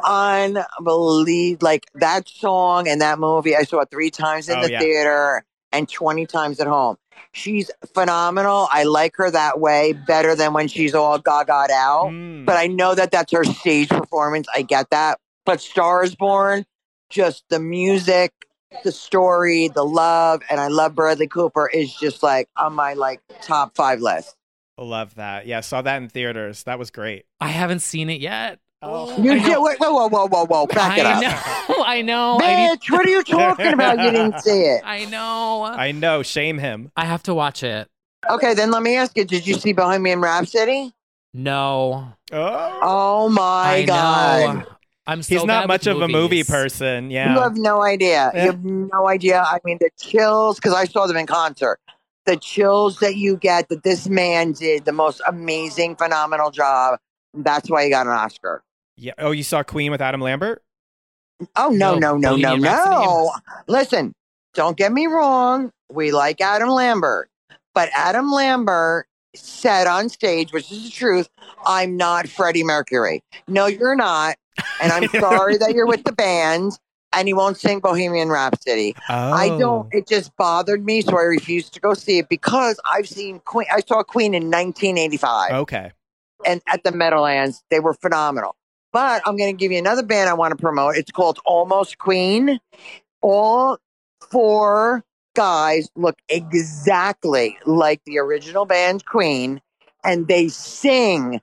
[SPEAKER 9] unbelievable. Like that song and that movie, I saw it three times in
[SPEAKER 4] Oh,
[SPEAKER 9] the
[SPEAKER 4] yeah.
[SPEAKER 9] theater and 20 times at home. She's phenomenal. I like her that way better than when she's all gagaed out.
[SPEAKER 4] Mm. Hmm,
[SPEAKER 9] But I know that that's her stage performance. I get that. But Star is Born, just the music, the story, the love, and I love Bradley Cooper is just like on my like top five list.
[SPEAKER 4] Love that. Yeah, saw that in theaters. That was great.
[SPEAKER 3] I haven't seen it yet.
[SPEAKER 4] Oh.
[SPEAKER 9] You did, wait, whoa, whoa, whoa, whoa, whoa, back
[SPEAKER 3] I
[SPEAKER 9] it up.
[SPEAKER 3] know. <laughs> I
[SPEAKER 4] Oh,
[SPEAKER 3] know. I need-
[SPEAKER 9] Bitch, what are you talking about?
[SPEAKER 4] <laughs>
[SPEAKER 9] You didn't see it.
[SPEAKER 3] I know.
[SPEAKER 4] I know. Shame him.
[SPEAKER 3] I have to watch it.
[SPEAKER 9] Okay, then let me ask you: Did you see Behind Me in Rhapsody?
[SPEAKER 3] No.
[SPEAKER 4] Oh,
[SPEAKER 9] Oh my
[SPEAKER 3] I
[SPEAKER 9] god!
[SPEAKER 3] know. I'm so
[SPEAKER 4] He's not
[SPEAKER 3] bad
[SPEAKER 4] much
[SPEAKER 3] with
[SPEAKER 4] of a movie
[SPEAKER 3] movies.
[SPEAKER 4] person.
[SPEAKER 9] You
[SPEAKER 4] Yeah. Eh.
[SPEAKER 9] have no idea.
[SPEAKER 4] Yeah.
[SPEAKER 9] You have no idea. I mean, the chills because I saw them in concert. The chills that you get that this man did the most amazing, phenomenal job. That's why he got an Oscar.
[SPEAKER 4] Yeah. Oh, you saw Queen with Adam Lambert?
[SPEAKER 9] Oh no,
[SPEAKER 4] No,
[SPEAKER 9] no, no, no,
[SPEAKER 4] Bohemian
[SPEAKER 9] no!
[SPEAKER 4] Rhapsody.
[SPEAKER 9] Listen, don't get me wrong. We like Adam Lambert, but Adam Lambert said on stage, which is the truth, "I'm not Freddie Mercury." No, you're not, and I'm sorry that you're with the band. And he won't sing Bohemian Rhapsody. I
[SPEAKER 4] Oh.
[SPEAKER 9] don't. It just bothered me, so I refused to go see it because I've seen Queen. I saw Queen in 1985
[SPEAKER 4] Oh, Okay.
[SPEAKER 9] and at the Meadowlands. They were phenomenal. But I'm going to give you another band I want to promote. It's called Almost Queen. All four guys look exactly like the original band Queen, and they sing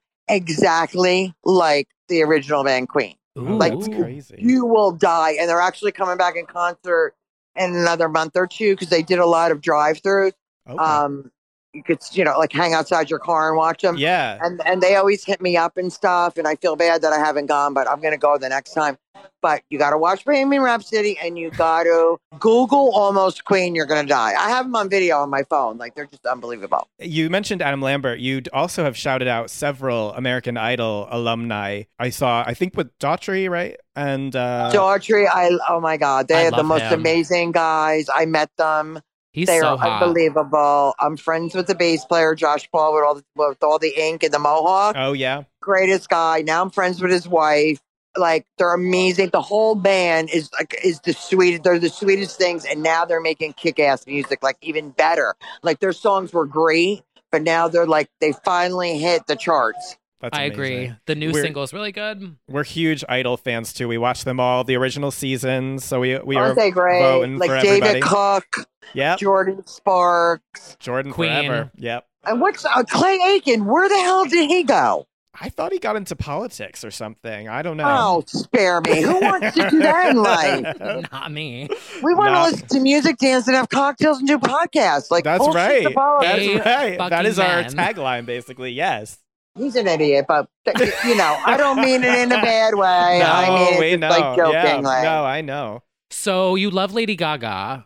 [SPEAKER 9] exactly like the original band Queen.
[SPEAKER 4] Oh,
[SPEAKER 9] Like-
[SPEAKER 4] that's crazy.
[SPEAKER 9] You will die. And they're actually coming back in concert in another month or two because they did a lot of drive throughs.
[SPEAKER 4] Okay.
[SPEAKER 9] Um, you could, you know, like hang outside your car and watch them
[SPEAKER 4] yeah.
[SPEAKER 9] and and they always hit me up and stuff and i feel bad that i haven't gone but i'm gonna go the next time but you gotta watch bohemian rhapsody and you gotta google almost queen you're gonna die i have them on video on my phone like they're just unbelievable
[SPEAKER 4] You mentioned Adam Lambert. You d- also have shouted out several American Idol alumni. I saw, I think, with Daughtry, right? And uh,
[SPEAKER 9] Daughtry, I oh my god, they
[SPEAKER 3] I
[SPEAKER 9] are the
[SPEAKER 3] love
[SPEAKER 9] most
[SPEAKER 3] him.
[SPEAKER 9] amazing guys. I met them;
[SPEAKER 3] He's
[SPEAKER 9] they
[SPEAKER 3] so
[SPEAKER 9] are
[SPEAKER 3] hot.
[SPEAKER 9] unbelievable. I'm friends with the bass player Josh Paul with all the, with all the ink and the mohawk.
[SPEAKER 4] oh yeah,
[SPEAKER 9] greatest guy. Now I'm friends with his wife. Like they're amazing. The whole band is like is the sweetest. They're the sweetest things, and now they're making kick-ass music, like even better. Like their songs were great, but now they're like they finally hit the charts.
[SPEAKER 4] that's
[SPEAKER 3] I agree.
[SPEAKER 4] amazing.
[SPEAKER 3] The new
[SPEAKER 4] We're-
[SPEAKER 3] single is really good.
[SPEAKER 4] We're huge Idol fans too. We watch them all, the original seasons. So we we
[SPEAKER 9] Aren't
[SPEAKER 4] are
[SPEAKER 9] they great?
[SPEAKER 4] voting for
[SPEAKER 9] Like David
[SPEAKER 4] everybody.
[SPEAKER 9] Cook,
[SPEAKER 4] Yep,
[SPEAKER 9] Jordan Sparks,
[SPEAKER 4] Jordan
[SPEAKER 3] Queen.
[SPEAKER 4] forever. Yep.
[SPEAKER 9] and what's uh, Clay Aiken? Where the hell did he go?
[SPEAKER 4] I thought he got into politics or something. I don't know. <laughs>
[SPEAKER 9] Oh, spare me! Who wants to do that in life?
[SPEAKER 3] <laughs> Not me.
[SPEAKER 9] We want
[SPEAKER 4] Nah.
[SPEAKER 9] to listen to music, dance, and have cocktails and do podcasts. Like
[SPEAKER 4] That's
[SPEAKER 9] bullshit the
[SPEAKER 4] right.
[SPEAKER 9] politics.
[SPEAKER 3] Hey,
[SPEAKER 4] That's right. That
[SPEAKER 3] fucking
[SPEAKER 4] is our
[SPEAKER 3] man.
[SPEAKER 4] tagline, basically. Yes.
[SPEAKER 9] He's an idiot, but th- you know, I don't mean it
[SPEAKER 4] <laughs>
[SPEAKER 9] in a bad way.
[SPEAKER 4] no,
[SPEAKER 9] I mean
[SPEAKER 4] Oh, we
[SPEAKER 9] it's
[SPEAKER 4] know.
[SPEAKER 9] just like joking.
[SPEAKER 4] yeah.
[SPEAKER 9] like,
[SPEAKER 4] No, I know.
[SPEAKER 3] So you love Lady Gaga.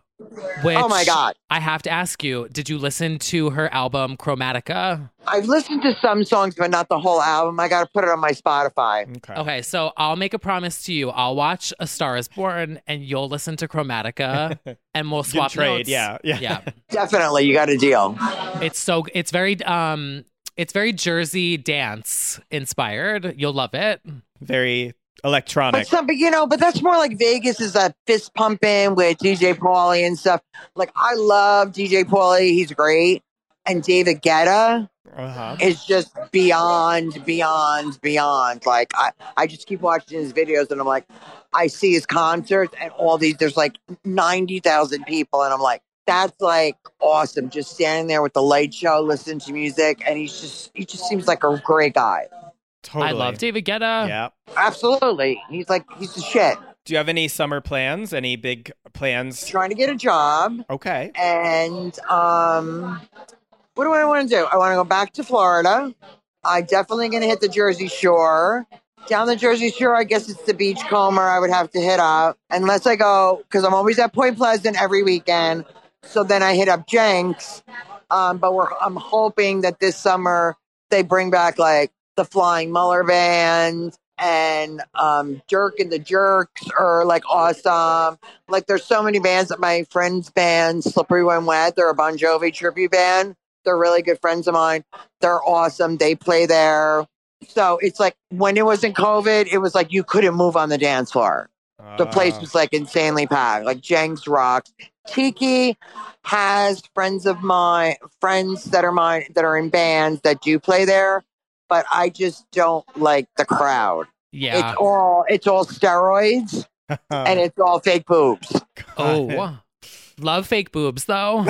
[SPEAKER 3] Which
[SPEAKER 9] oh my god,
[SPEAKER 3] I have to ask you, did you listen to her album Chromatica?
[SPEAKER 9] I've listened to some songs, but not the whole album. I got to put it on my Spotify.
[SPEAKER 4] Okay.
[SPEAKER 3] Okay, so I'll make a promise to you. I'll watch A Star is Born and you'll listen to
[SPEAKER 4] <laughs>
[SPEAKER 3] Chromatica and we'll
[SPEAKER 4] You can
[SPEAKER 3] swap
[SPEAKER 4] trade.
[SPEAKER 3] notes.
[SPEAKER 4] Yeah. Yeah.
[SPEAKER 3] Yeah.
[SPEAKER 9] Definitely, you got a deal.
[SPEAKER 3] It's so it's very um It's very Jersey dance inspired. You'll love it.
[SPEAKER 4] Very electronic.
[SPEAKER 9] But some, but you know, but that's more like Vegas is a fist pumping with DJ Pauly and stuff. Like I love DJ Pauly; he's great. And David Guetta
[SPEAKER 4] Uh-huh.
[SPEAKER 9] is just beyond, beyond, beyond. Like I, I just keep watching his videos, and I'm like, I see his concerts and all these. There's like ninety thousand people, and I'm like, that's like awesome. Just standing there with the light show, listening to music, and he's just, he just seems like a great guy.
[SPEAKER 4] Totally.
[SPEAKER 3] I love David <laughs> Guetta.
[SPEAKER 4] Yeah.
[SPEAKER 9] Absolutely, he's like, he's the shit.
[SPEAKER 4] Do you have any summer plans? Any big plans?
[SPEAKER 9] Trying to get a job.
[SPEAKER 4] Okay.
[SPEAKER 9] and um, what do I want to do? I want to go back to Florida. I definitely going to hit the Jersey Shore. Down the Jersey Shore, I guess it's the Beachcomber I would have to hit up, unless I go because I'm always at Point Pleasant every weekend. So then I hit up Jenks. Um, but we're I'm hoping that this summer they bring back like the Flying Muller Band and um, Dirk and the Jerks are like awesome. Like there's so many bands that my friend's band, Slippery When Wet, they're a Bon Jovi tribute band. They're really good friends of mine. They're awesome. They play there. So it's like when it wasn't COVID, it was like you couldn't move on the dance floor. The place
[SPEAKER 4] Ah.
[SPEAKER 9] was like insanely packed. Like Jenks rocks. Tiki has friends of mine, friends that are mine that are in bands that do play there, but I just don't like the crowd.
[SPEAKER 3] Yeah.
[SPEAKER 9] It's all it's all steroids and it's all fake boobs.
[SPEAKER 3] oh. Love fake boobs
[SPEAKER 4] <laughs>
[SPEAKER 3] though.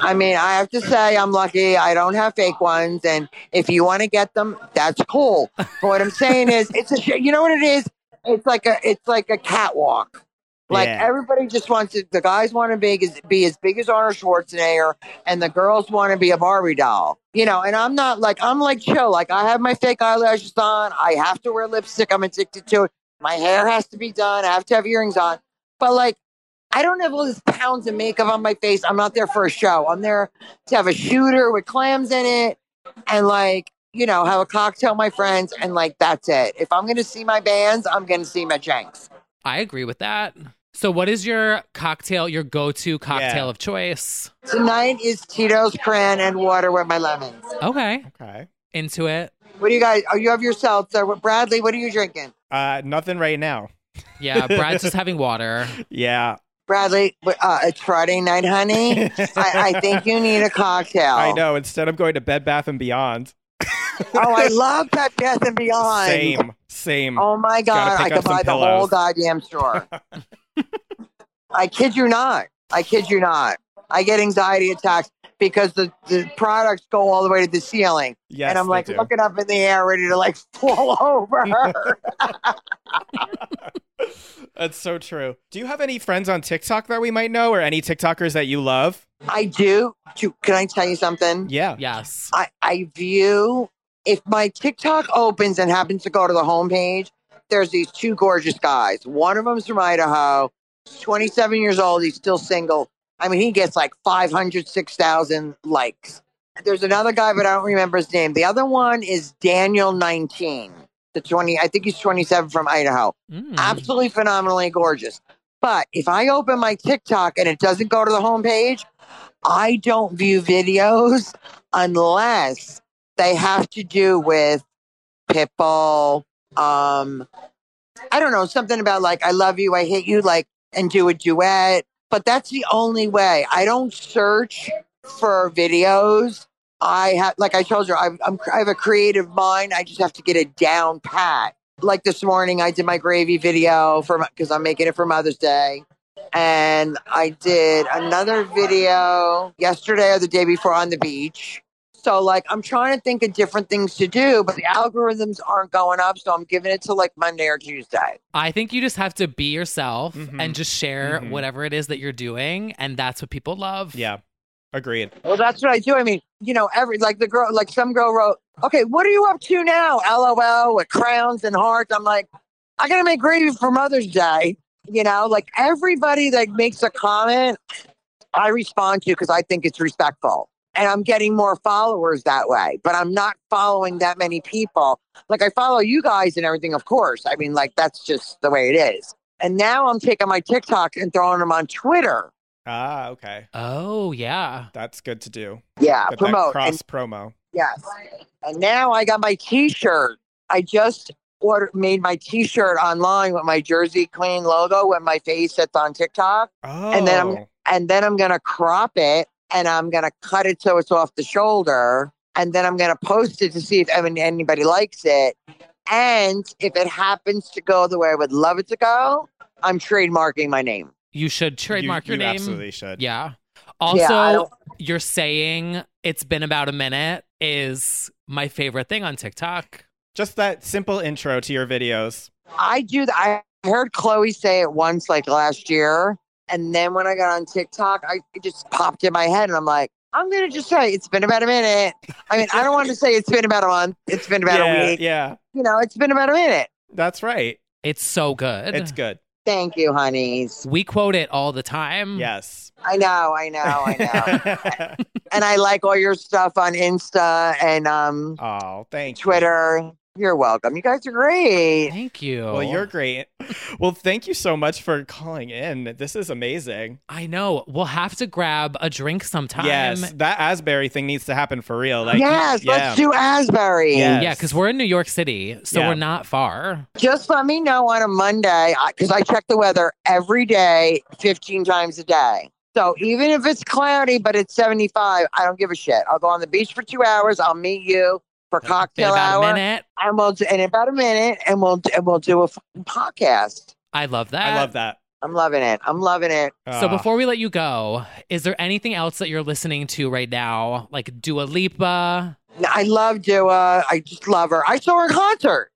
[SPEAKER 9] I mean, I have to say I'm lucky I don't have fake ones and if you want to get them, that's cool. But what I'm saying is it's a sh- you know what it is? It's like a it's like a catwalk. Like
[SPEAKER 4] Yeah.
[SPEAKER 9] everybody just wants it. The guys want to be as, be as big as Arnold Schwarzenegger, and the girls want to be a Barbie doll. You know, and I'm not like I'm like chill. Like I have my fake eyelashes on. I have to wear lipstick. I'm addicted to it. My hair has to be done. I have to have earrings on. But like, I don't have all these pounds of makeup on my face. I'm not there for a show. I'm there to have a shooter with clams in it, and like you know, have a cocktail, with my friends, and like that's it. If I'm gonna see my bands, I'm gonna see my Jenks.
[SPEAKER 3] I agree with that. So what is your cocktail, your go-to cocktail of choice?
[SPEAKER 9] Tonight is Tito's cran and water with my lemons.
[SPEAKER 3] Okay.
[SPEAKER 4] Okay.
[SPEAKER 3] Into it.
[SPEAKER 9] What do you guys? Oh, you have your seltzer. What- Bradley, what are you drinking?
[SPEAKER 4] Uh, nothing right now. <laughs>
[SPEAKER 3] Yeah, Brad's just having water.
[SPEAKER 4] Yeah.
[SPEAKER 9] Bradley, what- uh, it's Friday night, honey.
[SPEAKER 4] <laughs>
[SPEAKER 9] I, I think you need a cocktail.
[SPEAKER 4] I know. Instead, I'm going to Bed Bath and Beyond.
[SPEAKER 9] Oh,
[SPEAKER 4] <laughs>
[SPEAKER 9] I love Pet Bath and Beyond.
[SPEAKER 4] Same. Same.
[SPEAKER 9] Oh my
[SPEAKER 4] Gotta
[SPEAKER 9] god,
[SPEAKER 4] pick
[SPEAKER 9] I
[SPEAKER 4] up
[SPEAKER 9] could
[SPEAKER 4] some
[SPEAKER 9] buy the whole
[SPEAKER 4] pillows. <laughs>
[SPEAKER 9] goddamn store. I kid you not. I kid you not. I get anxiety attacks because the, the products go all the way to the ceiling.
[SPEAKER 4] Yes,
[SPEAKER 9] and I'm
[SPEAKER 4] they
[SPEAKER 9] like
[SPEAKER 4] do.
[SPEAKER 9] looking up in the air ready to like <laughs> fall
[SPEAKER 4] <laughs>
[SPEAKER 9] over.
[SPEAKER 4] That's so true. Do you have any friends on TikTok that we might know, or any TikTokers that you love?
[SPEAKER 9] I do. do. Can I tell you something?
[SPEAKER 4] Yeah.
[SPEAKER 3] Yes.
[SPEAKER 9] I, I view if my TikTok opens and happens to go to the homepage, there's these two gorgeous guys. One of them's from Idaho. He's 27 years old. He's still single. I mean, he gets like 500, 6,000 likes. There's another guy, but I don't remember his name. The other one is Daniel 19, the 20, I think he's 27 from Idaho.
[SPEAKER 3] Mm.
[SPEAKER 9] Absolutely phenomenally gorgeous. But if I open my TikTok and it doesn't go to the homepage, I don't view videos <laughs> unless they have to do with Pitbull. Um, I don't know, something about like, I love you, I hate you, like, and do a duet. But that's the only way. I don't search for videos. I have, like I told you, I'm, I'm, I have a creative mind. I just have to get it down pat. Like this morning, I did my gravy video for because I'm making it for Mother's Day and I did another video yesterday or the day before on the beach. So like I'm trying to think of different things to do, but the algorithms aren't going up, so I'm giving it to like Monday or Tuesday.
[SPEAKER 3] I think you just have to be yourself
[SPEAKER 4] Mhm.
[SPEAKER 3] and just share
[SPEAKER 4] Mhm.
[SPEAKER 3] whatever it is that you're doing, and that's what people love.
[SPEAKER 4] Yeah. Agreed.
[SPEAKER 9] Well, that's what I do. I mean, you know, every like the girl, like some girl wrote, "Okay, what are you up to now?" LOL with crowns and hearts. I'm like, I gotta make gravy for Mother's Day. You know, like everybody that makes a comment, I respond to because I think it's respectful, and I'm getting more followers that way. But I'm not following that many people. Like I follow you guys and everything, of course. I mean, like that's just the way it is. And now I'm taking my TikTok and throwing them on Twitter.
[SPEAKER 4] Ah, okay.
[SPEAKER 3] Oh yeah.
[SPEAKER 4] That's good to do.
[SPEAKER 9] Yeah,
[SPEAKER 4] Get that
[SPEAKER 9] promote. Uh, And
[SPEAKER 4] cross promo.
[SPEAKER 9] Yes. And now I got my T-shirt. I just ordered, made my T-shirt online with my Jersey Queen logo with my face that's on TikTok,
[SPEAKER 4] oh.
[SPEAKER 9] and then I'm and then I'm gonna crop it and I'm gonna cut it so it's off the shoulder, and then I'm gonna post it to see if I mean, anybody likes it. And if it happens to go the way I would love it to go, I'm trademarking my name.
[SPEAKER 3] You should trademark
[SPEAKER 4] you
[SPEAKER 3] your name.
[SPEAKER 4] absolutely should.
[SPEAKER 3] Yeah.
[SPEAKER 9] Yeah, I
[SPEAKER 3] Also,
[SPEAKER 9] don't-
[SPEAKER 3] you're saying it's been about a minute is my favorite thing on TikTok.
[SPEAKER 4] Just that simple intro to your videos.
[SPEAKER 9] I do. th- I heard Chloe say it once, like last year, and then when I got on TikTok, I it just popped in my head, and I'm like, I'm gonna just say it's been about a minute. I mean, I don't want to say it's been about a month. It's been about
[SPEAKER 4] yeah,
[SPEAKER 9] a week.
[SPEAKER 4] yeah,
[SPEAKER 9] You know, it's been about a minute.
[SPEAKER 4] that's right.
[SPEAKER 3] It's so good.
[SPEAKER 4] It's good.
[SPEAKER 9] Thank you, honeys.
[SPEAKER 3] we quote it all the time.
[SPEAKER 4] Yes.
[SPEAKER 9] I know, I know, I know.
[SPEAKER 4] <laughs>
[SPEAKER 9] and I like all your stuff on Insta and um
[SPEAKER 4] oh, thank you.
[SPEAKER 9] Twitter. You're welcome. You guys are great.
[SPEAKER 3] Thank you.
[SPEAKER 4] Well, you're great. Well, thank you so much for calling in. This is amazing.
[SPEAKER 3] I know. We'll have to grab a drink sometime.
[SPEAKER 4] Yes, that Asbury thing needs to happen for real. Like,
[SPEAKER 9] yes,
[SPEAKER 4] yeah.
[SPEAKER 9] let's do Asbury.
[SPEAKER 4] Yes.
[SPEAKER 3] Yeah, because we're in New York City, so
[SPEAKER 4] Yeah.
[SPEAKER 3] we're not far.
[SPEAKER 9] Just let me know on a Monday because I check the weather every day, 15 times a day. So even if it's cloudy, but it's 75, I don't give a shit. I'll go on the beach for two hours. I'll meet you for
[SPEAKER 3] In
[SPEAKER 9] cocktail
[SPEAKER 3] about a
[SPEAKER 9] hour,
[SPEAKER 3] minute.
[SPEAKER 9] and we'll do, in about a minute, and we'll and we'll do a fucking podcast.
[SPEAKER 3] I love that.
[SPEAKER 4] I love that.
[SPEAKER 9] I'm loving it. I'm loving it.
[SPEAKER 3] So
[SPEAKER 4] Ah.
[SPEAKER 3] before we let you go, is there anything else that you're listening to right now? Like Dua Lipa?
[SPEAKER 9] I love Dua. I just love her. I saw her in
[SPEAKER 3] <gasps>
[SPEAKER 9] concert.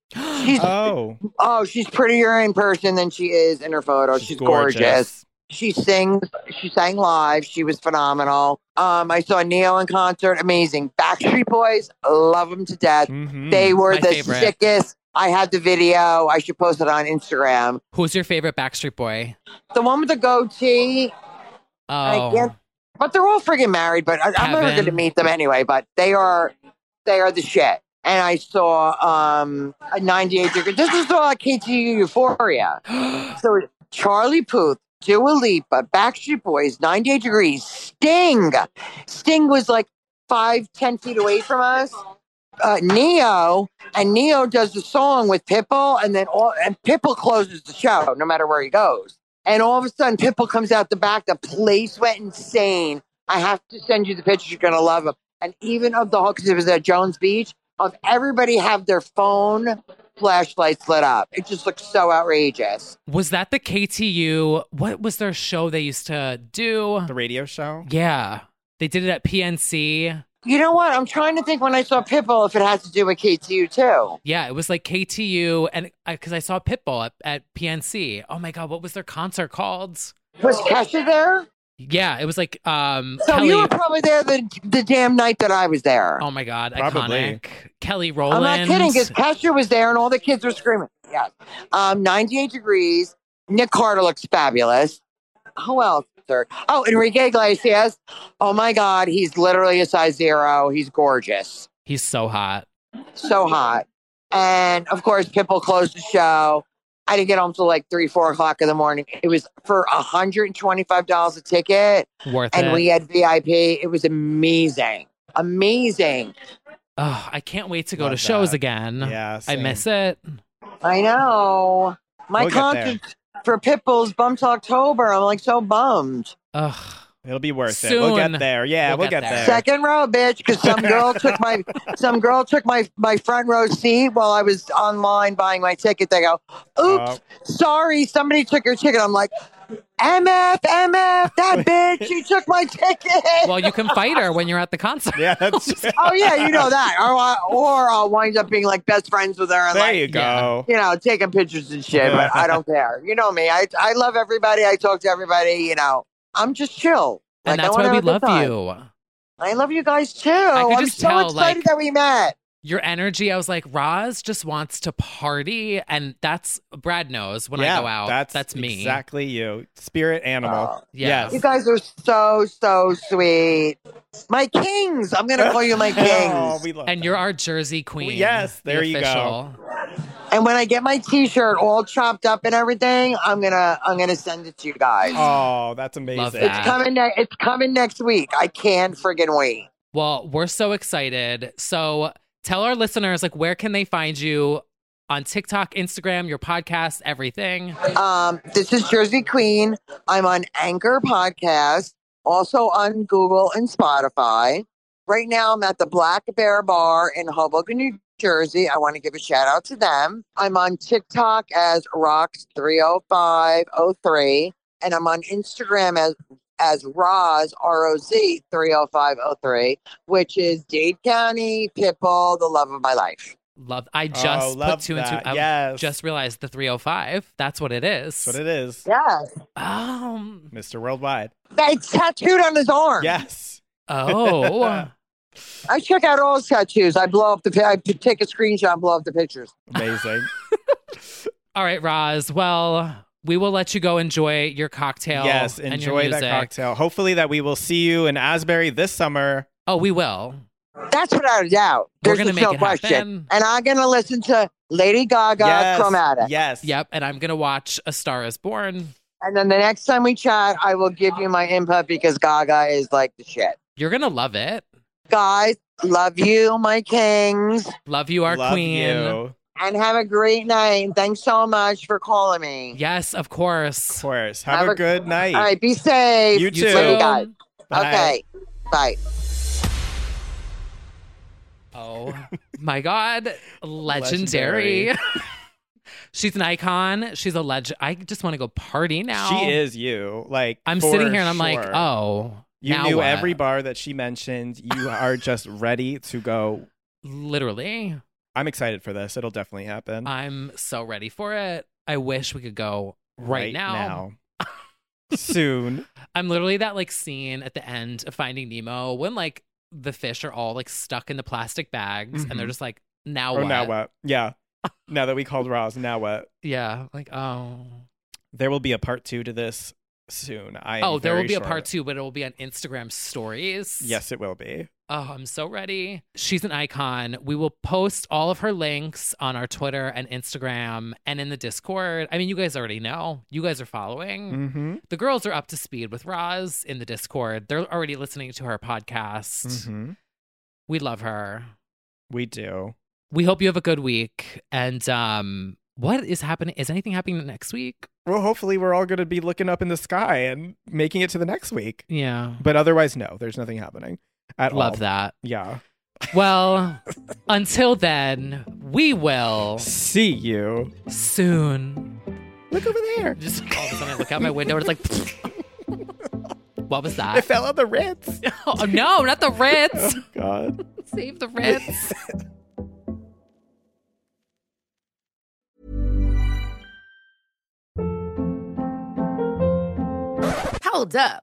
[SPEAKER 9] She's
[SPEAKER 4] Oh,
[SPEAKER 9] oh, she's prettier in person than she is in her photo. She's, gorgeous. She sings. She sang live. She was phenomenal. Um, I saw Neo in concert. Amazing. Backstreet Boys. Love them to death.
[SPEAKER 4] Mhm.
[SPEAKER 9] They were
[SPEAKER 3] Mm, My
[SPEAKER 9] the
[SPEAKER 3] favorite.
[SPEAKER 9] sickest. I had the video. I should post it on Instagram.
[SPEAKER 3] Who's your favorite Backstreet Boy?
[SPEAKER 9] The one with the goatee.
[SPEAKER 3] Oh,
[SPEAKER 9] can't- But they're all freaking married. But I, I'm never
[SPEAKER 3] Kevin.
[SPEAKER 9] going to meet them anyway. But they are, they are the shit. And I saw um, a 98 degree. This is all
[SPEAKER 3] <gasps>
[SPEAKER 9] KTU Euphoria. so Charlie Puth, Dua Lipa, Backstreet Boys, 98 Degrees, Sting. Sting was like five, ten feet away from us. Uh, Neo and Neo does the song with Pitbull, and then all and Pitbull closes the show no matter where he goes. And all of a sudden, Pitbull comes out the back. The place went insane. I have to send you the pictures. You're gonna love them. And even of the whole, because it was at Jones Beach, of everybody have their phone flashlights lit up. It just looks so outrageous.
[SPEAKER 3] was that the KTU? What was their show they used to do?
[SPEAKER 4] the radio show.
[SPEAKER 3] Yeah, they did it at PNC.
[SPEAKER 9] You know what? I'm trying to think when I saw Pitbull if it has to do with KTU too.
[SPEAKER 3] Yeah, it was like KTU, and because I, saw Pitbull at, at PNC. Oh my god, what was their concert called?
[SPEAKER 9] Was Kesha there?
[SPEAKER 3] Yeah, it was like um
[SPEAKER 9] So
[SPEAKER 3] Kelly.
[SPEAKER 9] you were probably there the, the damn night that I was there.
[SPEAKER 3] oh my god,
[SPEAKER 4] Probably.
[SPEAKER 3] iconic Kelly
[SPEAKER 9] I'm
[SPEAKER 3] Rowland.
[SPEAKER 9] not kidding because Kesha was there and all the kids were screaming. Yeah. Um, 98 degrees. Nick Carter looks fabulous. Who else? is there? Oh, Enrique Iglesias. Oh my God. He's literally a size zero. He's gorgeous.
[SPEAKER 3] He's so hot.
[SPEAKER 9] So hot. And of course, Pitbull closed the show. I didn't get home till like three, four o'clock in the morning. It was for $125 a ticket.
[SPEAKER 3] Worth it.
[SPEAKER 9] and we had VIP. It was amazing, amazing.
[SPEAKER 3] oh, I can't wait to go
[SPEAKER 4] Love
[SPEAKER 3] to shows
[SPEAKER 4] that.
[SPEAKER 3] again.
[SPEAKER 4] Yeah,
[SPEAKER 3] I miss it.
[SPEAKER 9] I know my
[SPEAKER 4] We'll get
[SPEAKER 9] concert for Pitbull's Bumps October. I'm like so bummed.
[SPEAKER 3] Ugh.
[SPEAKER 4] It'll be worth it. We'll
[SPEAKER 3] Soon.
[SPEAKER 4] get there. Yeah, we'll, get, there.
[SPEAKER 9] Second row, bitch, because some girl took
[SPEAKER 4] <laughs>
[SPEAKER 9] my some girl took my my front row seat while I was online buying my ticket. They go, "Oops,
[SPEAKER 4] Oh.
[SPEAKER 9] sorry, somebody took your ticket." I'm like. MF, MF,
[SPEAKER 4] <laughs>
[SPEAKER 9] that bitch, she took my ticket.
[SPEAKER 3] Well, you can fight her when you're at the
[SPEAKER 9] <laughs>
[SPEAKER 3] concert.
[SPEAKER 4] Yeah, that's,
[SPEAKER 9] oh, yeah, you know
[SPEAKER 4] <laughs>
[SPEAKER 9] that. Or, I- or I'll wind up being like best friends with her and
[SPEAKER 4] there
[SPEAKER 9] like,
[SPEAKER 4] you go.
[SPEAKER 9] you know, taking pictures and shit, but
[SPEAKER 3] <laughs>
[SPEAKER 9] I don't care. You know me. I I love everybody. I talk to everybody. You know, I'm just chill.
[SPEAKER 3] And
[SPEAKER 9] Like, I
[SPEAKER 3] that's
[SPEAKER 9] wanna
[SPEAKER 3] why we
[SPEAKER 9] have a good
[SPEAKER 3] love
[SPEAKER 9] time.
[SPEAKER 3] you.
[SPEAKER 9] I love you guys too.
[SPEAKER 3] could
[SPEAKER 9] I'm
[SPEAKER 3] just
[SPEAKER 9] so
[SPEAKER 3] tell,
[SPEAKER 9] excited
[SPEAKER 3] like-
[SPEAKER 9] that we met.
[SPEAKER 3] Your energy, I was like, Roz just wants to party. And that's Brad knows when
[SPEAKER 4] yeah,
[SPEAKER 3] I go out.
[SPEAKER 4] that's
[SPEAKER 3] me.
[SPEAKER 4] Exactly you, spirit animal.
[SPEAKER 9] Oh.
[SPEAKER 3] Yes.
[SPEAKER 9] You guys are so so sweet. My kings. I'm gonna call you my kings.
[SPEAKER 4] <laughs> Oh, we love
[SPEAKER 3] And
[SPEAKER 4] that.
[SPEAKER 3] you're our Jersey queen.
[SPEAKER 4] yes,
[SPEAKER 3] the
[SPEAKER 4] there you go.
[SPEAKER 3] official.
[SPEAKER 9] and when I get my T-shirt all chopped up and everything, I'm gonna I'm gonna send it to you guys.
[SPEAKER 4] Oh, that's amazing.
[SPEAKER 3] Love that.
[SPEAKER 9] Coming ne- it's coming next week. I can't friggin' wait.
[SPEAKER 3] Well, we're so excited. So tell our listeners, like, where can they find you on TikTok, Instagram, your podcast, everything?
[SPEAKER 9] Um, this is Jersey Queen. I'm on Anchor Podcast, also on Google and Spotify. Right now, I'm at the Black Bear Bar in Hoboken, New Jersey. I want to give a shout out to them. I'm on TikTok as Rox30503, and I'm on Instagram as as Roz R O Z 30503, which is Dade County, Pitbull, the love of my life.
[SPEAKER 3] Love. I just
[SPEAKER 4] Oh,
[SPEAKER 3] put
[SPEAKER 4] love
[SPEAKER 3] two and
[SPEAKER 4] that.
[SPEAKER 3] two. I
[SPEAKER 4] Yes.
[SPEAKER 3] just realized the 305. That's what it is.
[SPEAKER 4] That's what it is.
[SPEAKER 9] Yes.
[SPEAKER 4] <laughs>
[SPEAKER 3] Um,
[SPEAKER 4] Mr. Worldwide.
[SPEAKER 9] That's tattooed on his arm.
[SPEAKER 4] Yes.
[SPEAKER 3] Oh.
[SPEAKER 9] I check out all his tattoos. I blow up the. pi- I take a screenshot, and blow up the pictures.
[SPEAKER 3] <laughs>
[SPEAKER 4] Amazing.
[SPEAKER 3] All right, Roz. Well, we will let you go enjoy your cocktail.
[SPEAKER 4] yes.
[SPEAKER 3] and your
[SPEAKER 4] Enjoy that
[SPEAKER 3] music.
[SPEAKER 4] cocktail. Hopefully that we will see you in Asbury this summer.
[SPEAKER 3] Oh, we will.
[SPEAKER 9] That's without a doubt.
[SPEAKER 3] We're
[SPEAKER 9] There's
[SPEAKER 3] gonna make
[SPEAKER 9] no
[SPEAKER 3] it
[SPEAKER 9] question.
[SPEAKER 3] happen.
[SPEAKER 9] And I'm gonna listen to Lady Gaga Chromatic.
[SPEAKER 4] Yes.
[SPEAKER 3] Yep. And I'm gonna watch A Star Is Born.
[SPEAKER 9] And then the next time we chat, I will give you my input because Gaga is like the shit.
[SPEAKER 3] You're gonna love it.
[SPEAKER 9] Guys, love you, my kings,
[SPEAKER 3] Love you, our
[SPEAKER 4] Love
[SPEAKER 3] queen.
[SPEAKER 4] you.
[SPEAKER 9] and have a great night. Thanks so much for calling me.
[SPEAKER 3] Yes, of course.
[SPEAKER 4] Of course. Have,
[SPEAKER 9] Have
[SPEAKER 4] a,
[SPEAKER 9] a-
[SPEAKER 4] good night.
[SPEAKER 9] All right, be safe.
[SPEAKER 4] You too.
[SPEAKER 9] Love you guys.
[SPEAKER 4] Bye.
[SPEAKER 9] Okay, bye.
[SPEAKER 3] Oh my God.
[SPEAKER 4] <laughs>
[SPEAKER 3] Legendary.
[SPEAKER 4] Legendary.
[SPEAKER 3] <laughs> She's an icon. She's a legend. I just want to go party now.
[SPEAKER 4] She is you. Like
[SPEAKER 3] I'm
[SPEAKER 4] for
[SPEAKER 3] sitting here and I'm like,
[SPEAKER 4] sure.
[SPEAKER 3] oh,
[SPEAKER 4] You
[SPEAKER 3] now
[SPEAKER 4] knew
[SPEAKER 3] what?
[SPEAKER 4] every bar that she mentioned.
[SPEAKER 3] <laughs>
[SPEAKER 4] You are just ready to go.
[SPEAKER 3] Literally.
[SPEAKER 4] I'm excited for this. It'll definitely happen.
[SPEAKER 3] I'm so ready for it. I wish we could go right, <laughs>
[SPEAKER 4] now. Soon.
[SPEAKER 3] I'm literally that like scene at the end of Finding Nemo when like the fish are all like stuck in the plastic bags and they're
[SPEAKER 4] Mhm.
[SPEAKER 3] just like, now
[SPEAKER 4] or
[SPEAKER 3] what?
[SPEAKER 4] now what? Yeah. now that we called Roz, now what?
[SPEAKER 3] Yeah. Like, oh.
[SPEAKER 4] There will be a part two to this soon. I am
[SPEAKER 3] oh, there will
[SPEAKER 4] very
[SPEAKER 3] be a
[SPEAKER 4] sure.
[SPEAKER 3] part two, but it will be on Instagram stories.
[SPEAKER 4] Yes, it will be.
[SPEAKER 3] Oh, I'm so ready. She's an icon. We will post all of her links on our Twitter and Instagram and in the Discord. I mean, you guys already know. You guys are following.
[SPEAKER 4] Mm-hmm.
[SPEAKER 3] The girls are up to speed with Roz in the Discord. They're already listening to her podcast.
[SPEAKER 4] hmm
[SPEAKER 3] We love her.
[SPEAKER 4] We do.
[SPEAKER 3] We hope you have a good week. And um, what is happening? Is anything happening next week?
[SPEAKER 4] Well, hopefully we're all going to be looking up in the sky and making it to the next week.
[SPEAKER 3] Yeah.
[SPEAKER 4] But otherwise, no, there's nothing happening at all.
[SPEAKER 3] Love that.
[SPEAKER 4] Yeah. <laughs>
[SPEAKER 3] Well, until then, we will
[SPEAKER 4] See you.
[SPEAKER 3] soon.
[SPEAKER 4] Look over there.
[SPEAKER 3] Just all of a sudden I look out my window and it's like, <laughs> what was
[SPEAKER 4] It
[SPEAKER 3] that?
[SPEAKER 4] fell on the Ritz.
[SPEAKER 3] <laughs> Oh, no, not the Ritz.
[SPEAKER 4] God.
[SPEAKER 3] <laughs> Save the Ritz.
[SPEAKER 10] Hold up.